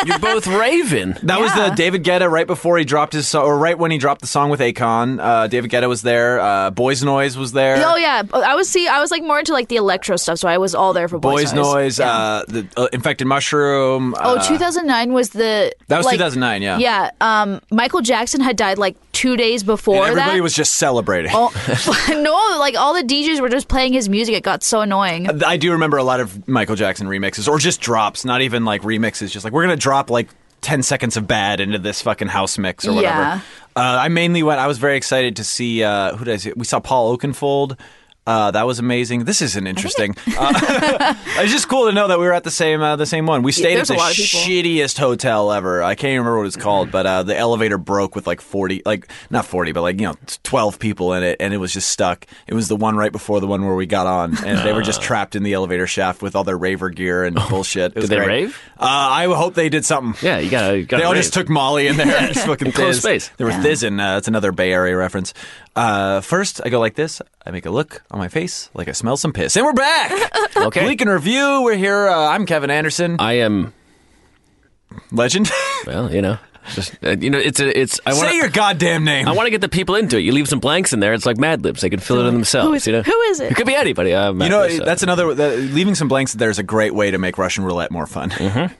Speaker 2: Uh,
Speaker 3: You're both raving.
Speaker 2: that was
Speaker 4: Yeah.
Speaker 2: the David Guetta right before he dropped his song, or right when he dropped the song with Akon. Uh, David Guetta was there. Uh, Boys Noise was there.
Speaker 4: Oh yeah, I was see. I was like more into like the electro stuff, so I was all there for
Speaker 2: Boys
Speaker 4: boys,
Speaker 2: Noise,
Speaker 4: Yeah.
Speaker 2: uh, the uh, Infected Mushroom.
Speaker 4: oh,
Speaker 2: uh,
Speaker 4: 2009 was the
Speaker 2: That was
Speaker 4: like-
Speaker 2: 2009, yeah.
Speaker 4: Yeah. Um, Michael Jackson had died like two days before
Speaker 2: and everybody
Speaker 4: that. Oh,
Speaker 2: was just celebrating.
Speaker 4: all, no, like all the DJs were just playing his music. It got so annoying.
Speaker 2: Uh, I do remember a lot of Michael Jackson remixes, or just drops, not even like remixes, just like we're gonna drop like ten seconds of bad into this fucking house mix or whatever.
Speaker 4: Yeah.
Speaker 2: Uh, I mainly went. I was very excited to see uh, who did I see? We saw Paul Oakenfold. Uh, that was amazing. This isn't interesting. Uh, it's just cool to know that we were at the same uh, the same one. We stayed at
Speaker 4: there's
Speaker 2: the
Speaker 4: a lot of people.
Speaker 2: shittiest hotel ever. I can't even remember what it's called, but uh, the elevator broke with like forty, like not forty, but like you know, twelve people in it, and it was just stuck. It was the one right before the one where we got on, and they were
Speaker 3: Uh.
Speaker 2: just trapped in the elevator shaft with all their raver gear and bullshit. It was
Speaker 3: Oh. they
Speaker 2: great.
Speaker 3: rave?
Speaker 2: Uh, I hope they did something.
Speaker 3: Yeah, you gotta. You gotta
Speaker 2: They all
Speaker 3: rave.
Speaker 2: just took Molly in there and just fucking
Speaker 3: closed
Speaker 2: thizz.
Speaker 3: space.
Speaker 2: They were thizzing. Uh, that's another Bay Area reference. Uh, first, I go like this. I make a look on my face, like I smell some piss, and we're back.
Speaker 3: Okay.
Speaker 2: Bleak and review. We're here. Uh, I'm Kevin Anderson,
Speaker 3: I am.
Speaker 2: legend.
Speaker 3: Well, you know, just uh, you know, it's a, it's. I want
Speaker 2: Say your goddamn name.
Speaker 3: I want to get the people into it. You leave some blanks in there. It's like Mad Libs. They can fill it in themselves.
Speaker 4: Who is-
Speaker 3: you know?
Speaker 4: who is it?
Speaker 3: It could be anybody. Uh, Mad
Speaker 2: you know,
Speaker 3: Libs, uh,
Speaker 2: that's another. That, leaving some blanks there is a great way to make Russian roulette more fun.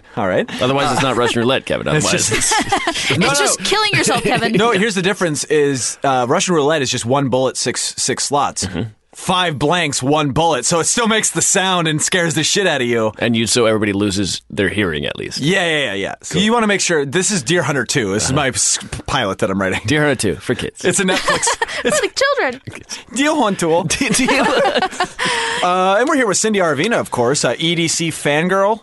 Speaker 2: All right.
Speaker 3: Otherwise, it's not Russian roulette, Kevin.
Speaker 2: It's
Speaker 3: Otherwise,
Speaker 2: just,
Speaker 4: it's just killing yourself, Kevin.
Speaker 2: no, here's the difference: is uh, Russian roulette is just one bullet, six six slots, five blanks, one bullet. So it still makes the sound and scares the shit out of you.
Speaker 3: and you so everybody loses their hearing at least.
Speaker 2: Yeah, yeah, yeah. yeah. So you want to make sure this is Deer Hunter Two. This is my s- pilot that I'm writing.
Speaker 3: Dear Hunter too for kids.
Speaker 2: It's a Netflix
Speaker 4: for the children.
Speaker 2: Deal Hunter. Uh, and we're here with Cindy Arvina, of course, uh, EDC fangirl.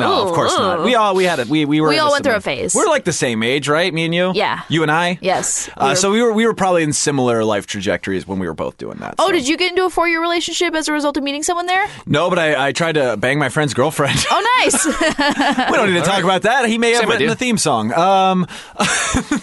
Speaker 2: no, of course not. We all we had it. We we were.
Speaker 4: Oh. We
Speaker 2: in
Speaker 4: all
Speaker 2: a
Speaker 4: went through a
Speaker 2: similar-
Speaker 4: phase.
Speaker 2: We're like the same age, right? Me and you.
Speaker 4: Yeah.
Speaker 2: You and I.
Speaker 4: Yes.
Speaker 2: Uh,
Speaker 4: We were-
Speaker 2: So we were we were probably in similar life trajectories when we were both doing that.
Speaker 4: Oh, did you get into a four-year relationship as a result of meeting someone there?
Speaker 2: No, but I, I tried to bang my friend's girlfriend.
Speaker 4: Oh, nice.
Speaker 2: we don't need to talk about that. He may have
Speaker 3: Same
Speaker 2: written
Speaker 3: idea.
Speaker 2: the theme song. Um,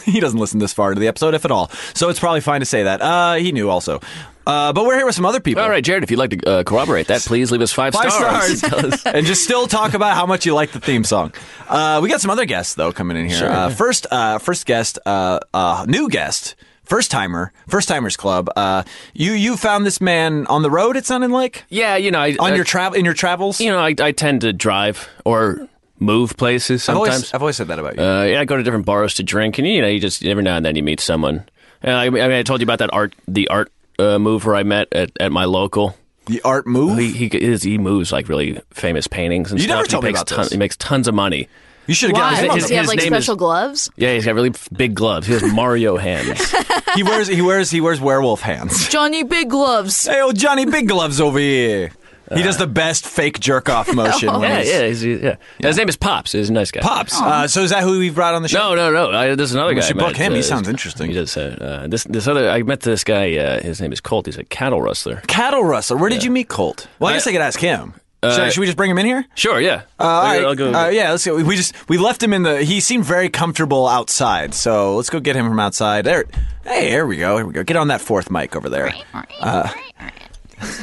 Speaker 2: he doesn't listen this far into the episode, if at all. So it's probably fine to say that. Uh, he knew also. Uh, but we're here with some other people.
Speaker 3: All right, Jared. If you'd like to uh, corroborate that, please leave us five,
Speaker 2: Five stars.
Speaker 3: Tell us-
Speaker 2: and just still talk about how much you like the theme song. Uh, we got some other guests though coming in here. Uh, first, uh, first guest, uh, uh, new guest, first timer, first timers club. Uh, you you found this man on the road. It sounded like
Speaker 3: yeah, you know, I,
Speaker 2: on
Speaker 3: I-
Speaker 2: your travel in your travels.
Speaker 3: Uh, you know, I, I tend to drive or move places
Speaker 2: I've
Speaker 3: sometimes.
Speaker 2: always, I've always said that about you.
Speaker 3: Uh, yeah, I go to different bars to drink, and you know, you just every now and then you meet someone. And I, I mean, I told you about that art, the art uh, mover I met at, at my local.
Speaker 2: the art move.
Speaker 3: He he, his, he moves like really famous paintings and
Speaker 2: You
Speaker 3: stuff.
Speaker 2: never told
Speaker 3: he
Speaker 2: me
Speaker 3: makes
Speaker 2: about this.
Speaker 3: He makes tons of money.
Speaker 2: you should have
Speaker 4: Why?
Speaker 2: gotten him on
Speaker 4: Does
Speaker 3: his-
Speaker 4: he have
Speaker 3: his
Speaker 4: like
Speaker 3: name is-
Speaker 4: special gloves?
Speaker 3: Yeah, he's got really f- big gloves. He has Mario hands.
Speaker 2: the- He wears he wears he wears werewolf hands.
Speaker 4: Johnny Big Gloves.
Speaker 2: Hey, old Johnny Big Gloves over here. He does the best fake jerk off motion. when
Speaker 3: Uh, Oh, yeah,
Speaker 2: he's-
Speaker 3: yeah, he's, yeah, His name is Pops. He's a nice guy.
Speaker 2: Pops. Uh, so is that who we've brought on the show?
Speaker 3: No, no, no. I, there's another guy.
Speaker 2: should
Speaker 3: I met,
Speaker 2: book him. He
Speaker 3: uh,
Speaker 2: sounds interesting.
Speaker 3: He does. Uh, uh, this this other. I met this guy. Uh, his name is Colt. He's a cattle rustler.
Speaker 2: Cattle Rustler. Where did you meet Colt? Well, I, guess I Uh, could ask him. should, I- should we just bring him in here?
Speaker 3: Sure. Yeah. Uh,
Speaker 2: Uh, all right. Uh, yeah, let's go. We just we left him in the. He seemed very comfortable outside, so let's go get him from outside. There. Hey, here we go. Here we go. Get on that fourth mic over there.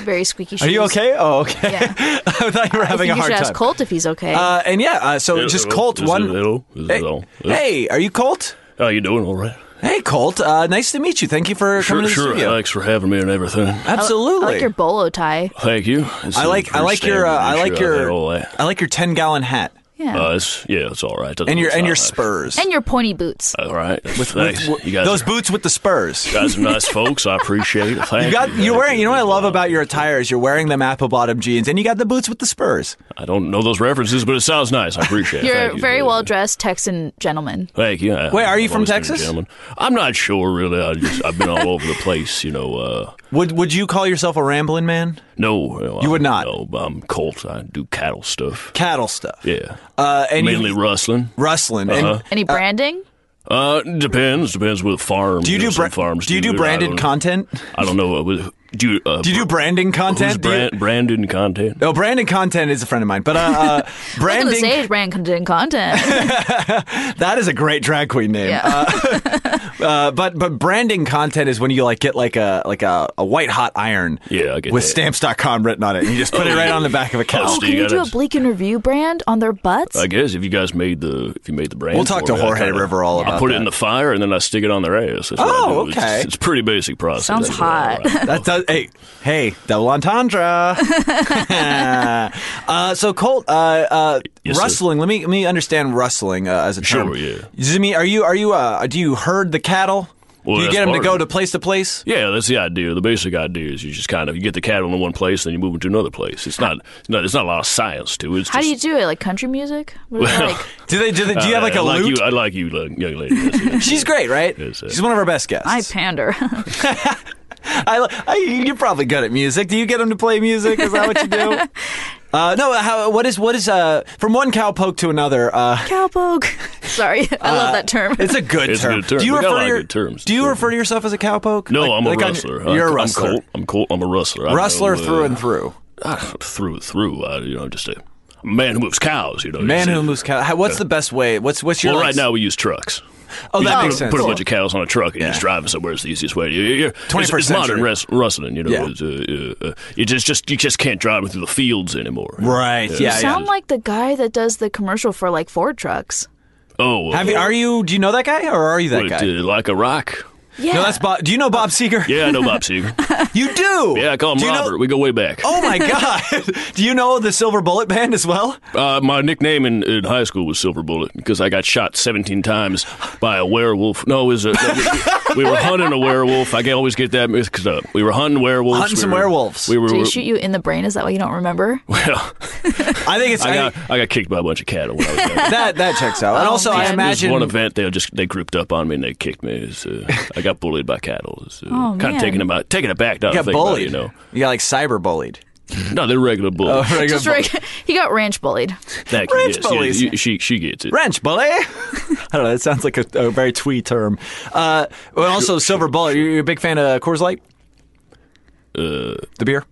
Speaker 4: Very squeaky.
Speaker 2: Uh, Are you
Speaker 4: shoes.
Speaker 2: okay? Oh, okay.
Speaker 4: Yeah.
Speaker 2: I thought you were
Speaker 4: I
Speaker 2: having
Speaker 4: think
Speaker 2: a
Speaker 4: you
Speaker 2: hard
Speaker 4: should
Speaker 2: time.
Speaker 4: ask Colt if he's okay.
Speaker 2: Uh, and yeah, uh, so just Colt. One. Hey, hey, are you Colt?
Speaker 3: How you doing? All right.
Speaker 2: Hey, Colt. Uh, nice to meet you. Thank you for coming
Speaker 3: Sure,
Speaker 2: to the
Speaker 3: sure.
Speaker 2: studio.
Speaker 3: Thanks for having me and everything.
Speaker 2: Absolutely.
Speaker 4: I like your bolo tie.
Speaker 3: Thank you. It's
Speaker 2: I
Speaker 3: a
Speaker 2: like I
Speaker 3: pretty
Speaker 2: like your uh,
Speaker 3: standard
Speaker 2: I
Speaker 3: issue
Speaker 2: like
Speaker 3: out
Speaker 2: your
Speaker 3: there, all that.
Speaker 2: I like your ten gallon hat
Speaker 4: Yeah.
Speaker 3: Uh, it's, yeah, it's all right. Doesn't
Speaker 2: and your
Speaker 3: look
Speaker 2: and your
Speaker 3: that bad.
Speaker 2: spurs.
Speaker 4: and your pointy boots.
Speaker 3: All right. Thanks. you guys,
Speaker 2: Those
Speaker 3: are,
Speaker 2: boots with the spurs.
Speaker 3: you guys are nice folks. I appreciate it. Thank
Speaker 2: You
Speaker 3: you.
Speaker 2: got
Speaker 3: Thank
Speaker 2: you're wearing. You know what I
Speaker 3: Thank
Speaker 2: love about your attire is you're wearing them apple bottom jeans, and you got the boots with the spurs.
Speaker 3: I don't know those references, but it sounds nice. I appreciate it.
Speaker 4: You're
Speaker 3: Thank you.
Speaker 4: very well dressed Texan gentleman.
Speaker 3: Thank you. I-
Speaker 2: Wait, are you
Speaker 3: I've
Speaker 2: from
Speaker 3: always been a
Speaker 2: Texas?
Speaker 3: gentleman. I'm not sure, really. I just, I've been all over the place, you know. Uh,
Speaker 2: Would Would you call yourself a rambling man?
Speaker 3: no. You
Speaker 2: would not.
Speaker 3: No, I'm Colt. I do cattle stuff.
Speaker 2: Cattle stuff.
Speaker 3: Yeah.
Speaker 2: Uh, and
Speaker 3: Mainly
Speaker 2: you,
Speaker 3: rustling.
Speaker 2: rustling.
Speaker 3: Uh-huh.
Speaker 2: And
Speaker 4: Any branding?
Speaker 3: Uh, depends. Depends with farm.
Speaker 2: do you
Speaker 3: know,
Speaker 2: do
Speaker 3: some
Speaker 2: bra-
Speaker 3: farms?
Speaker 2: do you do
Speaker 3: I
Speaker 2: branded
Speaker 3: don't-
Speaker 2: content?
Speaker 3: I don't know. uh, with-
Speaker 1: do you, uh,
Speaker 2: Do you do branding
Speaker 1: who's
Speaker 2: content? Do you-
Speaker 1: brand, branded content?
Speaker 2: no, branding content is a friend of mine, but uh, uh
Speaker 4: Welcome to
Speaker 2: branding
Speaker 4: Sage Brand Content. content.
Speaker 2: That is a great drag queen name.
Speaker 4: Yeah.
Speaker 2: Uh, uh, but but branding content is when you like get like a like a, a white hot iron
Speaker 1: Yeah, I get
Speaker 2: with
Speaker 1: that.
Speaker 2: stamps.com written on it. And you just put it right on the back of a
Speaker 4: oh,
Speaker 2: couch.
Speaker 1: do
Speaker 4: can
Speaker 1: you
Speaker 4: you do a
Speaker 1: gotta-
Speaker 4: Bleak and Review brand on their butts?
Speaker 1: I guess if you guys made the if you made the brand,
Speaker 2: We'll talk
Speaker 1: for
Speaker 2: to
Speaker 1: me, I
Speaker 2: Jorge
Speaker 1: kinda-
Speaker 2: River all
Speaker 1: I
Speaker 2: about
Speaker 1: put it
Speaker 2: that.
Speaker 1: in the fire and then I stick it on their ass. That's what I
Speaker 2: Oh,
Speaker 1: do. It's,
Speaker 2: okay.
Speaker 1: just- it's a pretty basic process.
Speaker 4: Sounds
Speaker 1: That's what I-
Speaker 4: hot.
Speaker 2: That does. Hey, hey, double entendre. uh, so Colt, uh, uh,
Speaker 1: Yes, sir.
Speaker 2: rustling. Let me let me understand rustling uh, as a term.
Speaker 1: Sure, yeah.
Speaker 2: Does it mean are you are you uh, do you herd the cattle?
Speaker 1: Well,
Speaker 2: do you
Speaker 1: that's
Speaker 2: get them to
Speaker 1: part
Speaker 2: go
Speaker 1: of
Speaker 2: to
Speaker 1: it.
Speaker 2: place to place?
Speaker 1: Yeah, that's the idea. The basic idea is you just kind of you get the cattle in one place, then you move it to another place. It's not, it's not there's not a lot of science to it. It's
Speaker 4: How do
Speaker 1: just,
Speaker 4: you do it? Like country music? What is it
Speaker 1: Well,
Speaker 4: like?
Speaker 2: Do they do? They, do you have like
Speaker 1: I
Speaker 2: a
Speaker 1: Uh, like
Speaker 2: loot?
Speaker 1: You, I like you, like, young lady. That's it.
Speaker 2: She's great, right?
Speaker 1: Yes, sir.
Speaker 2: She's one of our best guests.
Speaker 4: I pander.
Speaker 2: I, I, you're probably good at music. Do you get them to play music? Is that what you do? Uh, no. How, what is what is uh, from one cowpoke to another? Uh,
Speaker 4: Cowpoke. Sorry, I love that term.
Speaker 2: it's a good
Speaker 1: It's a
Speaker 2: term.
Speaker 1: good term.
Speaker 2: Do you
Speaker 1: We got a
Speaker 2: refer
Speaker 1: lot
Speaker 2: to
Speaker 1: of
Speaker 2: your,
Speaker 1: good terms.
Speaker 2: Do you
Speaker 1: Sure.
Speaker 2: refer to yourself as a cowpoke?
Speaker 1: No,
Speaker 2: Like-
Speaker 1: I'm a
Speaker 2: like on-
Speaker 1: wrestler.
Speaker 2: you're a
Speaker 1: I'm,
Speaker 2: wrestler.
Speaker 1: I'm Colt. I'm Colt. I'm a wrestler. I
Speaker 2: Wrestler
Speaker 1: know, uh,
Speaker 2: through and through.
Speaker 1: ah, through through. I, you know, just a man who moves cows. You know,
Speaker 2: Man
Speaker 1: Just-
Speaker 2: who moves cow. how- What's the best way? What's what's your
Speaker 1: Well,
Speaker 2: like,
Speaker 1: right now we use trucks.
Speaker 2: Oh,
Speaker 1: You
Speaker 2: that
Speaker 1: just
Speaker 2: makes
Speaker 1: put,
Speaker 2: sense.
Speaker 1: Put a bunch of cows on a truck and you just drive them somewhere. It's the easiest way. You- you- you- it's-
Speaker 2: 21st
Speaker 1: it's modern
Speaker 2: century.
Speaker 1: res- rustling. You know,
Speaker 2: Yeah.
Speaker 1: It's, uh, uh, uh, you just just you just can't drive them through the fields anymore.
Speaker 2: Right. Yeah.
Speaker 4: you
Speaker 2: yeah.
Speaker 4: sound like the guy that does the commercial for like Ford trucks.
Speaker 1: Oh, uh,
Speaker 2: Have you, are you? Do you know that guy or are you that
Speaker 1: what,
Speaker 2: guy?
Speaker 1: uh, like a rock.
Speaker 4: Yeah.
Speaker 2: No, that's Bob. Do you know Bob Seeger?
Speaker 1: Yeah, I know Bob Seger.
Speaker 2: You do.
Speaker 1: Yeah, I call him
Speaker 2: Do you know-
Speaker 1: Robert. We go way back.
Speaker 2: Oh my God! Do you know the Silver Bullet Band as well?
Speaker 1: Uh, my nickname in, in high school was Silver Bullet because I got shot 17 times by a werewolf. No, it was a, we, we were hunting a werewolf. I can always get that mixed up. We were hunting werewolves.
Speaker 2: Hunting
Speaker 1: we
Speaker 2: some
Speaker 1: were-
Speaker 2: werewolves.
Speaker 1: We were.
Speaker 4: Do you shoot you in the brain? Is that why you don't remember?
Speaker 1: well,
Speaker 2: I think it's
Speaker 1: I got, I got kicked by a bunch of cattle when I was young.
Speaker 2: that that checks out. And
Speaker 4: Oh,
Speaker 2: also, I
Speaker 4: man.
Speaker 2: imagine
Speaker 1: There's one event they just they grouped up on me and they kicked me. It's, uh, I got bullied by cattle. uh, So
Speaker 4: Oh,
Speaker 1: kind
Speaker 4: man.
Speaker 1: of taking them out, taking it back. Now that
Speaker 2: you
Speaker 1: I
Speaker 2: got
Speaker 1: think about it,
Speaker 2: bullied. Oh.
Speaker 1: you know.
Speaker 2: you got like cyber bullied.
Speaker 1: No, they're regular bulls.
Speaker 4: Just right, he got ranch bullied.
Speaker 1: Thank you.
Speaker 2: ranch
Speaker 1: Yes, yeah,
Speaker 2: bullies.
Speaker 1: you- she she gets it.
Speaker 2: Wrench bully. I don't know. That sounds like a, a very twee term. Uh, well, also, silver bullet. You're, you're a big fan of Coors Light. Uh, the beer.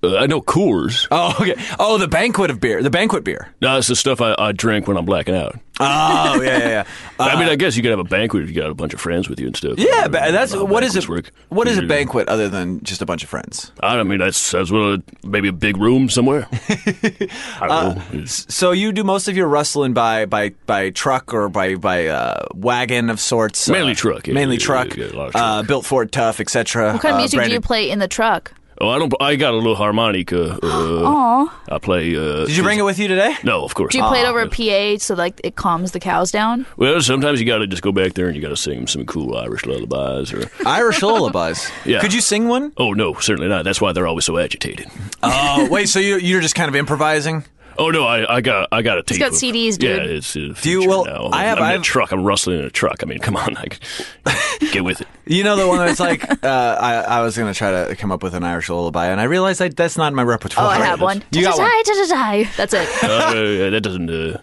Speaker 1: Uh, I know Coors.
Speaker 2: Oh, okay. Oh, the banquet of beer. The banquet beer.
Speaker 1: No, it's the stuff I, I drink when I'm blacking out.
Speaker 2: Oh, yeah, yeah, yeah. Uh,
Speaker 1: I mean, I guess you could have a banquet if you got a bunch of friends with you and stuff.
Speaker 2: yeah,
Speaker 1: I
Speaker 2: but
Speaker 1: don't
Speaker 2: that's
Speaker 1: know how
Speaker 2: what is
Speaker 1: banquets
Speaker 2: it?
Speaker 1: work.
Speaker 2: What is a
Speaker 1: Usually-
Speaker 2: banquet other than just a bunch of friends?
Speaker 1: I don't mean that's that's what maybe a big room somewhere. I don't know.
Speaker 2: Uh,
Speaker 1: It's-
Speaker 2: So you do most of your rustling by by by truck or by by uh, wagon of sorts. uh,
Speaker 1: Mainly truck, yeah,
Speaker 2: mainly
Speaker 1: yeah,
Speaker 2: truck.
Speaker 1: yeah, yeah, a lot of
Speaker 2: Uh,
Speaker 1: truck.
Speaker 2: built Ford tough, Uh, etc.
Speaker 4: What kind of music do you play in the truck?
Speaker 1: Oh, I don't. I got a little harmonica. Uh, I play. Uh,
Speaker 2: Did you bring it with you today?
Speaker 1: No, of course.
Speaker 4: Do you
Speaker 1: not.
Speaker 4: play it over a PA so like it calms the cows down?
Speaker 1: Well, sometimes you got to just go back there and you got to sing 'em some cool Irish lullabies. Or
Speaker 2: Irish lullabies.
Speaker 1: Yeah.
Speaker 2: Could you sing one?
Speaker 1: oh no, certainly not. That's why they're always so agitated.
Speaker 2: Oh, wait. So you you're just kind of improvising.
Speaker 1: Oh no, I, I got I got a tape.
Speaker 4: got
Speaker 1: of-
Speaker 4: CDs, dude.
Speaker 1: Yeah, it's uh,
Speaker 2: Do you-
Speaker 1: feature
Speaker 2: well,
Speaker 1: now.
Speaker 2: I have-
Speaker 1: I'm in
Speaker 2: I have-
Speaker 1: a truck. I'm rustling in a truck. I mean, come on, like get with it.
Speaker 2: You know the one that's like uh, I I was gonna try to come up with an Irish lullaby, and I realized I, that's not in my repertoire.
Speaker 4: Oh, I have one.
Speaker 2: You got one.
Speaker 4: Ta-ta-ta-ta. That's it.
Speaker 1: Uh, yeah, that doesn't. Uh,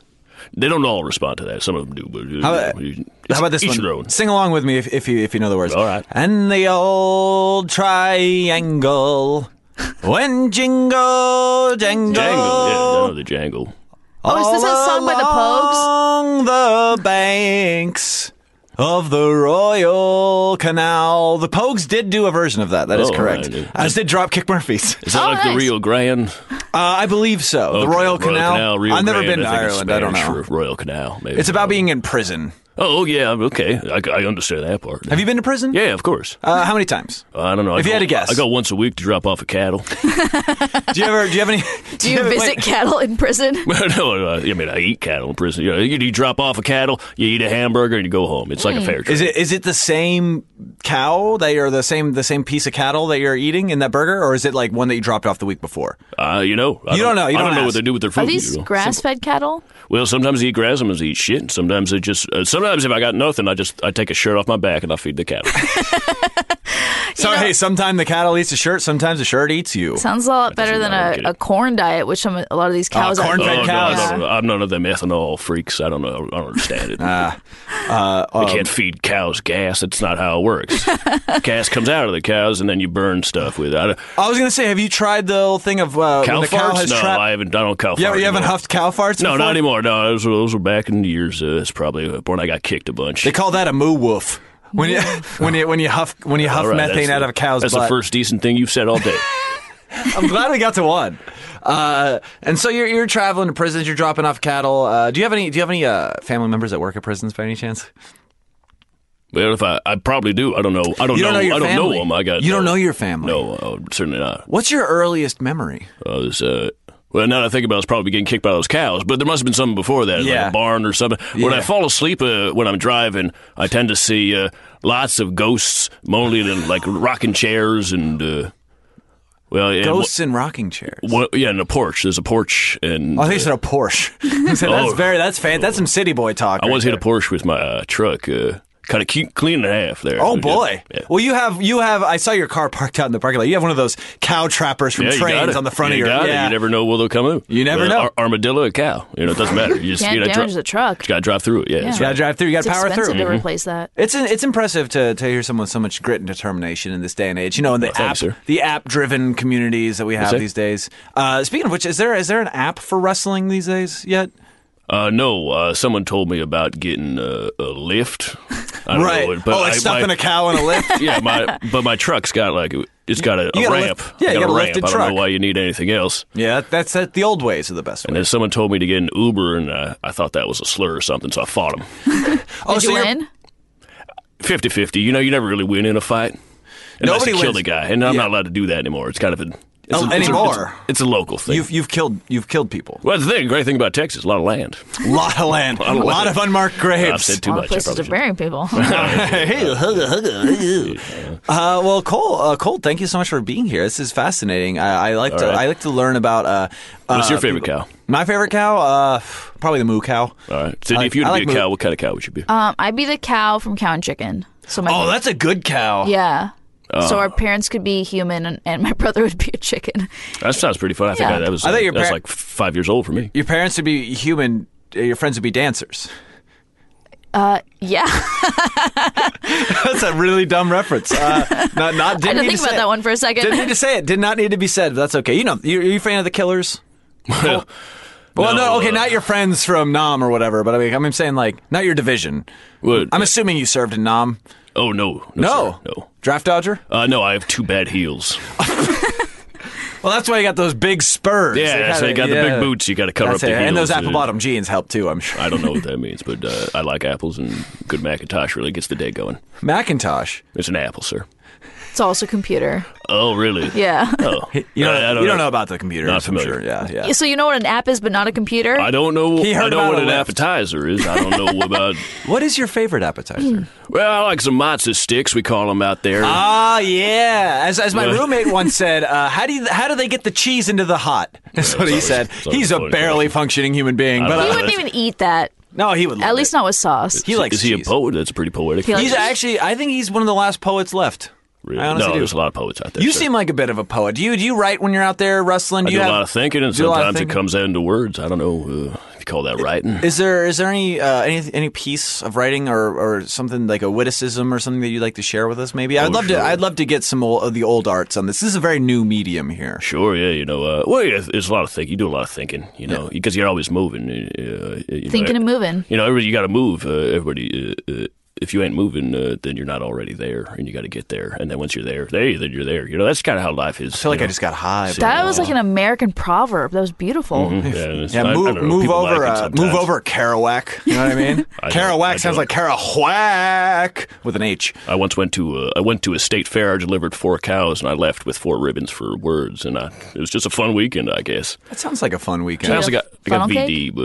Speaker 1: they don't all respond to that. Some of them do, but uh,
Speaker 2: How about,
Speaker 1: you-
Speaker 2: how about this
Speaker 1: each
Speaker 2: one?
Speaker 1: Their own.
Speaker 2: Sing along with me if, if you if you know the words.
Speaker 1: All right.
Speaker 2: And the old triangle. When jingle jangle,
Speaker 1: Jangle, yeah, no, the jangle.
Speaker 4: Oh, is this a
Speaker 2: all
Speaker 4: song by the Pogues?
Speaker 2: Oh. Along the banks of the Royal Canal. The Pogues did do a version of that. That is
Speaker 1: Oh,
Speaker 2: correct.
Speaker 1: right.
Speaker 2: As did Dropkick Murphys.
Speaker 1: Is that
Speaker 4: Oh,
Speaker 1: like
Speaker 4: nice.
Speaker 1: the Rio Grande?
Speaker 2: Uh, I believe so. the
Speaker 1: Okay,
Speaker 2: Royal Canal.
Speaker 1: Rio
Speaker 2: I've never
Speaker 1: Grande,
Speaker 2: been to
Speaker 1: I think it's
Speaker 2: Ireland. I don't
Speaker 1: Spanish
Speaker 2: know.
Speaker 1: for Royal Canal. Maybe.
Speaker 2: It's about being in prison.
Speaker 1: Oh yeah, okay. I, I understand that part.
Speaker 2: Have you been to prison?
Speaker 1: Yeah, of course.
Speaker 2: Uh, how many times?
Speaker 1: I don't know.
Speaker 2: If
Speaker 1: I
Speaker 2: you had
Speaker 1: go-
Speaker 2: to guess.
Speaker 1: I go once a week to drop off a cattle.
Speaker 2: Do you ever? Do you have any?
Speaker 4: Do you
Speaker 2: have- wait.
Speaker 4: visit cattle in prison?
Speaker 1: no, no, I mean I eat cattle in prison. You, know, you, you drop off a cattle, you eat a hamburger, and you go home. It's like a fair trade.
Speaker 2: Is it is it the same cow that you're the same the same piece of cattle that you're eating in that burger, or is it like one that you dropped off the week before?
Speaker 1: Uh, you know, I
Speaker 2: You don't know, you
Speaker 1: I
Speaker 2: don't
Speaker 1: don't know
Speaker 2: ask.
Speaker 1: what they do with their food.
Speaker 4: Are these
Speaker 1: you know.
Speaker 4: grass-fed cattle?
Speaker 1: well, sometimes they eat grass, sometimes they eat shit. and Sometimes they just. Uh, sometimes if I got nothing, I just I take a shirt off my back and I feed the cattle.
Speaker 2: So hey, sometimes the cattle eats a shirt, sometimes the shirt eats you.
Speaker 4: Sounds a lot better than
Speaker 1: I don't
Speaker 4: a,
Speaker 1: get it.
Speaker 4: a corn diet, which some, a lot of these cows are.
Speaker 2: corn-fed
Speaker 1: Oh, no,
Speaker 4: eating.
Speaker 2: cows.
Speaker 1: I don't know. I'm none of them ethanol
Speaker 4: Mm.
Speaker 1: freaks. I don't know. I don't understand it.
Speaker 2: Uh,
Speaker 1: they can't feed cows gas. That's not how it works. cows. Gas comes out of the cows, and then you burn stuff with it.
Speaker 2: I was gonna say, have you tried the whole thing of uh,
Speaker 1: Cow
Speaker 2: when the cow
Speaker 1: farts?
Speaker 2: has
Speaker 1: No,
Speaker 2: trapped?
Speaker 1: I haven't. I don't cow
Speaker 2: yeah,
Speaker 1: fart
Speaker 2: you haven't
Speaker 1: anymore.
Speaker 2: huffed cow farts.
Speaker 1: No,
Speaker 2: before?
Speaker 1: not anymore. No, those were, those were back in the years. Uh, that's probably when I got kicked a bunch.
Speaker 2: They call that a moo woof. When you when you when you huff when you huff
Speaker 1: All right, that's
Speaker 2: methane out
Speaker 1: the-
Speaker 2: of a cow's
Speaker 1: That's
Speaker 2: butt.
Speaker 1: the first decent thing you've said all day.
Speaker 2: I'm glad we got to one. Uh, and so you're you're traveling to prisons. You're dropping off cattle. Uh, do you have any Do you have any uh, family members that work at prisons by any chance?
Speaker 1: well, if I, I probably do. I don't know. I don't
Speaker 2: You
Speaker 1: know.
Speaker 2: don't know your
Speaker 1: I don't know
Speaker 2: family.
Speaker 1: them. I got.
Speaker 2: You don't
Speaker 1: no-
Speaker 2: know your family.
Speaker 1: No, uh, certainly not.
Speaker 2: What's your earliest memory?
Speaker 1: I was. Uh, well, now that I think about it, I was probably getting kicked by those cows, but there must have been something before that, like
Speaker 2: Yeah.
Speaker 1: a barn or something. When
Speaker 2: Yeah.
Speaker 1: I fall asleep uh, when I'm driving, I tend to see uh, lots of ghosts, only in like rocking chairs and, uh, well, and uh,
Speaker 2: Ghosts in rocking chairs.
Speaker 1: wha- wha- yeah, and a porch. There's a porch, and
Speaker 2: Oh, I think you said a Porsche. I said, that's
Speaker 1: Oh.
Speaker 2: very that's fan. That's some city boy talk.
Speaker 1: I
Speaker 2: right
Speaker 1: once hit a
Speaker 2: there.
Speaker 1: Porsche with my uh, truck. Uh, kind of clean, clean in half there.
Speaker 2: Oh
Speaker 1: Yeah.
Speaker 2: boy!
Speaker 1: Yeah.
Speaker 2: Well, you have you have. I saw your car parked out in the parking lot. You have one of those cow trappers from
Speaker 1: Yeah, you got
Speaker 2: trains
Speaker 1: it.
Speaker 2: on the front
Speaker 1: you
Speaker 2: of your.
Speaker 1: got it.
Speaker 2: yeah.
Speaker 1: You never know where they'll come out.
Speaker 2: You never
Speaker 1: Whether
Speaker 2: know.
Speaker 1: ar- armadillo, or cow. You know, it doesn't matter. You just
Speaker 4: Can't
Speaker 1: you gotta
Speaker 4: damage
Speaker 1: dri-
Speaker 4: the truck.
Speaker 1: You got to drive through it. Mm-hmm. Yeah, that's
Speaker 4: Yeah.
Speaker 2: gotta
Speaker 1: right.
Speaker 2: drive through. You
Speaker 4: It's
Speaker 2: gotta power
Speaker 4: expensive
Speaker 2: through.
Speaker 4: to replace that.
Speaker 2: It's an, it's impressive to, to hear someone with so much grit and determination in this day and age. You know, in the app
Speaker 1: thanks, sir.
Speaker 2: the app driven communities that we have
Speaker 1: sir.
Speaker 2: these days. Uh, speaking of which, is there is there an app for wrestling these days yet?
Speaker 1: Uh, no, uh, someone told me about getting uh, a lift. I don't
Speaker 2: right.
Speaker 1: Know, what- but
Speaker 2: oh, like
Speaker 1: I-
Speaker 2: stuffing
Speaker 1: my-
Speaker 2: a cow in a lift.
Speaker 1: yeah, my but my truck's got like it's got a, a
Speaker 2: You got a lift-
Speaker 1: ramp.
Speaker 2: yeah,
Speaker 1: I
Speaker 2: you
Speaker 1: got
Speaker 2: got a
Speaker 1: ramp.
Speaker 2: lifted
Speaker 1: I don't
Speaker 2: truck.
Speaker 1: know why you need anything else.
Speaker 2: yeah, that's that, the old ways are the best
Speaker 1: And
Speaker 2: way.
Speaker 1: then someone told me to get an Uber, and I, I thought that was a slur or something, so I fought him.
Speaker 2: Oh,
Speaker 4: Did
Speaker 2: so
Speaker 4: you
Speaker 2: you're-
Speaker 4: win?
Speaker 1: 50-50. You know, you never really win in a fight. Unless
Speaker 2: Nobody
Speaker 1: you kill
Speaker 2: wins.
Speaker 1: the guy, and I'm not allowed to do that anymore. It's kind of a it's
Speaker 2: Oh,
Speaker 1: a, it's a-
Speaker 2: anymore.
Speaker 1: It's a, it's a local thing.
Speaker 2: You've you've killed you've killed people.
Speaker 1: well, that's the thing. Great thing about Texas, a lot of land.
Speaker 2: Lot of land, a
Speaker 1: of
Speaker 2: lot
Speaker 1: land.
Speaker 2: of unmarked graves.
Speaker 1: I've said too
Speaker 4: A lot
Speaker 1: much.
Speaker 4: of
Speaker 1: I probably
Speaker 4: places are burying people.
Speaker 2: Uh, well, Cole, uh, Cole, thank you so much for being here. This is fascinating. I, I like to
Speaker 1: right.
Speaker 2: I like to learn about. Uh,
Speaker 1: What's
Speaker 2: uh,
Speaker 1: your favorite cow?
Speaker 2: My favorite cow, uh, probably the moo cow.
Speaker 1: All right. Cindy,
Speaker 2: I-
Speaker 1: if you would
Speaker 2: I like
Speaker 1: be a
Speaker 2: mo-
Speaker 1: cow, what kind of cow would you be?
Speaker 4: um, I'd be the cow from Cow and Chicken. So my
Speaker 2: Oh, that's a good cow.
Speaker 4: yeah.
Speaker 1: Oh.
Speaker 4: So our parents could be human, and, and my brother would be a chicken.
Speaker 1: that sounds pretty fun. I think
Speaker 4: yeah.
Speaker 1: I, that was,
Speaker 2: I thought your
Speaker 1: that was
Speaker 2: par-
Speaker 1: like five years old for me.
Speaker 2: Your parents would be human. uh, Your friends would be dancers.
Speaker 4: Yeah,
Speaker 2: That's a really dumb reference. Uh, not, not
Speaker 4: I
Speaker 2: didn't need
Speaker 4: had to think
Speaker 2: to
Speaker 4: about
Speaker 2: say
Speaker 4: that
Speaker 2: it.
Speaker 4: one for a second.
Speaker 2: Didn't need to say it. Did not need to be said. But that's okay. You know, you, are you a fan of the Killers? Oh.
Speaker 1: Well,
Speaker 2: Well, no, okay,
Speaker 1: uh,
Speaker 2: not your friends from Nam or whatever. But I mean, I'm saying like not your division.
Speaker 1: What?
Speaker 2: I'm assuming you served in Nam.
Speaker 1: oh, no. No.
Speaker 2: No,
Speaker 1: sir, no.
Speaker 2: draft dodger.
Speaker 1: Uh, no, I have two bad heels.
Speaker 2: Well, that's why you got those big spurs.
Speaker 1: Yeah,
Speaker 2: got
Speaker 1: that's why you
Speaker 2: it,
Speaker 1: got the
Speaker 2: yeah.
Speaker 1: big boots. You got to cover
Speaker 2: That's
Speaker 1: up
Speaker 2: it.
Speaker 1: the heels.
Speaker 2: And those apple
Speaker 1: uh,
Speaker 2: bottom jeans help too. I'm sure.
Speaker 1: I don't know what that means, but uh, I like apples, and good Macintosh really gets the day going.
Speaker 2: Macintosh.
Speaker 1: It's an apple, sir.
Speaker 4: It's also computer.
Speaker 1: Oh, really?
Speaker 4: Yeah.
Speaker 1: Oh,
Speaker 2: You don't,
Speaker 1: I, I
Speaker 2: you don't know about the computer.
Speaker 1: Not familiar.
Speaker 2: I'm sure. Yeah, yeah.
Speaker 4: So you know what an app is, but not a computer.
Speaker 1: I don't know.
Speaker 2: He heard
Speaker 1: I know
Speaker 2: about
Speaker 1: what
Speaker 2: a
Speaker 1: an
Speaker 2: lift.
Speaker 1: appetizer is. I don't know about.
Speaker 2: What is your favorite
Speaker 4: Hmm.
Speaker 2: appetizer?
Speaker 1: Well, I like some matzo sticks. We call them out there.
Speaker 2: Ah, yeah. As, as my
Speaker 1: What?
Speaker 2: roommate once said, uh, how do you, how do they get the cheese into the hot? That's what he
Speaker 1: it's always-
Speaker 2: said.
Speaker 1: it's always
Speaker 2: He's a
Speaker 1: funny.
Speaker 2: barely functioning human being, but
Speaker 4: he
Speaker 2: uh,
Speaker 4: wouldn't even eat that.
Speaker 2: no, he would. Love
Speaker 4: At least
Speaker 2: it.
Speaker 4: not with sauce.
Speaker 2: He likes
Speaker 1: is he
Speaker 2: cheese.
Speaker 1: a poet? Oh, That's pretty poetic.
Speaker 4: He likes-
Speaker 2: He's actually. I think he's one of the last poets left.
Speaker 1: Really?
Speaker 2: I honestly
Speaker 1: no,
Speaker 2: do.
Speaker 1: there's a lot of poets out there.
Speaker 2: You
Speaker 1: sir.
Speaker 2: seem like a bit of a poet. Do you do you write when you're out there wrestling?
Speaker 1: I do
Speaker 2: you
Speaker 1: a
Speaker 2: have-
Speaker 1: lot of thinking, and
Speaker 2: do a lot of
Speaker 1: sometimes it
Speaker 2: thinking?
Speaker 1: comes out into words. I don't know uh, if you call that writing.
Speaker 2: Is there is there any uh, any any piece of writing or, or something like a witticism or something that you'd like to share with us? Maybe I'd
Speaker 1: Oh,
Speaker 2: love
Speaker 1: sure.
Speaker 2: to I'd love to get some old, of the old arts on this. This is a very new medium here.
Speaker 1: Sure, yeah, you know, uh, well, yeah, there's a lot of thinking. You do a lot of thinking, you know, because you're always moving. Uh, you know,
Speaker 4: Thinking and moving.
Speaker 1: You know, everybody, you got to move. Uh, everybody, uh, uh, if you ain't moving, uh, then you're not already there, and you got to get there. And then once you're there, there, then you're there. You know, that's kind of how life is.
Speaker 2: I feel like I just got high.
Speaker 4: That was like an American proverb. That was beautiful.
Speaker 3: Mm-hmm.
Speaker 2: yeah, move, move over, uh, move over, Kerouac. You know what I mean?
Speaker 1: I don't- I
Speaker 2: Kerouac
Speaker 1: don't.
Speaker 2: sounds like Kerouac with an H.
Speaker 1: I once went to uh, I went to a state fair. I delivered four cows, and I left with four ribbons for words. And I, it was just a fun weekend, I guess.
Speaker 2: That sounds like a fun weekend.
Speaker 1: I also got, I got
Speaker 4: funnel cake?
Speaker 1: VD,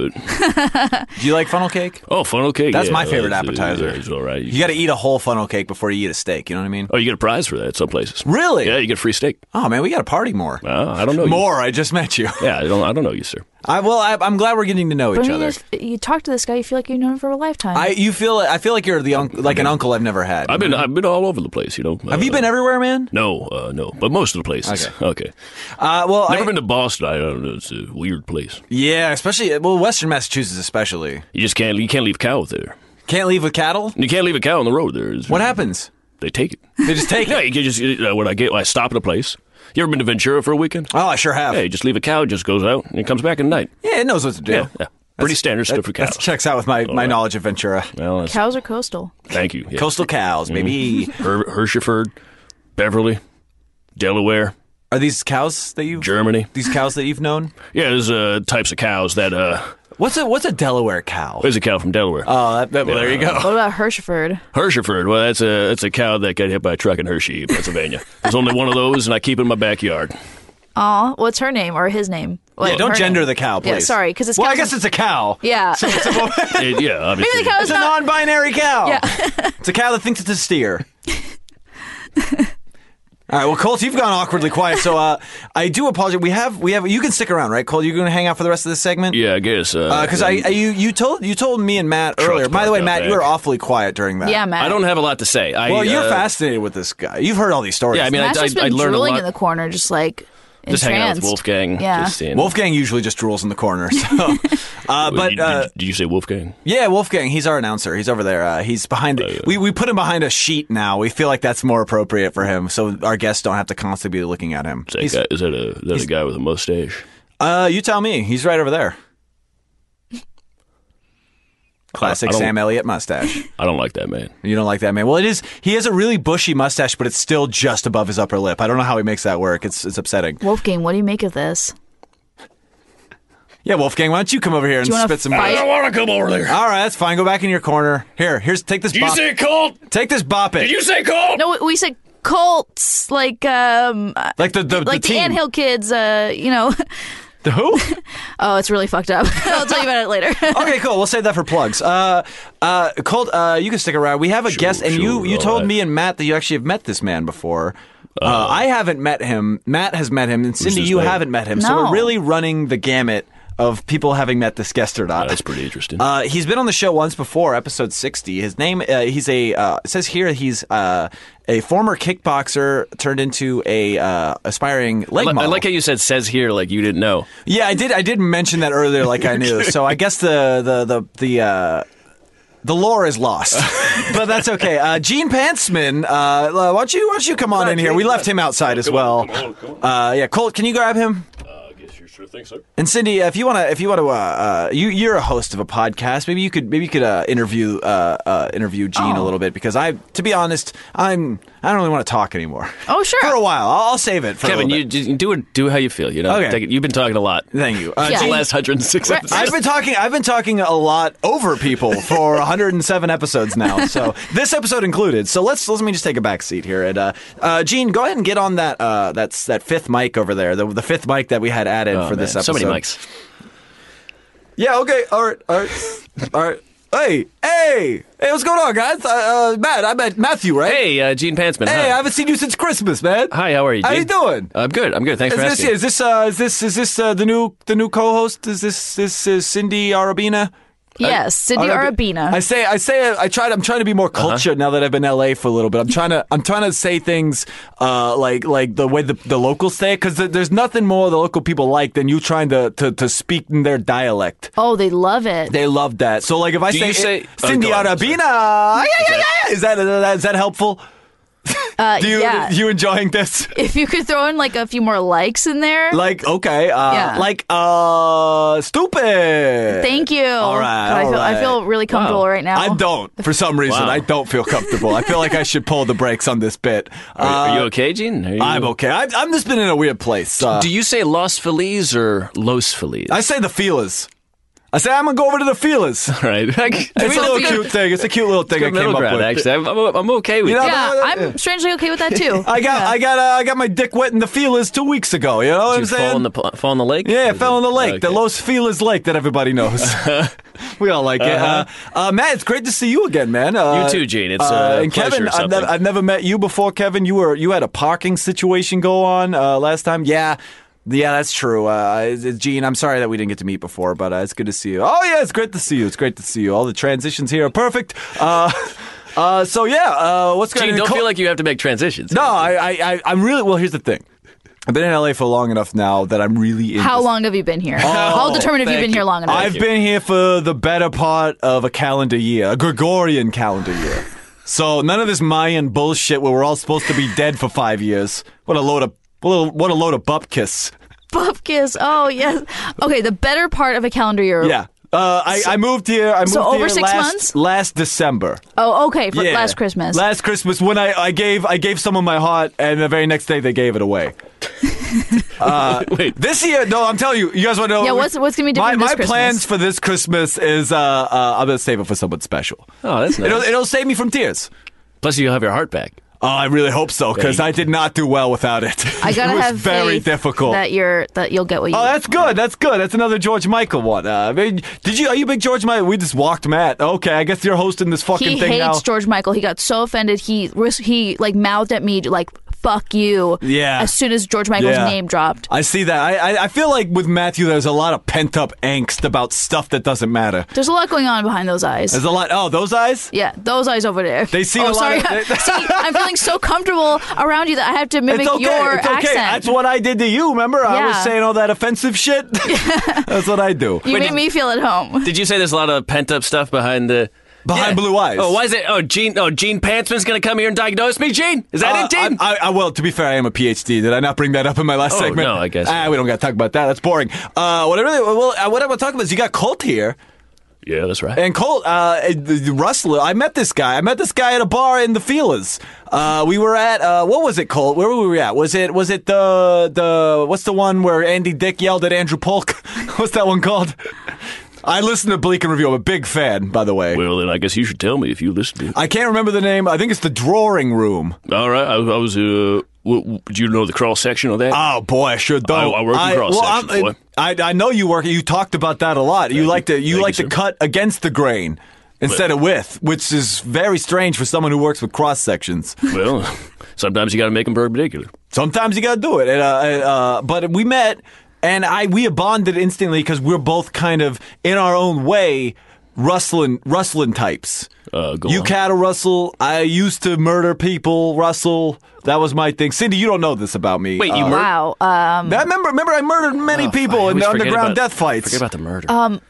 Speaker 1: but
Speaker 2: Do you like funnel cake?
Speaker 1: oh, funnel cake.
Speaker 2: That's
Speaker 1: yeah,
Speaker 2: my favorite
Speaker 1: it's, uh,
Speaker 2: appetizer.
Speaker 1: yeah, it's all right.
Speaker 2: You got to eat a whole funnel cake before you eat a steak. You know what I mean?
Speaker 1: Oh, you get a prize for that at some places.
Speaker 2: Really?
Speaker 1: Yeah, you get a free steak.
Speaker 2: Oh man, we got to party more.
Speaker 1: Uh, I don't know. you.
Speaker 2: More. I just met you.
Speaker 1: Yeah, I don't, I don't know you, sir.
Speaker 2: I well, I, I'm glad we're getting to know
Speaker 4: But
Speaker 2: each
Speaker 4: I mean,
Speaker 2: other.
Speaker 4: if you talk to this guy, you feel like you've known him for a lifetime.
Speaker 2: I you feel I feel like you're the unc- like an uncle I've never had.
Speaker 1: I've been I've been all over the place, you know. Uh,
Speaker 2: Have you been everywhere, man?
Speaker 1: No, uh, no, but most of the places.
Speaker 2: Okay.
Speaker 1: Okay.
Speaker 2: Uh, well,
Speaker 1: Never
Speaker 2: I-
Speaker 1: been to Boston. I don't know. It's a weird place.
Speaker 2: Yeah, especially well, Western Massachusetts, especially
Speaker 1: You just can't. You can't leave cow there.
Speaker 2: can't leave with cattle.
Speaker 1: You can't leave a cow on the road there. It's-
Speaker 2: What happens?
Speaker 3: they take it. They
Speaker 2: just take
Speaker 3: yeah, you can just you know, when I get I stop at a place. You ever been to Ventura for a weekend?
Speaker 2: Oh, I sure have.
Speaker 3: Yeah, you just leave a cow, it just goes out, and it comes back at night.
Speaker 2: Yeah, it knows what to do.
Speaker 3: Yeah, yeah. pretty standard stuff for
Speaker 2: That
Speaker 3: cows.
Speaker 2: checks out with my, my knowledge of Ventura.
Speaker 3: well, that's-
Speaker 4: Cows are coastal.
Speaker 3: thank you. Yeah.
Speaker 2: Coastal cows, maybe.
Speaker 3: Her- Hersheyford, Beverly, Delaware,
Speaker 2: Are these cows that you've
Speaker 3: Germany.
Speaker 2: these cows that you've known?
Speaker 3: Yeah, there's uh, types of cows that uh,
Speaker 2: What's a what's a Delaware cow?
Speaker 3: there's a cow from Delaware.
Speaker 2: Oh, that, that, well, there you go.
Speaker 4: What about Hershford?
Speaker 3: Hersheyford. Well, that's a that's a cow that got hit by a truck in Hershey, Pennsylvania. There's only one of those, and I keep it in my backyard.
Speaker 4: Aw, what's her name or his name? Well,
Speaker 2: Yeah, don't
Speaker 4: her
Speaker 2: gender
Speaker 4: name.
Speaker 2: the cow, please.
Speaker 4: Yeah, sorry, because it's
Speaker 2: well, I
Speaker 4: cows-
Speaker 2: guess it's a cow.
Speaker 4: yeah.
Speaker 3: It- yeah, obviously.
Speaker 4: Maybe the cow's
Speaker 2: It's a
Speaker 4: not.
Speaker 2: non-binary cow.
Speaker 4: Yeah.
Speaker 2: It's a cow that thinks it's a steer. All right, well, Colt, you've gone awkwardly quiet, so uh, I do apologize. We have, we have. You can stick around, right, Colt? You're going to hang out for the rest of this segment.
Speaker 3: Yeah, I guess. uh,
Speaker 2: Because Uh, I, I, you, you told, you told me and Matt earlier. By the way,
Speaker 3: parked out
Speaker 2: Matt, you
Speaker 3: back.
Speaker 2: were awfully quiet during that.
Speaker 4: yeah, Matt.
Speaker 3: I don't have a lot to say. I,
Speaker 2: Well, you're
Speaker 3: uh,
Speaker 2: fascinated with this guy. You've heard all these stories.
Speaker 3: Yeah, I mean,
Speaker 4: Matt's
Speaker 3: I, I,
Speaker 4: just been
Speaker 3: I learned a
Speaker 4: drooling
Speaker 3: lot.
Speaker 4: in the corner, just like
Speaker 3: just hanging out with
Speaker 4: entranced.
Speaker 3: Wolfgang.
Speaker 4: Yeah.
Speaker 3: Just in,
Speaker 2: Wolfgang usually just drools in the corner. So, uh, but
Speaker 3: did,
Speaker 2: uh,
Speaker 3: did, did you say Wolfgang?
Speaker 2: yeah, Wolfgang, he's our announcer. He's over there. Uh, he's behind.
Speaker 3: Oh,
Speaker 2: The, we we put him behind a sheet now. We feel like that's more appropriate for him, so our guests don't have to constantly be looking at him.
Speaker 3: Is that, guy, is that a is that a guy with a mustache?
Speaker 2: Uh, you tell me. He's right over there. Classic
Speaker 3: I don't-
Speaker 2: Sam Elliott mustache.
Speaker 3: I don't like that man.
Speaker 2: You don't like that man. Well, it is. He has a really bushy mustache, but it's still just above his upper lip. I don't know how he makes that work. It's it's upsetting.
Speaker 4: Wolfgang, what do you make of this?
Speaker 2: Yeah, Wolfgang, why don't you come over here and
Speaker 4: Do you want to
Speaker 2: spit some?
Speaker 4: fight?
Speaker 3: want to come over there.
Speaker 2: All right, that's fine. Go back in your corner. Here, here's take this. Bop,
Speaker 3: Colt?
Speaker 2: take this. Bop it.
Speaker 3: you say Colt?
Speaker 4: No, we- we said cults, like um, uh,
Speaker 2: like the the,
Speaker 4: like
Speaker 2: the
Speaker 4: the,
Speaker 2: team.
Speaker 4: Anthill kids. Uh, you know,
Speaker 2: The who?
Speaker 4: oh, it's really fucked up. I'll tell you about it later.
Speaker 2: okay, cool. We'll save that for plugs. Uh, uh, Colt, uh, you can stick around. We have a guest, and you
Speaker 3: sure,
Speaker 2: you
Speaker 3: all
Speaker 2: told
Speaker 3: right.
Speaker 2: me and Matt that you actually have met this man before. Uh, I haven't met him. Matt has met him, and Cindy,
Speaker 3: this
Speaker 2: you
Speaker 3: man?
Speaker 2: haven't met him. So
Speaker 4: No.
Speaker 2: we're really running the gamut of people having met this guest or not.
Speaker 3: That's pretty interesting.
Speaker 2: Uh, he's been on the show once before, episode sixty. His name, uh, he's a uh, it says here he's uh, a former kickboxer turned into a uh, aspiring leg
Speaker 3: I
Speaker 2: model.
Speaker 3: like how you said says here like you didn't know.
Speaker 2: Yeah, I did. I did mention that earlier, like I knew. So I guess the the the the. Uh, the lore is lost, but that's okay. Uh, Gene Pantsman, uh, why don't you why don't you come on in here? We left him outside
Speaker 3: Oh,
Speaker 2: as well. Uh, yeah, Colt, can you grab him?
Speaker 3: I guess you sure think so.
Speaker 2: And Cindy, uh, if you wanna, if you wanna, uh, uh, you you're a host of a podcast. Maybe you could, maybe you could uh, interview uh, uh, interview Gene
Speaker 3: Oh.
Speaker 2: a little bit because I, to be honest, I'm I don't really want to talk anymore.
Speaker 4: Oh, sure.
Speaker 2: for a while. I'll, I'll save it. For a
Speaker 3: Kevin,
Speaker 2: little
Speaker 3: you
Speaker 2: bit.
Speaker 3: just do it. Do how you feel. You know.
Speaker 2: Oh, Okay.
Speaker 3: Take it- You've been talking a lot.
Speaker 2: Thank you. Uh,
Speaker 4: Yeah.
Speaker 3: The
Speaker 2: Gene,
Speaker 3: last 106 episodes.
Speaker 2: I've been talking. I've been talking a lot over people for 107 episodes now. So this episode included. So let's let me just take a back seat here. And uh, uh, Gene, go ahead and get on that uh, that's that fifth mic over there. The, the fifth mic that we had added
Speaker 3: Oh,
Speaker 2: for
Speaker 3: man,
Speaker 2: this episode.
Speaker 3: So many mics.
Speaker 2: Yeah. Okay. All right. All right. all right. Hey. Hey. Hey. What's going on, guys? Uh, uh, Matt. I met Matthew. Right.
Speaker 3: Hey, uh, Gene Pantsman.
Speaker 2: Hey, I
Speaker 3: hi.
Speaker 2: haven't seen you since Christmas, man.
Speaker 3: Hi, how are you?
Speaker 2: How
Speaker 3: Gene?
Speaker 2: you doing?
Speaker 3: I'm good. I'm good. Thanks
Speaker 2: Is
Speaker 3: for
Speaker 2: this
Speaker 3: asking.
Speaker 2: is this uh, is this is this uh, the new the new co-host? Is this this is Cindy Arabina?
Speaker 4: yes, Cindy
Speaker 2: Arab-
Speaker 4: Arabina.
Speaker 2: I say, I say, I tried. I'm trying to be more
Speaker 3: Uh-huh.
Speaker 2: cultured now that I've been in LA for a little bit. I'm trying to, I'm trying to say things uh, like, like the way the, the locals say it, because th- there's nothing more the local people like than you trying to, to, to speak in their dialect.
Speaker 4: oh, they love it.
Speaker 2: They love that. So, like, if I
Speaker 3: Do
Speaker 2: say,
Speaker 3: you say- oh,
Speaker 2: Cindy
Speaker 3: go on, sorry.
Speaker 2: Arabina, yeah, yeah, yeah, yeah. is that is that helpful?
Speaker 4: Uh,
Speaker 2: Do you
Speaker 4: yeah.
Speaker 2: you enjoying this?
Speaker 4: if you could throw in like a few more likes in there,
Speaker 2: Like, okay, uh,
Speaker 4: Yeah.
Speaker 2: like, uh, stupid.
Speaker 4: thank you.
Speaker 2: All right,
Speaker 4: God, I, feel,
Speaker 2: all
Speaker 4: I feel really comfortable
Speaker 3: Wow.
Speaker 4: right now.
Speaker 2: I don't. For some reason,
Speaker 3: Wow.
Speaker 2: I don't feel comfortable. I feel like I should pull the brakes on this bit.
Speaker 3: Are,
Speaker 2: Uh,
Speaker 3: are you okay, Gene? Are you- Uh,
Speaker 2: I'm okay. I've, I've just been in a weird place. Uh,
Speaker 3: Do you say Los Feliz or Los Feliz?
Speaker 2: I say the feelers. I say I'm gonna go over to the feelers.
Speaker 3: All right. It's
Speaker 2: It's a
Speaker 4: that's
Speaker 2: little
Speaker 4: good.
Speaker 2: cute thing. It's a cute little thing I
Speaker 3: good middle
Speaker 2: came up
Speaker 3: ground,
Speaker 2: with.
Speaker 3: actually. I'm, I'm, I'm okay with
Speaker 2: You know,
Speaker 3: it.
Speaker 4: yeah,
Speaker 2: Yeah.
Speaker 4: I'm strangely okay with that too.
Speaker 2: I got, I got, uh, I got my dick wet in the feelers two weeks ago. You know what I'm
Speaker 3: Did you fall
Speaker 2: saying?
Speaker 3: in the pl- fall in the lake?
Speaker 2: yeah,
Speaker 3: Or
Speaker 2: it
Speaker 3: is
Speaker 2: fell in the
Speaker 3: it-
Speaker 2: lake, the
Speaker 3: okay.
Speaker 2: Los Feliz Lake that everybody knows. we all like it. Uh, uh, Matt, it's great to see you again, man. Uh,
Speaker 3: Uh-huh. You too, Gene. It's, uh,
Speaker 2: and
Speaker 3: pleasure
Speaker 2: Kevin,
Speaker 3: or
Speaker 2: I've, nev-
Speaker 3: something.
Speaker 2: I've never met you before, Kevin. You were you had a parking situation go on uh, last time. Yeah. Yeah, that's true. Uh, it's- it's Gene, I'm sorry that we didn't get to meet before, but uh, it's good to see you. Oh yeah, it's great to see you. It's great to see you. All the transitions here are perfect. Uh, uh, so yeah, uh, what's going
Speaker 3: Gene,
Speaker 2: on?
Speaker 3: don't feel like you have to make transitions.
Speaker 2: no, I, I, I, I'm really well. Here's the thing. I've been in LA for long enough now that I'm really into
Speaker 4: How long have you been here?
Speaker 2: Oh,
Speaker 4: I'll determine if you've
Speaker 3: thank
Speaker 4: been here
Speaker 3: you.
Speaker 4: long enough.
Speaker 2: I've been here for the better part of a calendar year, a Gregorian calendar year. So none of this Mayan bullshit where we're all supposed to be dead for five years. What a load of what a, what a load of bupkis.
Speaker 4: Bupkis. Oh yes. Okay, the better part of a calendar year.
Speaker 2: Yeah. Uh, I, I moved here. I moved
Speaker 4: Oh. so over
Speaker 2: here
Speaker 4: six
Speaker 2: last,
Speaker 4: months?
Speaker 2: last December.
Speaker 4: Oh, okay. For
Speaker 2: Yeah.
Speaker 4: last Christmas.
Speaker 2: Last Christmas when I, I gave I gave someone my heart, and the very next day they gave it away. uh,
Speaker 3: Wait.
Speaker 2: this year, no, I'm telling you, you guys want to know?
Speaker 4: Yeah, what's- what's gonna be different
Speaker 2: My,
Speaker 4: this
Speaker 2: my
Speaker 4: Christmas?
Speaker 2: plans for this Christmas is uh, uh, I'm gonna save it for someone special.
Speaker 3: Oh, that's
Speaker 2: It'll,
Speaker 3: nice.
Speaker 2: it'll save me from tears.
Speaker 3: Plus, you'll have your heart back.
Speaker 2: Oh, I really hope so because
Speaker 3: Right.
Speaker 2: I did not do well without it.
Speaker 4: I gotta
Speaker 2: it was
Speaker 4: have
Speaker 2: very
Speaker 4: faith
Speaker 2: difficult.
Speaker 4: that you're that you'll get what you.
Speaker 2: Oh, that's good. That's good. That's another George Michael one. Uh, I mean, did you? Are you a big George Michael? We just walked Matt. Okay, I guess you're hosting this fucking
Speaker 4: he
Speaker 2: thing
Speaker 4: hates
Speaker 2: now.
Speaker 4: George Michael. He got so offended. He ris- he like mouthed at me like "fuck you."
Speaker 2: Yeah.
Speaker 4: As soon as George Michael's
Speaker 2: Yeah.
Speaker 4: name dropped.
Speaker 2: I see that. I, I I feel like with Matthew, there's a lot of pent up angst about stuff that doesn't matter.
Speaker 4: There's a lot going on behind those eyes.
Speaker 2: There's a lot. Oh, those eyes.
Speaker 4: yeah, those eyes over there.
Speaker 2: They see
Speaker 4: oh,
Speaker 2: a lot
Speaker 4: sorry.
Speaker 2: of- they-
Speaker 4: see, I'm feeling so comfortable around you that I have to mimic
Speaker 2: It's okay.
Speaker 4: your
Speaker 2: it's okay.
Speaker 4: accent.
Speaker 2: That's what I did to you. Remember, I was
Speaker 4: Yeah.
Speaker 2: saying all that offensive shit. That's what I do.
Speaker 4: you
Speaker 3: Wait,
Speaker 4: made
Speaker 3: did-
Speaker 4: me feel at home.
Speaker 3: Did you say there's a lot of pent up stuff behind the
Speaker 2: Behind blue eyes.
Speaker 3: Oh, why is it? Oh, Gene. Oh, Gene Pantsman's gonna come here and diagnose me. Gene, is that
Speaker 2: Uh,
Speaker 3: it, Gene?
Speaker 2: I, I, I, well, to be fair, I am a PhD. Did I not bring that up in my last
Speaker 3: Oh,
Speaker 2: segment?
Speaker 3: no, I guess
Speaker 2: Ah, we don't got to talk about that. That's boring. Uh, what I really, well, uh, what I want to talk about is you got Colt here,
Speaker 3: yeah, that's right.
Speaker 2: and Colt, uh, uh, Russell. I met this guy. I met this guy at a bar in the Feelers. Uh, we were at uh, what was it, Colt? Where were we at? Was it was it the the what's the one where Andy Dick yelled at Andrew Polk? what's that one called? I listened to Bleak and Review. I'm a big fan, by the way.
Speaker 3: well, then I guess you should tell me if you listened
Speaker 2: I can't remember the name. I think it's the Drawing Room.
Speaker 3: to. All right, I, I was. Uh, w- w- do you know the cross section of that?
Speaker 2: Oh boy, I sure do.
Speaker 3: I- I work in cross-section,
Speaker 2: I'm-
Speaker 3: boy.
Speaker 2: I, I know you work. You talked about that a lot. You like to you
Speaker 3: Thank
Speaker 2: like
Speaker 3: you,
Speaker 2: to
Speaker 3: sir.
Speaker 2: cut against the grain instead of with, which is very strange for someone who works with cross sections.
Speaker 3: well, sometimes you got to make them perpendicular.
Speaker 2: Sometimes you got to do it. And, uh, uh, but we met, and I we bonded instantly because we're both kind of in our own way rustling rustling types.
Speaker 3: Uh, go
Speaker 2: you
Speaker 3: on.
Speaker 2: cattle rustle. I used to murder people. Rustle. That was my thing. Cindy, you don't know this about me.
Speaker 3: Wait, you
Speaker 2: Uh,
Speaker 3: mur-
Speaker 4: Wow. Um,
Speaker 2: I remember, remember, I murdered many
Speaker 3: Oh, I
Speaker 2: people in
Speaker 3: always
Speaker 2: the
Speaker 3: forget
Speaker 2: underground
Speaker 3: about-
Speaker 2: death fights.
Speaker 3: Forget about the murder.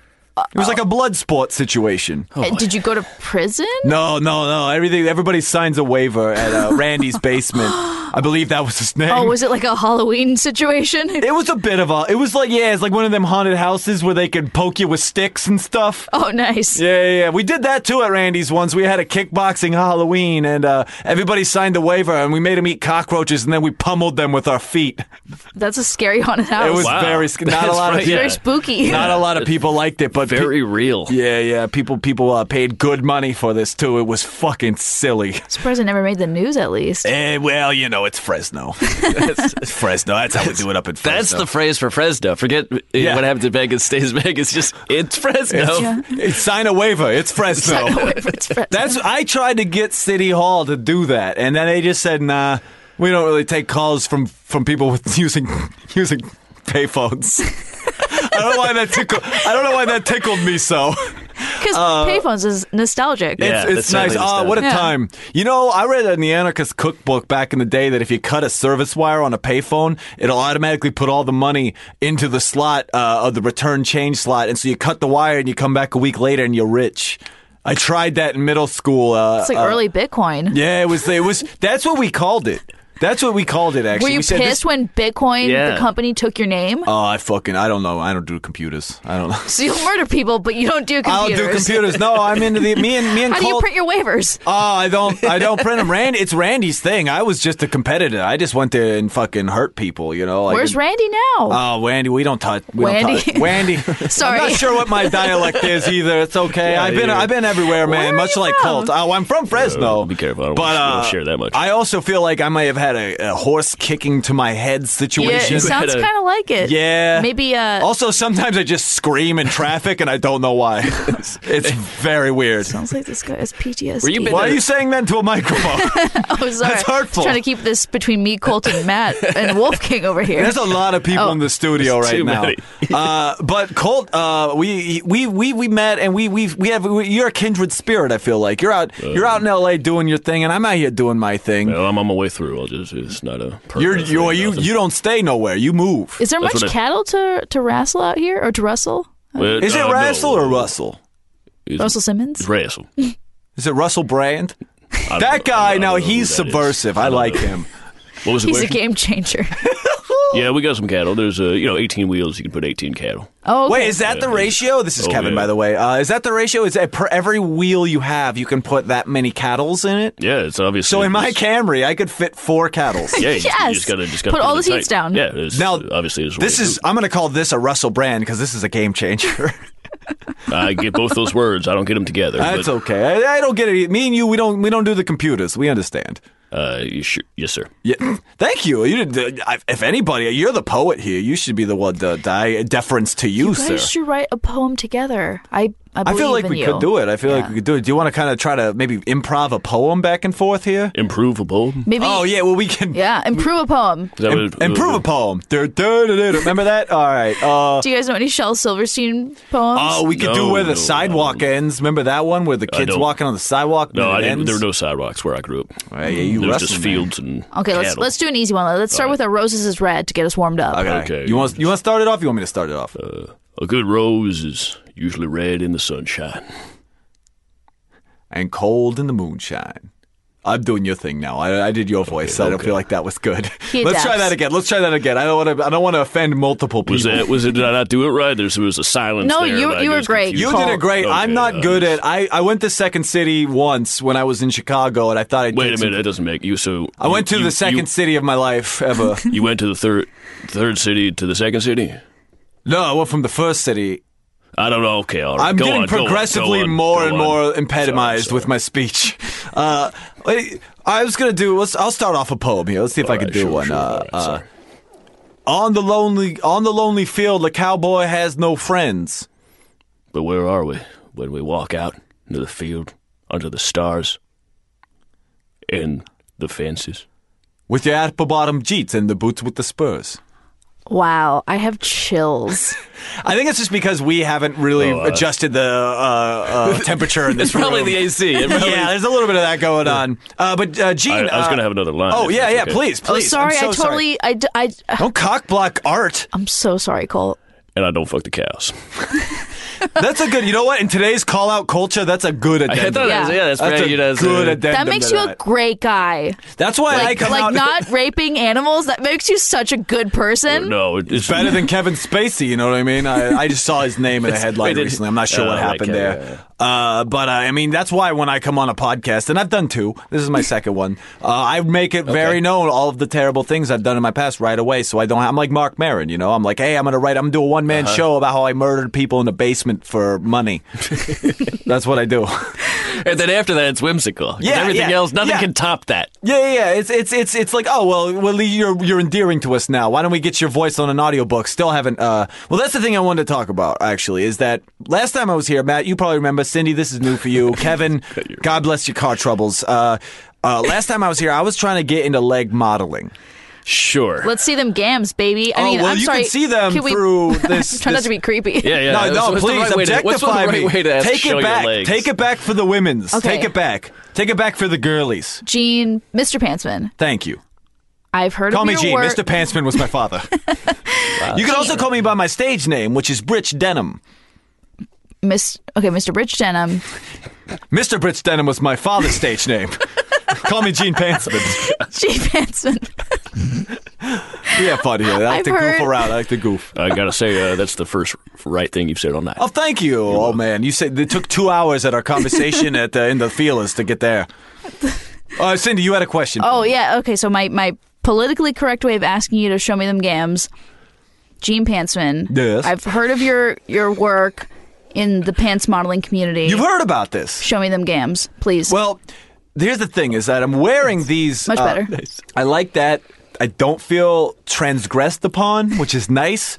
Speaker 2: it was like a blood sport situation.
Speaker 4: uh, did you go to prison?
Speaker 2: No, no, no. Everything. Everybody signs a waiver at uh, Randy's basement. I believe that was his name.
Speaker 4: Oh, was it like a Halloween situation?
Speaker 2: it was a bit of a. It was like yeah, it's like one of them haunted houses where they could poke you with sticks and stuff.
Speaker 4: oh, nice.
Speaker 2: Yeah, yeah, yeah. We did that too at Randy's once. We had a kickboxing Halloween, and uh, everybody signed a waiver, and we made them eat cockroaches, and then we pummeled them with our feet.
Speaker 4: That's a scary haunted house.
Speaker 2: It was
Speaker 3: Wow.
Speaker 2: very sc- not a
Speaker 3: That's
Speaker 2: lot
Speaker 3: right,
Speaker 2: of people,
Speaker 4: very
Speaker 3: yeah.
Speaker 4: spooky.
Speaker 2: not a lot of people liked it, but pe-
Speaker 3: Very real.
Speaker 2: Yeah, yeah. People people uh, paid good money for this too. It was fucking silly.
Speaker 4: Surprised it never made the news. At least.
Speaker 2: Eh, well, you know, it's Fresno. it's Fresno. That's how we do it up in Fresno.
Speaker 3: That's the phrase for Fresno. Forget uh,
Speaker 2: Yeah.
Speaker 3: what happened to Vegas stays Vegas. Just it's Fresno.
Speaker 4: Yeah.
Speaker 2: It's sign a waiver. It's Fresno.
Speaker 4: Wait for it to-
Speaker 2: That's I tried to get City Hall to do that, and then they just said, "Nah, we don't really take calls from from people with using using payphones." I don't know why that tickled. I don't know why that tickled me so.
Speaker 4: Because
Speaker 2: uh,
Speaker 4: payphones is nostalgic.
Speaker 3: Yeah,
Speaker 2: it's
Speaker 3: that's
Speaker 2: it's nice.
Speaker 3: totally
Speaker 2: Ah,
Speaker 3: nostalgic.
Speaker 2: what a
Speaker 4: Yeah.
Speaker 2: time. You know, I read in the Anarchist Cookbook back in the day that if you cut a service wire on a payphone, it'll automatically put all the money into the slot uh, of the return change slot, and so you cut the wire and you come back a week later and you're rich. I tried that in middle school. Uh,
Speaker 4: It's like
Speaker 2: uh,
Speaker 4: early Bitcoin.
Speaker 2: Yeah, it was. It was. That's what we called it. That's what we called it. Actually,
Speaker 4: Were you
Speaker 2: we
Speaker 4: pissed
Speaker 2: said this-
Speaker 4: when Bitcoin,
Speaker 3: Yeah.
Speaker 4: the company, took your name?
Speaker 2: Oh, I fucking I don't know. I don't do computers. I don't know.
Speaker 4: so you'll murder people, but you don't do
Speaker 2: I
Speaker 4: computers.
Speaker 2: don't do computers. No, I'm into the me and me and
Speaker 4: How do you
Speaker 2: Colt-
Speaker 4: print your waivers?
Speaker 2: Oh, I don't. I don't print them. Randy, it's Randy's thing. I was just a competitor. I just went there and fucking hurt people. You know. Like,
Speaker 4: Where's Randy now?
Speaker 2: Oh, Randy, we don't touch. We
Speaker 4: Wandy?
Speaker 2: Don't touch. Wandy.
Speaker 4: Sorry.
Speaker 2: I'm not sure what my dialect is either. It's okay. I've been
Speaker 3: you're-
Speaker 2: I've been everywhere, man.
Speaker 4: are
Speaker 2: much
Speaker 4: you
Speaker 2: like
Speaker 4: from?
Speaker 2: Colt. Oh, I'm from Fresno.
Speaker 3: Uh, be careful. I don't
Speaker 2: but,
Speaker 3: wanna- we
Speaker 2: uh,
Speaker 3: don't share that much.
Speaker 2: I also feel like I may have had a, a horse kicking to my head
Speaker 4: yeah,
Speaker 2: situation.
Speaker 4: it sounds
Speaker 3: had a-
Speaker 4: kind of like it.
Speaker 2: Yeah.
Speaker 4: Maybe. Uh,
Speaker 2: Also, sometimes I just scream in traffic and I don't know why. it's very weird.
Speaker 4: sounds like this guy has PTSD.
Speaker 3: Were you been-
Speaker 2: Why are you saying that to a microphone?
Speaker 4: oh, sorry.
Speaker 2: That's hurtful.
Speaker 4: Trying to keep this between me, Colt, and Matt, and Wolf King over here.
Speaker 2: There's a lot of people
Speaker 4: Oh.
Speaker 2: in the studio
Speaker 3: There's
Speaker 2: right
Speaker 3: too
Speaker 2: now.
Speaker 3: many.
Speaker 2: uh, but Colt, uh, we, we we we met and we we we have we, you're a kindred spirit. I feel like you're out you're out in L.A. doing your thing, and I'm out here doing my thing.
Speaker 3: Uh, Well, I'm on my way through. I'll just. It's not a.
Speaker 2: You're
Speaker 3: permanent
Speaker 2: you
Speaker 3: thing,
Speaker 2: you
Speaker 3: nothing.
Speaker 2: you don't stay nowhere. You move.
Speaker 4: Is there
Speaker 3: That's
Speaker 4: much
Speaker 3: what I-
Speaker 4: cattle to to wrestle out here or to wrestle?
Speaker 3: But,
Speaker 2: Is it
Speaker 3: uh,
Speaker 2: Russell
Speaker 3: no.
Speaker 2: or Russell?
Speaker 3: It's-
Speaker 4: Russell Simmons.
Speaker 3: It's Russell.
Speaker 2: Is it Russell Brand?
Speaker 3: I
Speaker 2: That
Speaker 3: don't know- I
Speaker 2: guy,
Speaker 3: don't
Speaker 2: now
Speaker 3: know who
Speaker 2: he's
Speaker 3: that is.
Speaker 2: subversive. I
Speaker 3: don't
Speaker 2: like
Speaker 3: know.
Speaker 2: him.
Speaker 3: What was the
Speaker 4: He's a
Speaker 3: question?
Speaker 4: game changer.
Speaker 3: Yeah, we got some cattle. There's, uh, you know, 18 wheels. You can put 18 cattle.
Speaker 4: Oh, okay.
Speaker 2: Wait, is that the ratio? This is
Speaker 3: Oh,
Speaker 2: Kevin,
Speaker 3: yeah.
Speaker 2: by the way. Uh, is that the ratio? Is that per every wheel you have, you can put that many cattles in it?
Speaker 3: Yeah, it's obviously.
Speaker 2: So in my Camry, I could fit four cattles.
Speaker 3: yeah, you just- you
Speaker 4: Yes.
Speaker 3: just gotta, just gotta
Speaker 4: Put all
Speaker 3: it
Speaker 4: the seats
Speaker 3: tight.
Speaker 4: down.
Speaker 3: Yeah, it's,
Speaker 2: Now,
Speaker 3: obviously, it's
Speaker 2: This
Speaker 3: way-
Speaker 2: is, I'm going to call this a Russell brand because this is a game changer.
Speaker 3: I get both those words. I don't get them together.
Speaker 2: That's
Speaker 3: but,
Speaker 2: okay. I, I don't get it. Me and you, we don't, we don't do the computers. We understand.
Speaker 3: uh, you sure- yes, sir.
Speaker 2: Yeah. Thank you. You did. I, if anybody, you're the poet here. You should be the one to die deference to you,
Speaker 4: you
Speaker 2: sir.
Speaker 4: guys should write a poem together. I I,
Speaker 2: I feel
Speaker 4: believe
Speaker 2: like
Speaker 4: in
Speaker 2: we
Speaker 4: you.
Speaker 2: could do it. I feel like we could do it. Do you want to kind of try to maybe improv a poem back and forth here?
Speaker 3: Improvable.
Speaker 4: Maybe.
Speaker 2: Oh yeah, well we can
Speaker 4: Yeah, improve a poem.
Speaker 3: Is that
Speaker 2: im-
Speaker 3: what- uh,
Speaker 2: improve a poem. Dur- dur- dur- dur- dur. Remember that? All right. Uh,
Speaker 4: Do you guys know any Shel Silverstein poems?
Speaker 2: oh, we could do
Speaker 3: No,
Speaker 2: where the
Speaker 3: no,
Speaker 2: sidewalk ends. Remember that one where the kids
Speaker 3: don't-
Speaker 2: walking on the sidewalk?
Speaker 3: No,
Speaker 2: and
Speaker 3: oh, I
Speaker 2: it
Speaker 3: didn't,
Speaker 2: ends?
Speaker 3: there were no sidewalks where I grew up.
Speaker 2: All right, yeah, you
Speaker 3: there was just
Speaker 2: wrestling, man.
Speaker 3: fields and
Speaker 4: okay, let's
Speaker 3: cattle.
Speaker 4: let's do an easy one. Let's start with a roses is red to get us warmed up.
Speaker 2: Okay.
Speaker 3: Okay. Uh,
Speaker 2: You want you want to start it off? You want me to start it off?
Speaker 3: A good rose is usually red in the sunshine.
Speaker 2: and cold in the moonshine. I'm doing your thing now. I, I did your voice. so I don't
Speaker 3: okay.
Speaker 2: feel like that was good.
Speaker 4: He
Speaker 2: Let's try
Speaker 4: adapts.
Speaker 2: that again. Let's try that again. I don't want to. I don't want to offend multiple people.
Speaker 3: Was that was it? Did I not do it right? There's, there was a silence.
Speaker 4: No,
Speaker 3: there,
Speaker 4: you-
Speaker 3: but I
Speaker 4: you were
Speaker 3: was
Speaker 4: great.
Speaker 3: confused.
Speaker 2: You
Speaker 4: Call-
Speaker 2: did it great.
Speaker 3: Okay,
Speaker 2: I'm not
Speaker 3: uh,
Speaker 2: good at. I, I went to Second City once when I was in Chicago, and I thought I.
Speaker 3: Wait a minute, that doesn't make you so.
Speaker 2: I went to the second city of my life ever.
Speaker 3: You, you went to the third, third city to the second city.
Speaker 2: no, I went from the first city.
Speaker 3: I don't know. Okay, all right.
Speaker 2: I'm
Speaker 3: go
Speaker 2: getting
Speaker 3: on, go on,
Speaker 2: progressively
Speaker 3: go on,
Speaker 2: more
Speaker 3: go
Speaker 2: and
Speaker 3: on.
Speaker 2: more impedimized
Speaker 3: Sorry,
Speaker 2: with my speech. Uh, wait, I was gonna do. Let's. I'll start off a poem here. Let's see if I
Speaker 3: All
Speaker 2: can
Speaker 3: right,
Speaker 2: do
Speaker 3: sure,
Speaker 2: one.
Speaker 3: sure, all
Speaker 2: uh,
Speaker 3: right,
Speaker 2: uh,
Speaker 3: sorry.
Speaker 2: on the lonely, on the lonely field, the cowboy has no friends.
Speaker 3: But where are we when we walk out into the field, under the stars, and the fences?
Speaker 2: With your apple bottom jeets and the boots with the spurs.
Speaker 4: Wow, I have chills.
Speaker 2: I think it's just because we haven't really adjusted the uh, uh, temperature in this
Speaker 3: Oh, It's probably
Speaker 2: room.
Speaker 3: the AC. It probably-
Speaker 2: yeah, there's a little bit of that going on. Uh, but uh, Gene,
Speaker 3: I, I was
Speaker 2: uh,
Speaker 3: going to have another line.
Speaker 2: Oh
Speaker 3: if
Speaker 2: yeah,
Speaker 3: that's
Speaker 2: yeah.
Speaker 3: okay.
Speaker 2: Please,
Speaker 4: oh,
Speaker 2: please.
Speaker 4: sorry,
Speaker 2: I'm so
Speaker 4: I totally I, d- I d-
Speaker 2: Don't cock block art.
Speaker 4: I'm so sorry, Cole.
Speaker 3: And I don't fuck the cows.
Speaker 2: That's a good. You know what? In today's call out culture, that's a good addendum.
Speaker 3: I thought
Speaker 4: Yeah.
Speaker 3: that was- yeah, that's,
Speaker 2: That's
Speaker 3: very
Speaker 2: a
Speaker 3: you know, that's
Speaker 2: good
Speaker 3: a-
Speaker 2: addendum.
Speaker 4: That makes
Speaker 2: to
Speaker 4: you a great guy.
Speaker 2: That's why I
Speaker 4: Like
Speaker 2: come Oh,
Speaker 4: like
Speaker 2: out
Speaker 4: not raping animals. That makes you such a good person.
Speaker 3: No, it- it's
Speaker 2: better than Kevin Spacey. You know what I mean? I, I just saw his name in a headline
Speaker 3: Wait, did-
Speaker 2: recently. I'm not sure
Speaker 3: Oh,
Speaker 2: what
Speaker 3: right,
Speaker 2: happened
Speaker 3: okay,
Speaker 2: there.
Speaker 3: yeah,
Speaker 2: Uh, but uh, I mean, that's why when I come on a podcast, and I've done two. This is my second one. Uh, I make it very known all of the terrible things I've done in my past right away. So I don't. I'm like Mark Maron. You know, I'm like, hey, I'm gonna write. I'm gonna do a one man
Speaker 3: Uh-huh.
Speaker 2: show about how I murdered people in the basement for money. that's what I do.
Speaker 3: And then after that, it's whimsical. 'Cause
Speaker 2: Yeah,
Speaker 3: everything
Speaker 2: yeah,
Speaker 3: else, nothing
Speaker 2: yeah.
Speaker 3: can top that.
Speaker 2: Yeah, yeah, yeah. It's it's it's it's like, oh well, well, Lee, you're you're endearing to us now. Why don't we get your voice on an audiobook? Still haven't. Uh, well, that's the thing I wanted to talk about actually is that last time I was here, Matt, you probably remember. Cindy, this is new for you. Kevin, God bless your car troubles. Uh, uh, last time I was here, I was trying to get into leg modeling.
Speaker 3: Sure.
Speaker 4: Let's see them gams, baby. I
Speaker 2: oh
Speaker 4: mean,
Speaker 2: well,
Speaker 4: I'm
Speaker 2: you
Speaker 4: sorry.
Speaker 2: can see them
Speaker 4: Can we-
Speaker 2: through this.
Speaker 4: Try not
Speaker 2: this-
Speaker 4: to be creepy.
Speaker 3: yeah, yeah.
Speaker 2: no,
Speaker 3: What's-
Speaker 2: no,
Speaker 3: what's the
Speaker 2: please
Speaker 3: right way to- what's the
Speaker 2: objectify
Speaker 3: right
Speaker 2: me.
Speaker 3: Way to
Speaker 2: Take
Speaker 3: show
Speaker 2: it
Speaker 3: your
Speaker 2: back.
Speaker 3: legs?
Speaker 2: Take it back for the women's.
Speaker 4: Okay.
Speaker 2: Take it back. Take it back for the girlies.
Speaker 4: Gene, Mr. Pantsman,
Speaker 2: Thank you.
Speaker 4: I've heard
Speaker 2: Call
Speaker 4: of
Speaker 2: me
Speaker 4: your
Speaker 2: Gene.
Speaker 4: work.
Speaker 2: Mr. Pantsman was my father.
Speaker 4: Uh,
Speaker 2: You can also call me by my stage name, which is Britch Denham.
Speaker 4: Miss, okay, Mr. Bridge Denham.
Speaker 2: Mr. Britch Denham was my father's stage name. call me Gene Pantsman.
Speaker 4: Gene Pantsman.
Speaker 2: We have fun here. I like
Speaker 4: I've
Speaker 2: to
Speaker 4: heard-
Speaker 2: goof around. I like to goof.
Speaker 3: I gotta say, uh, that's the first right thing you've said all night.
Speaker 2: Oh, thank you. Oh, man. You said it took two hours at our conversation at the, in the feelers to get there. Uh, Cindy, you had a question.
Speaker 4: Oh, yeah. Okay, so my, my politically correct way of asking you to show me them gams, Gene Pantsman.
Speaker 2: Yes.
Speaker 4: I've heard of your, your work in the pants modeling community.
Speaker 2: You've heard about this.
Speaker 4: show me them gams, please.
Speaker 2: Well, here's the thing: is that I'm wearing these. uh,
Speaker 4: Much better.
Speaker 2: I like that. I don't feel transgressed upon, which is nice.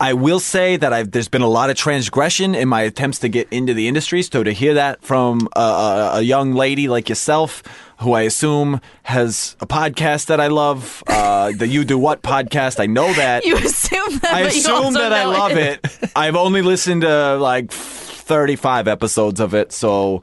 Speaker 2: I will say that I've, there's been a lot of transgression in my attempts to get into the industry. So to hear that from a, a, a young lady like yourself, who I assume has a podcast that I love, uh, the You Do What podcast, I know that.
Speaker 4: you assume that,
Speaker 2: I
Speaker 4: but you
Speaker 2: assume
Speaker 4: also
Speaker 2: that I
Speaker 4: know
Speaker 2: love it. I've only listened to like 35 episodes of it, so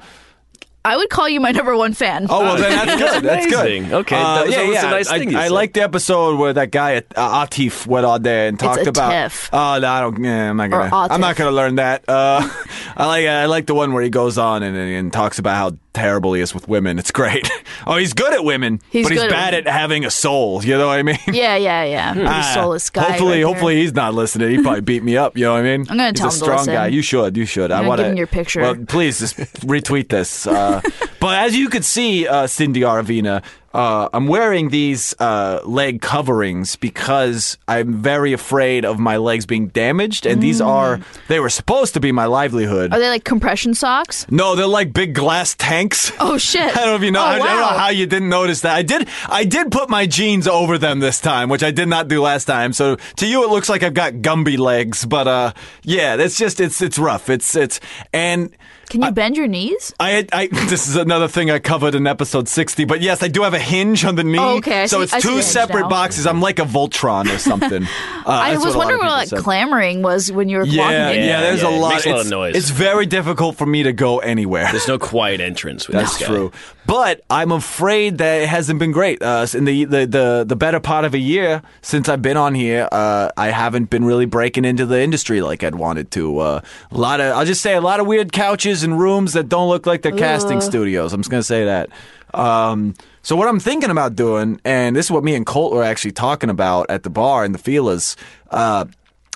Speaker 4: I would call you my number one fan.
Speaker 2: Oh well, then that's good. That's
Speaker 3: amazing.
Speaker 2: good.
Speaker 3: Okay, that was-
Speaker 2: yeah,
Speaker 3: that was a
Speaker 2: yeah.
Speaker 3: nice
Speaker 2: I,
Speaker 3: thing you
Speaker 2: I
Speaker 3: said.
Speaker 2: like the episode where that guy at uh, Atif went on there and talked
Speaker 4: a
Speaker 2: about.
Speaker 4: tiff.
Speaker 2: Oh no, I don't. Yeah, I'm not
Speaker 4: Or
Speaker 2: gonna. I'm not
Speaker 4: Atif.
Speaker 2: gonna learn that. Uh, I like. I like the one where he goes on and, and, and talks about how terrible he is with women. It's great. oh, he's good at women,
Speaker 4: He's
Speaker 2: but he's
Speaker 4: good at
Speaker 2: bad at,
Speaker 4: women.
Speaker 2: having a soul. You know what I mean?
Speaker 4: Yeah, yeah, yeah. Pretty
Speaker 2: Ah,
Speaker 4: soulless guy.
Speaker 2: Hopefully,
Speaker 4: right there.
Speaker 2: hopefully he's not listening. He probably beat me up. You know what I mean?
Speaker 4: I'm gonna
Speaker 2: he's
Speaker 4: tell
Speaker 2: a
Speaker 4: him to
Speaker 2: strong
Speaker 4: listen.
Speaker 2: guy. You should. You should. I
Speaker 4: gonna
Speaker 2: want
Speaker 4: give him your picture.
Speaker 2: Well, please just retweet this. Uh, but as you could see, uh, Cindy Aravina, uh, I'm wearing these uh, leg coverings because I'm very afraid of my legs being damaged, and these are they were supposed to be my livelihood.
Speaker 4: Mm. Are they like compression socks?
Speaker 2: no, they're like big glass tanks.
Speaker 4: Oh shit!
Speaker 2: I don't know if you know.
Speaker 4: Oh,
Speaker 2: I, I don't
Speaker 4: wow.
Speaker 2: know how you didn't notice that. I did. I did put my jeans over them this time, which I did not do last time. So to you, it looks like I've got Gumby legs. But uh, yeah, it's just it's it's rough. It's it's and.
Speaker 4: Can you bend your knees?
Speaker 2: I, I this is another thing I covered in episode sixty, but yes, I do have a hinge on the knee.
Speaker 4: Oh, okay, I
Speaker 2: so
Speaker 4: see-
Speaker 2: it's
Speaker 4: I see the
Speaker 2: two
Speaker 4: hinge
Speaker 2: separate
Speaker 4: now.
Speaker 2: boxes. I'm like a Voltron or something. Uh,
Speaker 4: I
Speaker 2: that's
Speaker 4: was
Speaker 2: what a lot of
Speaker 4: wondering what
Speaker 2: people
Speaker 4: like
Speaker 2: said.
Speaker 4: clamoring was when you were
Speaker 2: Yeah,
Speaker 4: walking.
Speaker 2: yeah,
Speaker 4: in.
Speaker 3: Yeah,
Speaker 2: There's
Speaker 3: yeah,
Speaker 2: a
Speaker 3: it
Speaker 2: lot.
Speaker 3: makes a lot of
Speaker 2: it's,
Speaker 3: noise.
Speaker 2: It's very difficult for me to go anywhere.
Speaker 3: There's no quiet entrance with
Speaker 2: That's
Speaker 3: this guy.
Speaker 2: true. But I'm afraid that it hasn't been great. Uh, in the, the, the, the better part of a year since I've been on here, uh, I haven't been really breaking into the industry like I'd wanted to. Uh, a lot of, I'll just say, a lot of weird couches and rooms that don't look like they're casting studios. I'm just gonna say that. Um, so what I'm thinking about doing, and this is what me and Colt were actually talking about at the bar in the Feelers. Uh,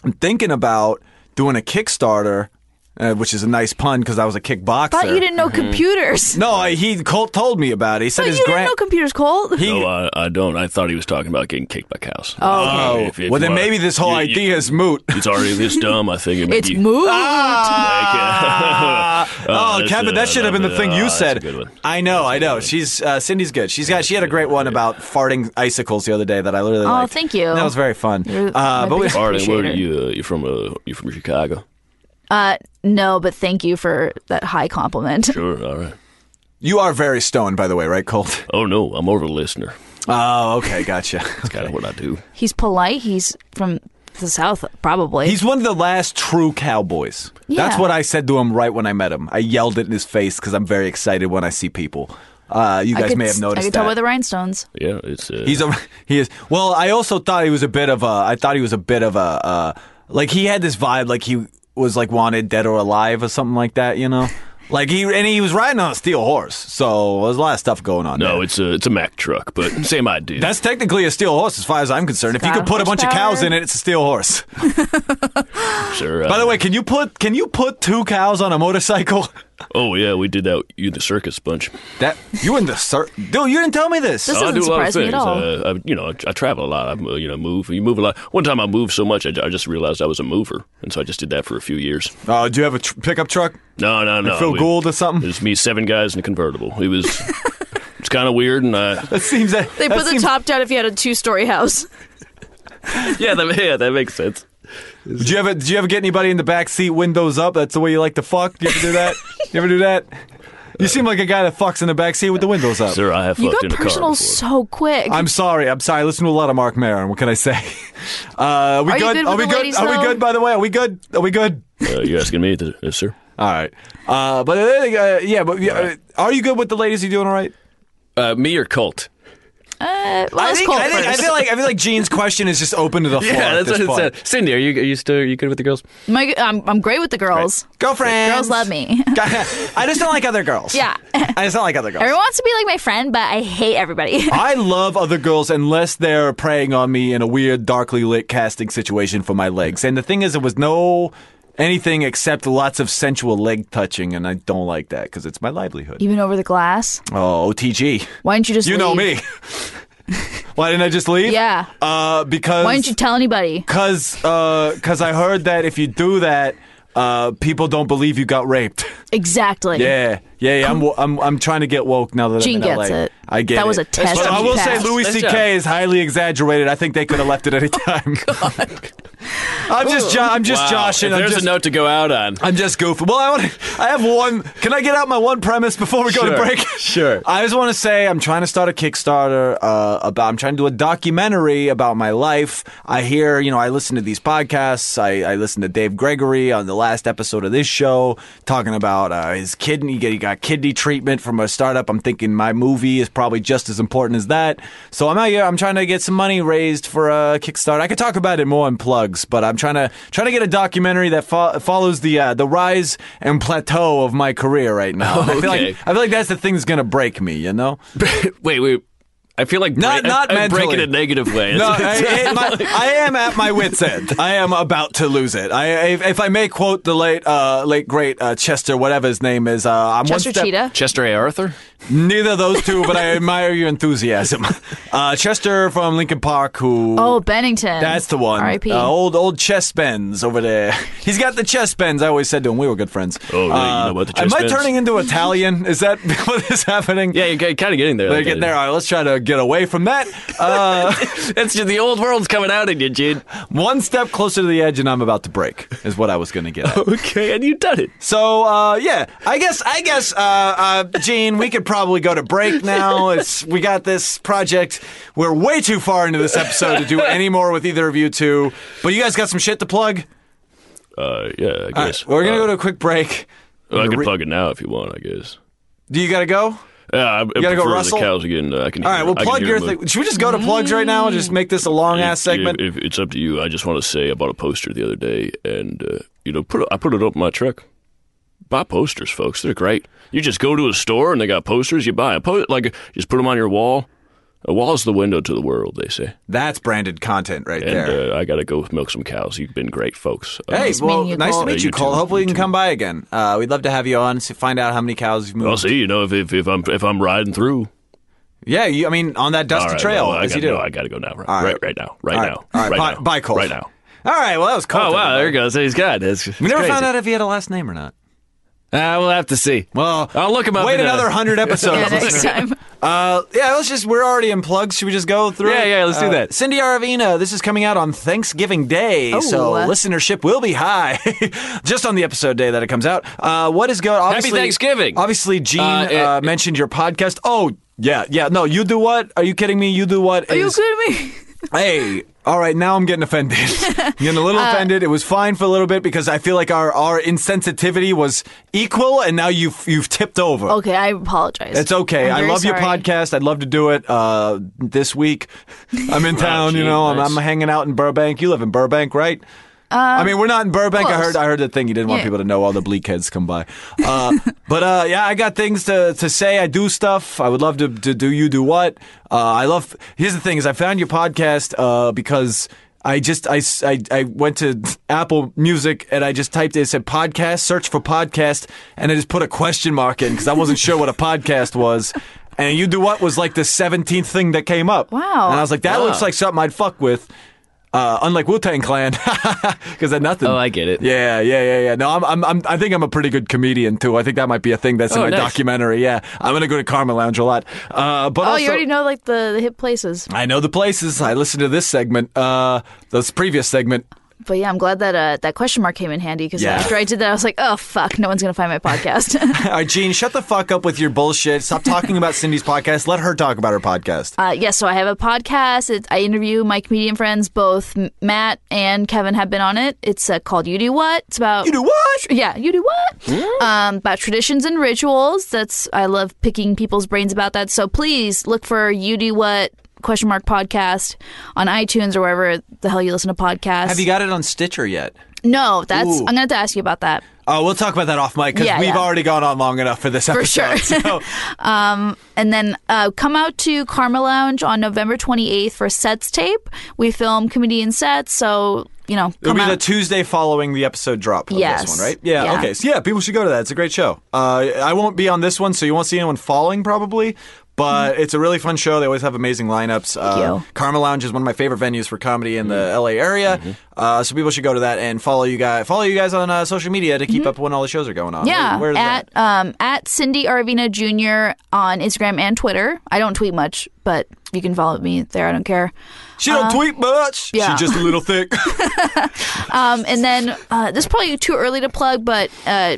Speaker 2: I'm thinking about doing a Kickstarter. Uh, which is a nice pun because I was a kickboxer.
Speaker 4: Thought you didn't know computers.
Speaker 2: Mm-hmm. No, I, he Colt told me about it. He said
Speaker 4: Thought
Speaker 2: his
Speaker 4: you didn't
Speaker 2: grand.
Speaker 4: know computers, Colt.
Speaker 2: he,
Speaker 3: No, uh, I, I don't. I thought he was talking about getting kicked by cows. Uh,
Speaker 4: Oh,
Speaker 2: oh, well then maybe this whole idea is moot.
Speaker 3: It's already this dumb. I think it might
Speaker 4: it's
Speaker 3: be-
Speaker 4: moved.
Speaker 2: Ah!
Speaker 3: Oh,
Speaker 2: oh,
Speaker 3: that's
Speaker 2: Kevin,
Speaker 3: a-
Speaker 2: that should have been the
Speaker 3: uh,
Speaker 2: thing you
Speaker 3: that's a
Speaker 2: said.
Speaker 3: good one.
Speaker 2: I know, I know. She's uh, Cindy's good. She's got. She had a great one about farting icicles the other day that I literally.
Speaker 4: Oh,
Speaker 2: liked.
Speaker 4: thank you.
Speaker 2: That was very fun.
Speaker 4: You're my
Speaker 2: Uh, but we,
Speaker 4: biggest-
Speaker 3: Arden, where are
Speaker 4: Appreciate
Speaker 3: you? Uh, you're from? Uh, you from Chicago?
Speaker 4: Uh, no, but thank you for that high compliment.
Speaker 3: Sure. All right.
Speaker 2: you are very stoned, by the way, right, Colt?
Speaker 3: Oh no, I'm over the listener.
Speaker 2: Oh, okay, gotcha.
Speaker 3: That's kind of what I do.
Speaker 4: He's polite. He's from the south, probably.
Speaker 2: He's one of the last true cowboys. That's
Speaker 4: Yeah.
Speaker 2: what I said to him right when I met him. I yelled it in his face because I'm very excited when I see people. Uh, you
Speaker 4: I
Speaker 2: guys
Speaker 4: could,
Speaker 2: may
Speaker 4: s-
Speaker 2: have noticed
Speaker 4: I could
Speaker 2: that.
Speaker 4: tell by the rhinestones.
Speaker 3: Yeah, it's. Uh,
Speaker 2: He's a he is. Well, I also thought he was a bit of a. I thought he was a bit of a. Uh, like he had this vibe, like he was like wanted dead or alive or something like that. You know, like he and he was riding on a steel horse, so there's a lot of stuff going on.
Speaker 3: no,
Speaker 2: there.
Speaker 3: it's a it's a Mack truck, but same idea.
Speaker 2: that's technically a steel horse as far as I'm concerned. if you
Speaker 4: got
Speaker 2: could put a bunch of
Speaker 4: horsepower.
Speaker 2: cows in it, it's a steel horse.
Speaker 3: sir.
Speaker 2: By the way, can you put can you put two cows on a motorcycle?
Speaker 3: oh yeah, we did that. You the circus bunch.
Speaker 2: That you in the cir- dude? You didn't tell me this.
Speaker 4: This
Speaker 3: I
Speaker 4: doesn't
Speaker 3: do a lot of
Speaker 4: surprise me
Speaker 3: things.
Speaker 4: at all.
Speaker 3: Uh, I, you know, I, I travel a lot. I uh, you know move. You move a lot. One time I moved so much, I, I just realized I was a mover, and so I just did that for a few years.
Speaker 2: Oh, do you have a tr- pickup truck?
Speaker 3: No, no, no.
Speaker 2: Phil
Speaker 3: Uh, we-
Speaker 2: Gould or
Speaker 3: It
Speaker 2: something?
Speaker 3: was me, seven guys in a convertible. It was. it's kind of weird, and I.
Speaker 2: That seems that
Speaker 4: They
Speaker 2: that
Speaker 4: put the
Speaker 2: seems-
Speaker 4: top down if you had a two-story house.
Speaker 3: Yeah, that, yeah, that makes sense.
Speaker 2: Did you ever? Did you ever get anybody in the back seat, windows up? That's the way you like to fuck. You ever do that? you ever do that? You seem like a guy that fucks in the back seat with the windows up.
Speaker 3: Sir, I have
Speaker 4: You
Speaker 3: fucked
Speaker 4: got
Speaker 3: in a car
Speaker 4: personal
Speaker 3: before.
Speaker 4: so quick. Uh,
Speaker 2: I'm sorry. I'm sorry. I listen to a lot of Mark Maron. What can I say? Uh, are we
Speaker 4: Are you
Speaker 2: good?
Speaker 4: good
Speaker 2: are
Speaker 4: with
Speaker 2: we
Speaker 4: the
Speaker 2: good?
Speaker 4: ladies,
Speaker 2: are we
Speaker 4: though?
Speaker 2: good? By the way, are we good? Are we good?
Speaker 3: Uh, you're asking me, to, yes, sir.
Speaker 2: All right. Uh, but uh, yeah. But uh, are you good with the ladies? you doing all right?
Speaker 3: Uh, me or Colt?
Speaker 4: uh, well, let's call
Speaker 2: I, think, I
Speaker 4: first.
Speaker 2: feel like I feel like Gene's question is just open to the floor. at
Speaker 3: Yeah, that's
Speaker 2: this
Speaker 3: what it
Speaker 2: point.
Speaker 3: said. uh, Cindy, are you are you still are you good with the girls?
Speaker 4: My, I'm, I'm great with the girls.
Speaker 2: Girlfriend,
Speaker 4: Girls love me.
Speaker 2: I just don't like other girls.
Speaker 4: Yeah.
Speaker 2: I just don't like other girls.
Speaker 4: Everyone wants to be like my friend, but I hate everybody.
Speaker 2: I love other girls unless they're preying on me in a weird, darkly lit casting situation for my legs. And the thing is, it was no anything except lots of sensual leg touching, and I don't like that because it's my livelihood.
Speaker 4: Even over the glass.
Speaker 2: Oh, OTG.
Speaker 4: Why didn't you just
Speaker 2: You
Speaker 4: leave?
Speaker 2: know me. Why didn't I just leave?
Speaker 4: Yeah.
Speaker 2: Uh, because.
Speaker 4: Why didn't you tell anybody?
Speaker 2: Because I heard that if you do that, uh, people don't believe you got raped.
Speaker 4: Exactly.
Speaker 2: Yeah, yeah, yeah. I'm, wo- I'm, I'm trying to get woke now that
Speaker 4: Gene
Speaker 2: I'm in
Speaker 4: gets
Speaker 2: LA.
Speaker 4: it.
Speaker 2: I get
Speaker 4: That
Speaker 2: it.
Speaker 4: was a test
Speaker 2: But
Speaker 4: that
Speaker 2: I
Speaker 4: you
Speaker 2: will
Speaker 4: passed.
Speaker 2: say Louis
Speaker 3: Nice
Speaker 2: C.K. is highly exaggerated. I think they could have left at any time. I'm just, jo- I'm just joshing.
Speaker 3: If
Speaker 2: I'm
Speaker 3: there's
Speaker 2: just,
Speaker 3: a note to go out on.
Speaker 2: I'm just goofing. Well, I want. I have one. Can I get out my one premise before we go to
Speaker 3: Sure,
Speaker 2: break?
Speaker 3: sure.
Speaker 2: I just want to say I'm trying to start a Kickstarter uh, about. I'm trying to do a documentary about my life. I hear, you know, I listen to these podcasts. I, I listen to Dave Gregory on the last episode of this show talking about uh, his kidney. He got kidney treatment from a startup. I'm thinking my movie is probably just as important as that. So I'm out here. I'm trying to get some money raised for a Kickstarter. I could talk about it more and plug, drugs, but I'm trying to trying to get a documentary that fo- follows the uh, the rise and plateau of my career right now. And I feel
Speaker 3: Okay.
Speaker 2: like I feel like that's the thing that's gonna break me. You know?
Speaker 3: wait, wait. I feel like
Speaker 2: Not-
Speaker 3: bra-
Speaker 2: not
Speaker 3: I'm breaking
Speaker 2: mentally.
Speaker 3: a negative way.
Speaker 2: No, I, it- my- I am at my wits' end. I am about to lose it. I, if, if I may quote the late, uh, late great uh, Chester, whatever his name is, uh, I'm
Speaker 4: Chester
Speaker 2: one step,
Speaker 4: Cheetah.
Speaker 3: Chester A. Arthur.
Speaker 2: Neither of those two, but I admire your enthusiasm. Uh, Chester from Lincoln Park, who
Speaker 4: Oh, Bennington.
Speaker 2: that's the one.
Speaker 4: R.I.P.
Speaker 2: Uh, old old chest bends over there. He's got the chest bends. I always said to him, we were good friends. Uh,
Speaker 3: Oh, yeah, you know about the
Speaker 2: Am
Speaker 3: chest
Speaker 2: I
Speaker 3: bends.
Speaker 2: turning into Italian? Is that what is happening?
Speaker 3: Yeah, you're kind of getting there.
Speaker 2: They're getting there. All right, let's try to get away from that. Uh,
Speaker 3: That's just the old world's coming out in you, dude.
Speaker 2: one step closer to the edge, and I'm about to break. Is what I was going to get. At.
Speaker 3: Okay, and you done it.
Speaker 2: So uh, yeah, I guess I guess uh, uh, Gene, we could probably go to break now. It's we got this project. We're way too far into this episode to do any more with either of you two. But you guys got some shit to plug.
Speaker 3: Uh, yeah, I
Speaker 2: All
Speaker 3: guess.
Speaker 2: right, we're gonna
Speaker 3: Uh,
Speaker 2: go to a quick break.
Speaker 3: I can
Speaker 2: re-
Speaker 3: plug it now if you want. I guess.
Speaker 2: Do you gotta go?
Speaker 3: Yeah, I, I
Speaker 2: gotta go
Speaker 3: prefer
Speaker 2: rustle?
Speaker 3: The cows again. Uh, I can.
Speaker 2: All right, we'll plug your
Speaker 3: thing.
Speaker 2: thing. Should we just go to plugs right now and just make this a long ass
Speaker 3: If-
Speaker 2: segment?
Speaker 3: If, if it's up to you, I just want to say I bought a poster the other day, and uh, you know, put I put it up in my truck. Buy posters, folks. They're great. You just go to a store and they got posters. You buy a post, like just put them on your wall. A wall's the window to the world, they say.
Speaker 2: That's branded content right
Speaker 3: And
Speaker 2: there.
Speaker 3: uh, I gotta go milk some cows. You've been great, folks. Uh,
Speaker 2: Hey, well,
Speaker 4: meeting you,
Speaker 2: nice to
Speaker 4: Cole.
Speaker 2: meet
Speaker 3: Yeah,
Speaker 2: you,
Speaker 3: you
Speaker 2: Cole.
Speaker 3: too,
Speaker 2: Hopefully, you
Speaker 3: you
Speaker 2: can
Speaker 3: too.
Speaker 2: come by again. Uh, we'd love to have you on to find out how many cows you've moved.
Speaker 3: I'll see. You know, if, if, if I'm if I'm riding through,
Speaker 2: Yeah, you, I mean, on that
Speaker 3: All
Speaker 2: dusty
Speaker 3: right,
Speaker 2: trail,
Speaker 3: well, I
Speaker 2: as you
Speaker 3: gotta,
Speaker 2: do.
Speaker 3: no, I gotta go now. Right,
Speaker 2: All right.
Speaker 3: right, right now, right
Speaker 2: All
Speaker 3: now,
Speaker 2: All right,
Speaker 3: right
Speaker 2: bye,
Speaker 3: now,
Speaker 2: bye, Cole.
Speaker 3: right now.
Speaker 2: All right, well, that was Cole.
Speaker 3: Oh wow, there he goes. He's got it. That's,
Speaker 2: We never found out if he had a last name or not.
Speaker 3: Uh, we'll have to see.
Speaker 2: Well,
Speaker 3: I'll look him up.
Speaker 2: Wait
Speaker 3: in a-
Speaker 2: another hundred
Speaker 4: yeah,
Speaker 2: episodes.
Speaker 4: next time.
Speaker 2: uh, yeah, let's just. We're already in plugs. Should we just go through?
Speaker 3: Yeah,
Speaker 2: it?
Speaker 3: yeah, let's do
Speaker 2: Uh,
Speaker 3: that.
Speaker 2: Cindy Aravina. This is coming out on Thanksgiving Day, so
Speaker 4: uh.
Speaker 2: listenership will be high. just on the episode day that it comes out. Uh, what is going? Happy
Speaker 3: Thanksgiving.
Speaker 2: Obviously, Gene uh,
Speaker 3: Uh, it-
Speaker 2: mentioned your podcast. Oh. Yeah, yeah, no, you do what? Are you kidding me? You do what?
Speaker 4: Are you
Speaker 2: is-
Speaker 4: kidding me?
Speaker 2: Hey, all right, now I'm getting offended. I'm getting a little
Speaker 4: Uh,
Speaker 2: offended. It was fine for a little bit because I feel like our, our insensitivity was equal, and now you've you've tipped over.
Speaker 4: Okay, I apologize.
Speaker 2: It's okay.
Speaker 4: Oh, I'm
Speaker 2: I
Speaker 4: very
Speaker 2: love your
Speaker 4: sorry.
Speaker 2: podcast. I'd love to do it uh, this week. I'm in town, you
Speaker 3: gee,
Speaker 2: know.
Speaker 3: nice.
Speaker 2: I'm, I'm hanging out in Burbank. You live in Burbank, right? I mean, we're not in Burbank. I
Speaker 4: Uh, close.
Speaker 2: heard. I heard the thing. You didn't want
Speaker 4: Yeah.
Speaker 2: people to know all the bleak heads come by. Uh, but uh, yeah, I got things to, to say. I do stuff. I would love to, to do. You do what? Uh, I love. Here's the thing: is I found your podcast uh, because. I just I, s- I- I went to Apple Music and I just typed it. It said podcast, search for podcast, and I just put a question mark in because I wasn't sure what a podcast was. And you do what was like the seventeenth thing that came up.
Speaker 4: Wow.
Speaker 2: And I was like, that
Speaker 3: Wow.
Speaker 2: looks like something I'd fuck with. Uh, unlike Wu Tang Clan, because I nothing.
Speaker 3: Oh, I get it.
Speaker 2: Yeah, yeah, yeah, yeah. No, I'm, I'm, I'm, I think I'm a pretty good comedian too. I think that might be a thing that's in
Speaker 3: Oh,
Speaker 2: my
Speaker 3: nice.
Speaker 2: documentary. Yeah, I'm gonna go to Karma Lounge a lot. Uh, but
Speaker 4: Oh,
Speaker 2: also,
Speaker 4: you already know like the, the hip places.
Speaker 2: I know the places. I listened to this segment, uh, this previous segment.
Speaker 4: But yeah, I'm glad that uh, that question mark came in handy because
Speaker 2: Yeah.
Speaker 4: after I did that, I was like, oh fuck, no one's gonna find my podcast.
Speaker 2: All right, Gene, shut the fuck up with your bullshit. Stop talking about Cindy's podcast. Let her talk about her podcast.
Speaker 4: uh, yes, so I have a podcast. It, I interview my comedian friends. Both M- Matt and Kevin have been on it. It's uh, called You Do What. It's about
Speaker 2: You do what?
Speaker 4: Yeah, you do what?
Speaker 2: Hmm?
Speaker 4: Um, about traditions and rituals. That's I love picking people's brains about that. So please look for you do what question mark podcast on iTunes or wherever the hell you listen to podcasts.
Speaker 2: Have you got it on Stitcher yet?
Speaker 4: no, that's
Speaker 2: Ooh.
Speaker 4: I'm gonna have to ask you about that.
Speaker 2: Oh, we'll talk about that off mic because
Speaker 4: Yeah,
Speaker 2: we've
Speaker 4: yeah.
Speaker 2: already gone on long enough for this episode.
Speaker 4: sure.
Speaker 2: so-
Speaker 4: And then uh, come out to Karma Lounge on November 28th for sets tape. We film comedian sets, so you know
Speaker 2: It'll
Speaker 4: come
Speaker 2: be the
Speaker 4: out.
Speaker 2: Tuesday following the episode drop of
Speaker 4: Yes.
Speaker 2: this one, right? Yeah,
Speaker 4: Yeah.
Speaker 2: okay. So yeah, people should go to that. It's a great show. Uh, I won't be on this one, so you won't see anyone falling probably. But it's a really fun show. They always have amazing lineups. Uh,
Speaker 4: Mm-hmm. you. Mm-hmm.
Speaker 2: Karma Lounge is one of my favorite venues for comedy in the LA area. Uh, so people should go to that and follow you guys. Follow you guys on uh, social media to keep up when all the shows are going on.
Speaker 4: Mm-hmm. yeah,
Speaker 2: Where- where is
Speaker 4: at
Speaker 2: that?
Speaker 4: um, at Cindy Arvina Jr. on Instagram and Twitter. I don't tweet much, but you can follow me there. I don't care.
Speaker 2: She don't tweet much.
Speaker 4: uh, yeah.
Speaker 2: She's just a little thick.
Speaker 4: Um, and then uh, this is probably too early to plug, but uh,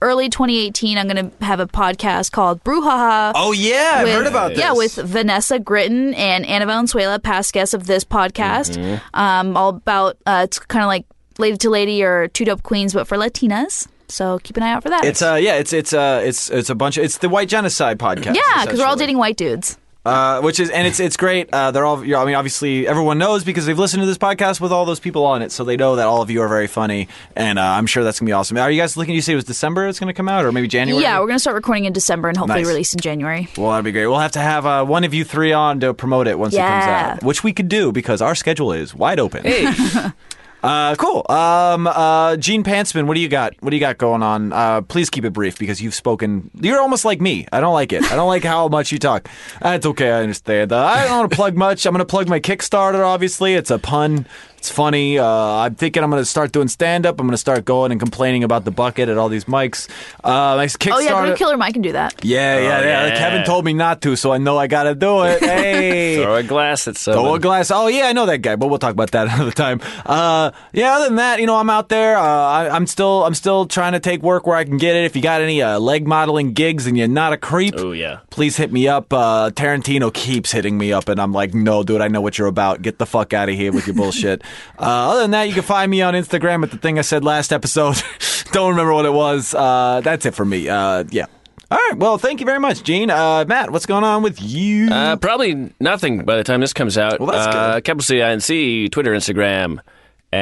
Speaker 4: early 2018, I'm going to have a podcast called Brouhaha.
Speaker 2: oh yeah, I've
Speaker 4: with-
Speaker 2: heard about this.
Speaker 4: Yeah, with Vanessa Gritton and Anna Valenzuela, past guests of this podcast.
Speaker 2: Mm-hmm.
Speaker 4: Um, all about uh, it's kind of like Lady to Lady or Two Dope Queens, but for Latinas. So keep an eye out for that.
Speaker 2: It's uh yeah, it's it's uh it's it's a bunch of it's the white genocide podcast.
Speaker 4: yeah, because we're all
Speaker 2: essentially.
Speaker 4: dating white dudes.
Speaker 2: Uh, which is and it's it's great. Uh, they're all. You're, I mean, obviously everyone knows because they've listened to this podcast with all those people on it, so they know that all of you are very funny, and uh, I'm sure that's gonna be awesome. Are you guys looking? You say it was December it's gonna come out, or maybe January?
Speaker 4: Yeah, we're gonna start recording in December and hopefully
Speaker 2: Nice.
Speaker 4: release in January.
Speaker 2: Well, that'd be great. We'll have to have uh, one of you three on to promote it once it
Speaker 4: Yeah.
Speaker 2: comes out, which we could do because our schedule is wide open. uh, cool. Um, uh, Gene Pantsman, what do you got? What do you got going on? Uh, please keep it brief because you've spoken. You're almost like me. I don't like it. I don't like how much you talk. That's okay. I understand. Uh, I don't want to plug much. I'm going to plug my Kickstarter. Obviously, it's a pun. It's funny. Uh, I'm thinking I'm going to start doing stand up. I'm going to start going and complaining about the bucket at all these mics. Uh, my Kickstarter.
Speaker 4: Oh yeah, go to Killer Mike and do that.
Speaker 2: Yeah, yeah, yeah.
Speaker 3: Oh, yeah.
Speaker 2: Kevin told me not to, so I know I gotta do it. Hey.
Speaker 3: Throw a glass uh, at someone.
Speaker 2: Throw a glass. Oh yeah, I know that guy, but we'll talk about that another time. Uh, yeah, other than that, you know, I'm out there. Uh, I, I'm still, I'm still trying to take work where I can get it. If you got any uh, leg modeling gigs and you're not a creep,
Speaker 3: Oh, yeah.
Speaker 2: please hit me up. Uh, Tarantino keeps hitting me up, and I'm like, no, dude, I know what you're about. Get the fuck out of here with your bullshit. uh, other than that, you can find me on Instagram at the thing I said last episode. Don't remember what it was. Uh, that's it for me. Uh, yeah. All right. Well, thank you very much, Gene. Uh, Matt, what's going on with you?
Speaker 3: Uh, probably nothing by the time this comes out.
Speaker 2: Well, that's
Speaker 3: uh,
Speaker 2: good.
Speaker 3: Capital C I N C, Twitter, Instagram,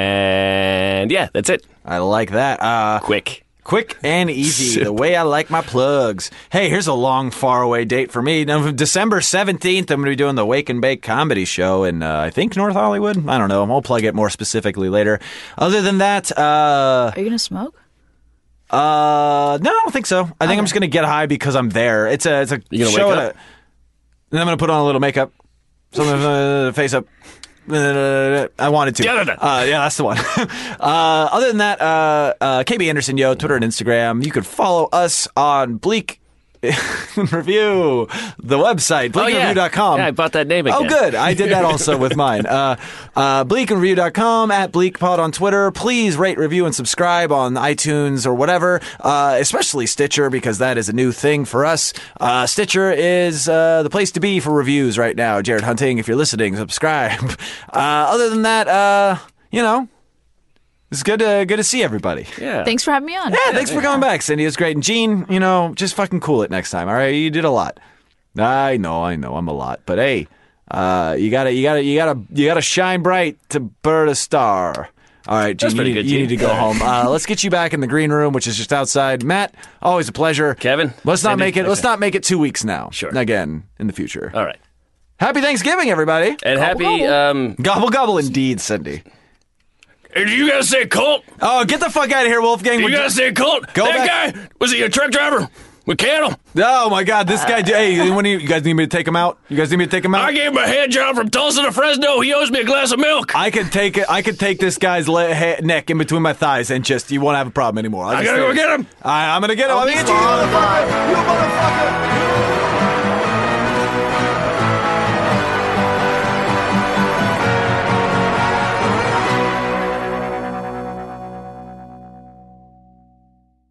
Speaker 3: and yeah, that's it.
Speaker 2: I like that. Uh,
Speaker 3: Quick.
Speaker 2: Quick and easy, the way I like my plugs. Hey, here's a long, faraway date for me. Now, December 17th, I'm going to be doing the Wake and Bake comedy show in, uh, I think, North Hollywood. I don't know. I'll plug it more specifically later. Other than that, uh,
Speaker 4: Are you gonna smoke?
Speaker 2: uh, no, I don't think so. I think I'm just going to get high because I'm there. It's a, it's a
Speaker 3: You gonna
Speaker 2: show.
Speaker 3: wake
Speaker 2: at
Speaker 3: up?
Speaker 2: a- and I'm going to put on a little makeup, something uh, face up. I wanted to.
Speaker 3: Da, da, da.
Speaker 2: Uh, yeah, that's the one. uh, other than that, uh, uh, KB Anderson Yo, Twitter and Instagram. You could follow us on Bleak Review, the website, bleakreview.com.
Speaker 3: Oh, Yeah, I bought that name
Speaker 2: Oh,
Speaker 3: again.
Speaker 2: good. I did that also with mine. Uh, uh, bleakandreview.com, at bleakpod on Twitter. Please rate, review, and subscribe on iTunes or whatever, uh, especially Stitcher, because that is a new thing for us. Uh, Stitcher is uh, the place to be for reviews right now. Jared Hunting, if you're listening, subscribe. Uh, other than that, uh, you know, it's good to, good to see everybody.
Speaker 3: Yeah.
Speaker 4: Thanks for having me on.
Speaker 2: Yeah, thanks for coming back, Cindy. It's great. And Gene, you know, just fucking cool it next time. All right, you did a lot. I know, I know, I'm a lot, but hey, uh, you gotta, you gotta, you gotta, you gotta shine bright to burn a star. All right, Gene,
Speaker 3: That's pretty
Speaker 2: you,
Speaker 3: good,
Speaker 2: you
Speaker 3: Gene.
Speaker 2: need to go home. Uh, let's get you back in the green room, which is just outside. Matt, always a pleasure.
Speaker 3: Kevin,
Speaker 2: let's not
Speaker 3: Cindy,
Speaker 2: make it. Let's
Speaker 3: okay.
Speaker 2: not make it two weeks now.
Speaker 3: Sure.
Speaker 2: Again in the future.
Speaker 3: All right.
Speaker 2: Happy Thanksgiving, everybody.
Speaker 3: And happy. Um,
Speaker 2: Gobble gobble, indeed, Cindy.
Speaker 3: did you guys say cult?
Speaker 2: Oh, get the fuck out of here, Wolfgang.
Speaker 3: You
Speaker 2: We're
Speaker 3: guys say cult?
Speaker 2: Go
Speaker 3: that
Speaker 2: back-
Speaker 3: guy, was he a truck driver with cattle?
Speaker 2: Oh my God, this guy! Hey, when do you, you guys need me to take him out? You guys need me to take him out?
Speaker 3: I gave him a hand job from Tulsa to Fresno. He owes me a glass of milk.
Speaker 2: I could take it. I could take this guy's le- he- neck in between my thighs, and just you won't have a problem anymore. I'll
Speaker 3: I
Speaker 2: just
Speaker 3: gotta
Speaker 2: say
Speaker 3: go
Speaker 2: it.
Speaker 3: get him.
Speaker 2: I, I'm gonna get him. I'm gonna get you, you motherfucker! You motherfucker!